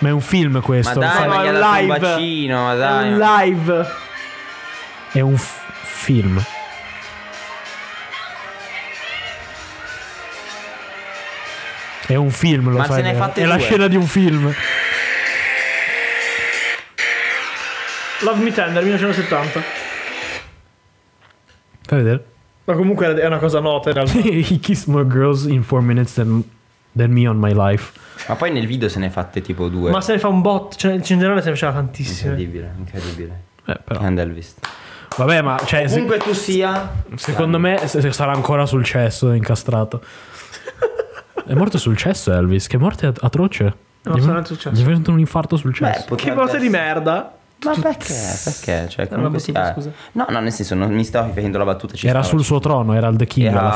[SPEAKER 3] Ma è un film
[SPEAKER 2] Ma
[SPEAKER 3] questo.
[SPEAKER 2] dai,
[SPEAKER 1] No,
[SPEAKER 2] ma
[SPEAKER 1] è
[SPEAKER 2] gli ha
[SPEAKER 1] un
[SPEAKER 2] dato un
[SPEAKER 1] live.
[SPEAKER 2] bacino, ma
[SPEAKER 1] È
[SPEAKER 2] dai.
[SPEAKER 1] un
[SPEAKER 2] ma-
[SPEAKER 1] live.
[SPEAKER 3] È un f- film. È un film, lo
[SPEAKER 2] Ma
[SPEAKER 3] sai.
[SPEAKER 2] se ne hai
[SPEAKER 3] vero?
[SPEAKER 2] fatte
[SPEAKER 3] è la
[SPEAKER 2] due.
[SPEAKER 3] scena di un film.
[SPEAKER 1] Love Me Tender 1970.
[SPEAKER 3] Fai vedere. [LAUGHS]
[SPEAKER 1] Ma comunque è una cosa nota in realtà.
[SPEAKER 3] He kissed more girls in four minutes than, than me on my life.
[SPEAKER 2] Ma poi nel video se ne è fatte tipo due.
[SPEAKER 1] Ma se ne fa un bot, cioè in generale se ne faceva tantissime.
[SPEAKER 2] Incredibile, incredibile.
[SPEAKER 3] Eh, Cioè, però.
[SPEAKER 2] Grande Elvis.
[SPEAKER 3] Vabbè, ma cioè, se-
[SPEAKER 2] Comunque tu sia...
[SPEAKER 3] secondo me se- se sarà ancora sul cesso incastrato. è morto sul cesso Elvis, che morte at- atroce.
[SPEAKER 1] Non
[SPEAKER 3] Gli-
[SPEAKER 1] so neanche sul cesso.
[SPEAKER 3] Gli è venuto un infarto sul cesso.
[SPEAKER 2] Beh, potrebbe
[SPEAKER 1] Che botte di
[SPEAKER 2] essere-
[SPEAKER 1] merda.
[SPEAKER 2] Ma perché? Perché? Cioè,
[SPEAKER 1] Era una
[SPEAKER 2] comunque
[SPEAKER 1] battuta,
[SPEAKER 2] sia-
[SPEAKER 1] scusa.
[SPEAKER 2] No, no, nel senso, non mi stavo riferendo alla battuta. Ci
[SPEAKER 3] Era
[SPEAKER 2] stavo.
[SPEAKER 3] sul suo trono, era il The King alla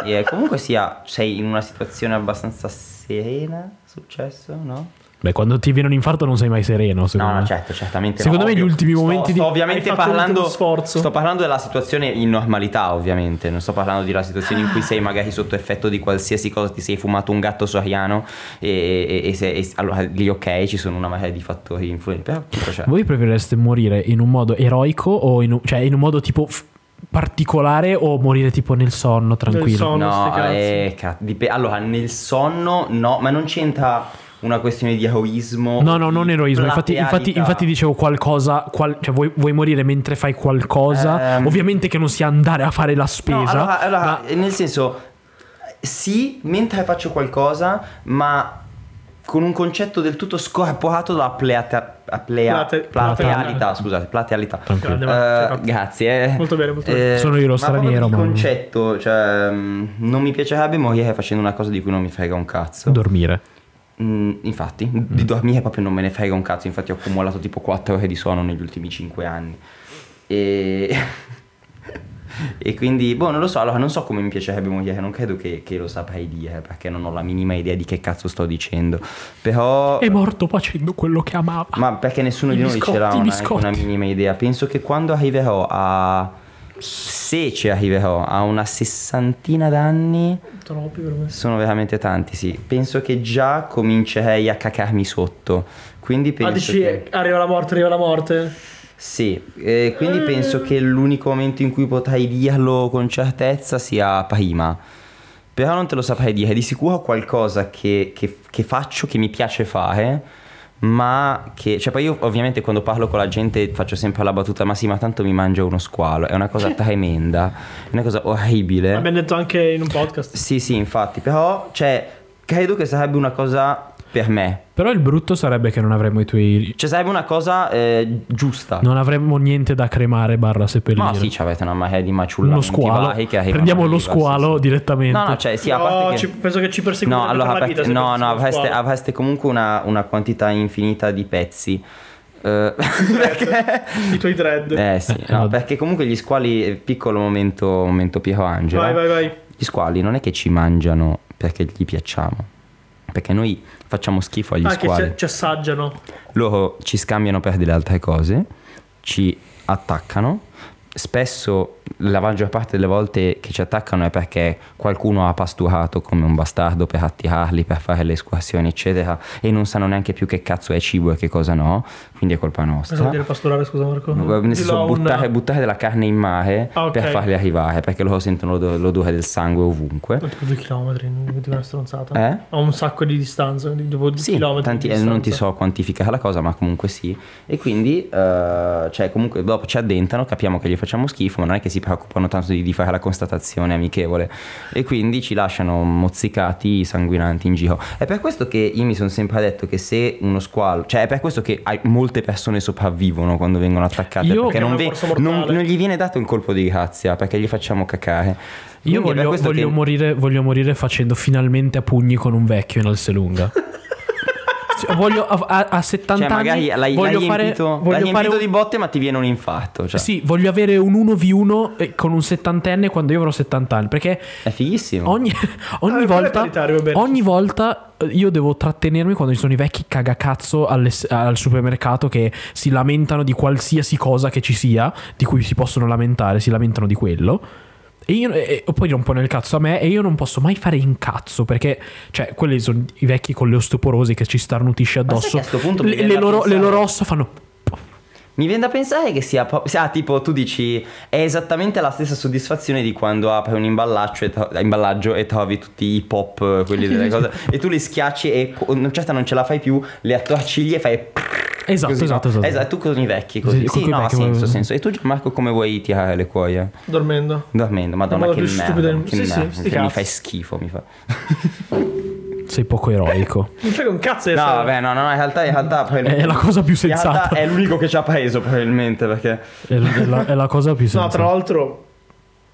[SPEAKER 3] fine.
[SPEAKER 2] Era- eh, comunque sia, sei in una situazione abbastanza serena, successo, no?
[SPEAKER 3] Beh, quando ti viene un infarto non sei mai sereno,
[SPEAKER 2] No,
[SPEAKER 3] secondo
[SPEAKER 2] no,
[SPEAKER 3] me.
[SPEAKER 2] certo, certamente.
[SPEAKER 3] Secondo
[SPEAKER 2] no,
[SPEAKER 3] me gli
[SPEAKER 2] ovvio.
[SPEAKER 3] ultimi
[SPEAKER 2] Sto-
[SPEAKER 3] momenti di-
[SPEAKER 2] sto ovviamente
[SPEAKER 1] Hai fatto
[SPEAKER 2] parlando
[SPEAKER 1] l'ultimo sforzo.
[SPEAKER 2] Sto parlando della situazione in normalità, ovviamente, non sto parlando della situazione in cui
[SPEAKER 3] Ah.
[SPEAKER 2] sei magari sotto effetto di qualsiasi cosa, ti sei fumato un gatto soriano e, e- e se- e- allora lì ok, ci sono una marea di fattori influenti, però cioè, tutto c'è.
[SPEAKER 3] Voi preferireste morire in un modo eroico o in un, cioè in un modo tipo f- particolare o morire tipo nel sonno tranquillo?
[SPEAKER 1] Nel sonno. sti
[SPEAKER 2] No,
[SPEAKER 1] cazzi.
[SPEAKER 2] eh, ca- dip- allora nel sonno no, ma non c'entra una questione di eroismo.
[SPEAKER 3] No,
[SPEAKER 2] o
[SPEAKER 3] no,
[SPEAKER 2] di
[SPEAKER 3] non eroismo. Infatti, infatti,
[SPEAKER 2] platealità.
[SPEAKER 3] infatti dicevo qualcosa. qual- cioè, vuoi, vuoi morire mentre fai qualcosa?
[SPEAKER 2] Ehm.
[SPEAKER 3] Ovviamente che non sia andare a fare la
[SPEAKER 2] No,
[SPEAKER 3] spesa.
[SPEAKER 2] allora, allora,
[SPEAKER 3] ma-
[SPEAKER 2] nel senso, sì, mentre faccio qualcosa, ma con un concetto del tutto scorporato dalla pleata- a plea-
[SPEAKER 1] Plate-
[SPEAKER 2] platealità, scusate, platealità.
[SPEAKER 3] Tranquillo.
[SPEAKER 2] Eh,
[SPEAKER 1] Grande, ma-
[SPEAKER 2] grazie. eh.
[SPEAKER 1] Molto bene, molto bene.
[SPEAKER 2] Eh,
[SPEAKER 3] Sono io lo
[SPEAKER 2] ma
[SPEAKER 3] straniero,
[SPEAKER 2] proprio
[SPEAKER 3] ma-
[SPEAKER 2] Il concetto, cioè, mm, non mi piacerebbe morire facendo una cosa di cui non mi frega un cazzo.
[SPEAKER 3] dormire.
[SPEAKER 2] Mm, infatti, di dormire proprio non me ne frega un cazzo. Infatti, ho accumulato tipo 4 ore di sonno negli ultimi 5 anni. E... [LAUGHS] e quindi, boh, non lo so. Allora, non so come mi piacerebbe morire. Non credo che, che lo saprei dire perché non ho la minima idea di che cazzo sto dicendo. Però.
[SPEAKER 3] È morto facendo quello che amava.
[SPEAKER 2] Ma perché nessuno
[SPEAKER 3] I
[SPEAKER 2] di noi ce l'ha
[SPEAKER 3] biscotti, i
[SPEAKER 2] una,
[SPEAKER 3] biscotti.
[SPEAKER 2] una minima idea. Penso che quando arriverò a. Se ci arriverò a una sessantina d'anni.
[SPEAKER 1] Troppi per me.
[SPEAKER 2] Sono veramente tanti, sì. Penso che già comincerei a cacarmi sotto. Quindi
[SPEAKER 1] Ah,
[SPEAKER 2] penso
[SPEAKER 1] dici
[SPEAKER 2] che...
[SPEAKER 1] arriva la morte, arriva la morte.
[SPEAKER 2] Sì, eh, quindi penso che l'unico momento in cui potrai dirlo con certezza sia prima. Però non te lo saprei dire, di sicuro qualcosa che, che- che faccio, che mi piace fare, ma che... Cioè poi io ovviamente quando parlo con la gente faccio sempre la battuta, ma sì, ma tanto mi mangio uno squalo, è una cosa tremenda, è una cosa orribile.
[SPEAKER 1] Abbiamo detto anche in un podcast.
[SPEAKER 2] Sì, sì, infatti, però, cioè, credo che sarebbe una cosa per me.
[SPEAKER 3] Però il brutto sarebbe che non avremmo i tuoi.
[SPEAKER 2] Cioè sarebbe una cosa eh, giusta.
[SPEAKER 3] Non avremmo niente da cremare barra seppellire.
[SPEAKER 2] Ma sì, ci avete una marea di
[SPEAKER 3] uno
[SPEAKER 2] maciullamenti
[SPEAKER 3] squalo.
[SPEAKER 2] vari che arrivano
[SPEAKER 3] Prendiamo
[SPEAKER 2] da
[SPEAKER 3] lo
[SPEAKER 2] diversi-
[SPEAKER 3] squalo direttamente.
[SPEAKER 2] No, no, cioè sì, a parte
[SPEAKER 1] No,
[SPEAKER 2] che...
[SPEAKER 1] Oh, ci- penso che ci perseguiamo
[SPEAKER 2] No, allora,
[SPEAKER 1] per la
[SPEAKER 2] perché-
[SPEAKER 1] vita. se
[SPEAKER 2] no,
[SPEAKER 1] pensi
[SPEAKER 2] no,
[SPEAKER 1] allo
[SPEAKER 2] avreste,
[SPEAKER 1] squalo.
[SPEAKER 2] avreste comunque una, una quantità infinita di pezzi. Eh, [LAUGHS] perché...
[SPEAKER 1] I tuoi dread.
[SPEAKER 2] Eh sì,
[SPEAKER 3] Eh,
[SPEAKER 2] no,
[SPEAKER 3] vabbè.
[SPEAKER 2] perché comunque gli squali, eh, piccolo momento, momento Piero Angela,
[SPEAKER 1] vai, vai, vai.
[SPEAKER 2] gli squali non è che ci mangiano perché gli piacciamo, perché noi facciamo schifo agli
[SPEAKER 1] Ah, che
[SPEAKER 2] squali,
[SPEAKER 1] ci- ci assaggiano.
[SPEAKER 2] loro ci scambiano per delle altre cose, ci attaccano, spesso la maggior parte delle volte che ci attaccano è perché qualcuno ha pasturato come un bastardo per attirarli, per fare le escursioni eccetera e non sanno neanche più che cazzo è cibo e che cosa no, quindi è colpa
[SPEAKER 5] Cosa vuol
[SPEAKER 2] nostra.
[SPEAKER 5] dire pastorare, scusa Marco?
[SPEAKER 2] Nel senso,
[SPEAKER 5] Dillo a un-
[SPEAKER 2] buttare, buttare della carne in mare
[SPEAKER 1] Ah, ok.
[SPEAKER 2] per farli arrivare, perché loro sentono l'odo- l'odore del sangue ovunque.
[SPEAKER 5] Ho tipo due chilometri, non vedo una stronzata.
[SPEAKER 2] Eh?
[SPEAKER 5] Ho un sacco di distanza, quindi dopo due
[SPEAKER 2] Sì,
[SPEAKER 5] chilometri.
[SPEAKER 2] tanti-
[SPEAKER 5] di
[SPEAKER 2] eh, non ti
[SPEAKER 5] distanza.
[SPEAKER 2] so quantificare la cosa, ma comunque sì. E quindi, eh, cioè, comunque dopo ci addentano, capiamo che gli facciamo schifo, ma non è che si preoccupano tanto di, di fare la constatazione amichevole. E quindi ci lasciano mozzicati, sanguinanti in giro. È per questo che io mi sono sempre detto che se uno squalo, cioè, è per questo che hai- molte persone sopravvivono quando vengono attaccate,
[SPEAKER 3] Io-
[SPEAKER 2] perché
[SPEAKER 1] Che è
[SPEAKER 2] non,
[SPEAKER 1] una
[SPEAKER 2] ve-
[SPEAKER 1] forza mortale.
[SPEAKER 2] non- non gli viene dato il colpo di grazia, perché gli facciamo cacare.
[SPEAKER 3] Io
[SPEAKER 2] Quindi è per
[SPEAKER 3] voglio,
[SPEAKER 2] questo
[SPEAKER 3] voglio
[SPEAKER 2] che-
[SPEAKER 3] morire, voglio morire facendo finalmente a pugni con un vecchio
[SPEAKER 2] [LAUGHS]
[SPEAKER 3] in Alselunga. Cioè, voglio a, a- a 70
[SPEAKER 2] Cioè, magari
[SPEAKER 3] anni
[SPEAKER 2] l'hai, l'hai
[SPEAKER 3] voglio
[SPEAKER 2] riempito,
[SPEAKER 3] fare,
[SPEAKER 2] l'hai
[SPEAKER 3] voglio
[SPEAKER 2] riempito
[SPEAKER 3] fare un-
[SPEAKER 2] di botte, ma ti viene un infarto. Cioè.
[SPEAKER 3] Sì, voglio avere un 1v1 eh, con un settantenne quando io avrò 70 anni. Perché
[SPEAKER 2] È fighissimo.
[SPEAKER 3] ogni, [LAUGHS] ogni
[SPEAKER 1] Ah, quello è
[SPEAKER 3] volta,
[SPEAKER 1] paritario, va bene.
[SPEAKER 3] ogni volta eh, io devo trattenermi quando ci sono i vecchi cagacazzo alle- al supermercato che si lamentano di qualsiasi cosa che ci sia, di cui si possono lamentare, si lamentano di quello. E io, e- e poi rompono il cazzo a me e io non posso mai fare incazzo perché, cioè, quelli sono i vecchi con le osteoporosi che ci starnutisce
[SPEAKER 2] sai che
[SPEAKER 3] addosso.
[SPEAKER 2] a sto punto mi
[SPEAKER 3] le,
[SPEAKER 2] viene
[SPEAKER 3] le
[SPEAKER 2] da
[SPEAKER 3] loro, le
[SPEAKER 2] pensare-
[SPEAKER 3] loro ossa fanno.
[SPEAKER 2] Mi viene da pensare che sia, po- sia tipo tu dici è esattamente la stessa soddisfazione di quando apri un imballaccio e tro- imballaggio e trovi tutti i pop eh, quelli delle
[SPEAKER 3] [LAUGHS]
[SPEAKER 2] cose e tu li schiacci e co- una certa non ce la fai più, le attorcigli e fai
[SPEAKER 3] Esatto,
[SPEAKER 2] così, no?
[SPEAKER 3] esatto, esatto.
[SPEAKER 2] tu con i vecchi così.
[SPEAKER 3] Sì,
[SPEAKER 2] Sì,
[SPEAKER 3] con quei
[SPEAKER 2] no, ha
[SPEAKER 3] vecchi,
[SPEAKER 2] senso,
[SPEAKER 3] eh.
[SPEAKER 2] senso. E tu Gianmarco come vuoi tirare le cuoie?
[SPEAKER 1] Dormendo.
[SPEAKER 2] Dormendo, madonna
[SPEAKER 1] modo
[SPEAKER 2] che
[SPEAKER 1] più stupido
[SPEAKER 2] merda,
[SPEAKER 1] del-
[SPEAKER 2] che
[SPEAKER 1] sì, sì,
[SPEAKER 2] merda,
[SPEAKER 1] sti
[SPEAKER 2] che mi
[SPEAKER 1] cazzi.
[SPEAKER 2] fai schifo, mi fa.
[SPEAKER 3] Sei
[SPEAKER 2] [LAUGHS]
[SPEAKER 3] poco eroico.
[SPEAKER 1] Non frega un cazzo di
[SPEAKER 2] No,
[SPEAKER 1] essere-
[SPEAKER 2] vabbè, no, no, in realtà, in realtà probabilmente-
[SPEAKER 3] [LAUGHS] È la cosa più
[SPEAKER 2] in realtà
[SPEAKER 3] sensata.
[SPEAKER 2] È l'unico che ci ha preso, probabilmente, perché
[SPEAKER 3] È la, è la- è la cosa più
[SPEAKER 1] No,
[SPEAKER 3] sensata.
[SPEAKER 1] tra l'altro.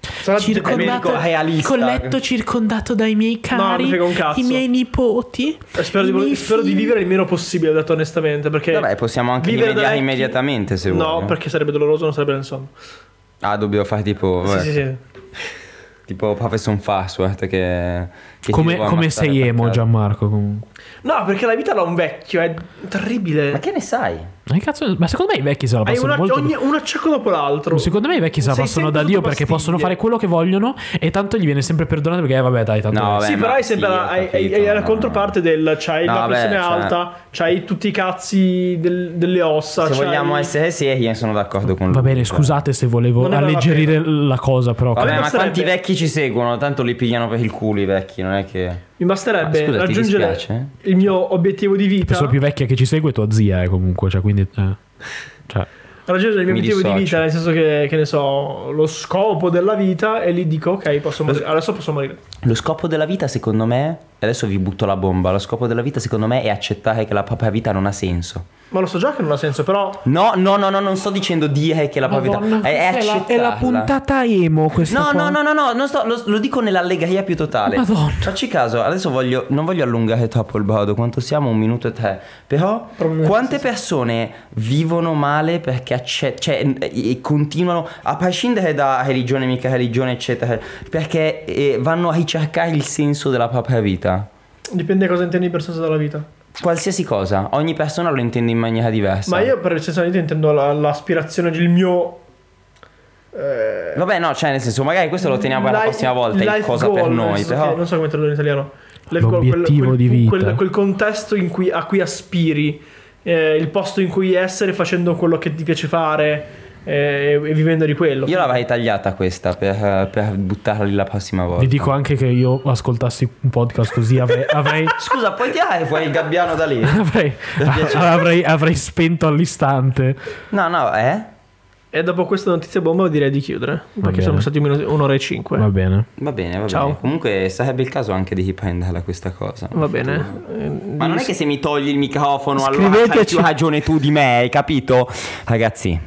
[SPEAKER 1] Sarà
[SPEAKER 2] Circondato- medico realista. colletto
[SPEAKER 3] circondato dai miei
[SPEAKER 1] non mi frega un cazzo. i miei
[SPEAKER 3] nipoti.
[SPEAKER 1] Eh, Spero, di, spero di vivere il meno possibile, ho detto onestamente. Perché
[SPEAKER 2] Vabbè, possiamo anche
[SPEAKER 1] vivere da
[SPEAKER 2] rimediare
[SPEAKER 1] vecchi-
[SPEAKER 2] immediatamente se vuoi. eh.
[SPEAKER 1] No, perché sarebbe doloroso, non sarebbe nel sonno.
[SPEAKER 2] Ah, dobbiamo fare tipo.
[SPEAKER 1] Sì,
[SPEAKER 2] vabbè,
[SPEAKER 1] sì, sì.
[SPEAKER 2] Tipo Professor Fastworth che. che ti
[SPEAKER 3] Come,
[SPEAKER 2] devo
[SPEAKER 3] come
[SPEAKER 2] ammazzare
[SPEAKER 3] sei
[SPEAKER 2] per
[SPEAKER 3] emo,
[SPEAKER 2] caso.
[SPEAKER 3] Gianmarco? Comunque.
[SPEAKER 1] No, perché la vita da un vecchio è
[SPEAKER 2] Ma
[SPEAKER 1] terribile.
[SPEAKER 2] che ne sai?
[SPEAKER 3] Ma, che cazzo, ma secondo me i vecchi se la
[SPEAKER 1] Hai
[SPEAKER 3] passano
[SPEAKER 1] una,
[SPEAKER 3] molto.
[SPEAKER 1] ogni- un acciacco dopo l'altro.
[SPEAKER 3] Secondo me i vecchi se la
[SPEAKER 1] Sei
[SPEAKER 3] passano
[SPEAKER 1] sempre
[SPEAKER 3] da Dio
[SPEAKER 1] sotto
[SPEAKER 3] perché possono fare
[SPEAKER 1] pastiglie.
[SPEAKER 3] quello che vogliono e tanto gli viene sempre perdonato perché, eh, vabbè, dai, tanto.
[SPEAKER 2] No, vabbè.
[SPEAKER 1] Sì,
[SPEAKER 2] ma
[SPEAKER 1] però hai sempre
[SPEAKER 2] sì,
[SPEAKER 1] la,
[SPEAKER 2] ho
[SPEAKER 1] hai-
[SPEAKER 2] capito,
[SPEAKER 1] hai la
[SPEAKER 2] no.
[SPEAKER 1] controparte del c'hai
[SPEAKER 2] No,
[SPEAKER 1] la
[SPEAKER 2] vabbè,
[SPEAKER 1] pressione
[SPEAKER 2] cioè-
[SPEAKER 1] alta, c'hai tutti i cazzi del- delle ossa.
[SPEAKER 2] Se
[SPEAKER 1] c'hai-
[SPEAKER 2] vogliamo essere seri, io sono d'accordo con lui.
[SPEAKER 3] Va bene,
[SPEAKER 2] cioè.
[SPEAKER 3] scusate se volevo
[SPEAKER 1] Non ne vale la
[SPEAKER 3] alleggerire la cosa, però.
[SPEAKER 2] Vabbè, ma
[SPEAKER 1] Come sarebbe-
[SPEAKER 2] quanti vecchi ci seguono? Tanto li pigliano per il culo i vecchi, non è che.
[SPEAKER 1] Mi basterebbe
[SPEAKER 2] Ma Ah, scusa, ti
[SPEAKER 1] raggiungere
[SPEAKER 2] dispiace? eh?
[SPEAKER 1] il mio obiettivo di
[SPEAKER 3] La
[SPEAKER 1] vita.
[SPEAKER 3] persona più vecchia che ci segue è tua zia, eh, comunque. Cioè, quindi. eh, cioè.
[SPEAKER 1] Raggiungere il mio
[SPEAKER 2] Mi
[SPEAKER 1] obiettivo di
[SPEAKER 2] dissocio.
[SPEAKER 1] vita, nel senso che, che ne so, lo scopo della vita, e lì dico, ok, posso morire. adesso posso morire.
[SPEAKER 2] Lo scopo della vita, secondo me. Adesso vi butto la bomba. Lo scopo della vita, secondo me, è accettare che la propria vita non ha senso.
[SPEAKER 1] Ma lo so già che non ha senso, però.
[SPEAKER 2] No, no, no, no, non sto dicendo dire che la propria
[SPEAKER 3] Madonna,
[SPEAKER 2] vita. È, è
[SPEAKER 3] questa la, è la
[SPEAKER 2] accettarla.
[SPEAKER 3] puntata emo questa
[SPEAKER 2] No,
[SPEAKER 3] qua.
[SPEAKER 2] no, no, no, no, non sto- lo, lo dico nell'allegria più totale.
[SPEAKER 3] Madonna.
[SPEAKER 2] Facci caso, adesso voglio, non voglio allungare troppo il brodo, quanto siamo? Un minuto e tre. Però,
[SPEAKER 1] Probabilmente
[SPEAKER 2] quante persone vivono male perché acce- cioè, e- e continuano, a prescindere da religione, mica religione, eccetera, perché eh, vanno a ricercare il senso della propria vita?
[SPEAKER 1] Dipende cosa intendi per senso della vita.
[SPEAKER 2] Qualsiasi cosa, ogni persona lo intende in maniera diversa.
[SPEAKER 1] Ma io per il senso della vita intendo la- l'aspirazione, il mio. eh,
[SPEAKER 2] Vabbè, no, cioè, nel senso, magari questo lo teniamo per la
[SPEAKER 1] life-
[SPEAKER 2] prossima volta,
[SPEAKER 1] life
[SPEAKER 2] il cosa
[SPEAKER 1] goal,
[SPEAKER 2] per
[SPEAKER 1] nel
[SPEAKER 2] noi.
[SPEAKER 1] senso
[SPEAKER 2] Però...
[SPEAKER 1] che- non so come tradurlo in italiano. Life
[SPEAKER 3] L'obiettivo di vita.
[SPEAKER 1] Quel, quel contesto in cui- a cui aspiri, eh, il posto in cui essere facendo quello che ti piace fare eh, e e vivendo di quello.
[SPEAKER 2] Io l'avrei tagliata questa per, per buttarla lì la prossima volta.
[SPEAKER 3] Vi dico anche che io ascoltassi un podcast così avrei, avrei,
[SPEAKER 2] Scusa, puoi tirare fuori il gabbiano da lì?
[SPEAKER 3] avrei, avrei- avrei spento all'istante.
[SPEAKER 2] No, no, eh?
[SPEAKER 4] E dopo questa notizia bomba direi di chiudere. Perché
[SPEAKER 3] bene.
[SPEAKER 4] siamo stati un minu- un'ora e cinque.
[SPEAKER 3] Va bene.
[SPEAKER 2] Va bene, va
[SPEAKER 4] Ciao.
[SPEAKER 2] bene. Comunque sarebbe il caso anche di riprendere questa cosa.
[SPEAKER 4] Va bene. Eh,
[SPEAKER 2] Ma non è che se mi togli il microfono allora hai
[SPEAKER 4] Scriveteci.
[SPEAKER 2] più ragione tu di me, hai capito? Ragazzi,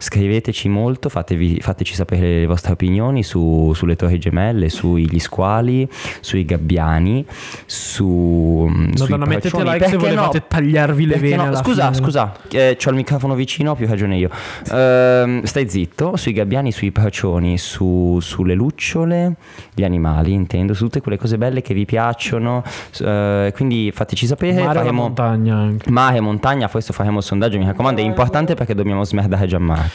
[SPEAKER 2] scriveteci molto, fatevi- fateci sapere le vostre opinioni su- sulle torri gemelle, sugli squali, sui gabbiani, su... sui
[SPEAKER 3] Madonna, mettete
[SPEAKER 2] procioni.
[SPEAKER 3] like se
[SPEAKER 2] Perché no?
[SPEAKER 3] volevate tagliarliarvi le
[SPEAKER 2] Perché
[SPEAKER 3] vene.
[SPEAKER 2] no?
[SPEAKER 3] alla
[SPEAKER 2] Scusa,
[SPEAKER 3] fine.
[SPEAKER 2] scusa, eh, c'ho il microfono vicino, ho più ragione io. Ehm, stai zitto, sui gabbiani, sui procioni, su- sulle lucciole, gli animali, intendo, su tutte quelle cose belle che vi piacciono. s- eh, quindi fateci sapere,
[SPEAKER 3] Mare alla
[SPEAKER 2] faremo
[SPEAKER 3] montagna anche.
[SPEAKER 2] mare, montagna, questo faremo il sondaggio, mi raccomando, è importante perché dobbiamo smerdare Gianmarco.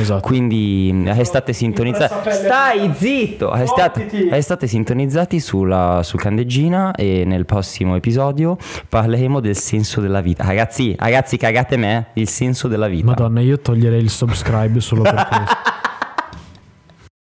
[SPEAKER 3] Esatto.
[SPEAKER 2] Quindi mh, restate sintonizzati. Stai zitto! Eh, Restate, restate sintonizzati sulla, su Candeggina e nel prossimo episodio parleremo del senso della vita. Ragazzi, ragazzi, cagate me, eh, il senso della vita.
[SPEAKER 3] Madonna, io toglierei il subscribe solo per questo.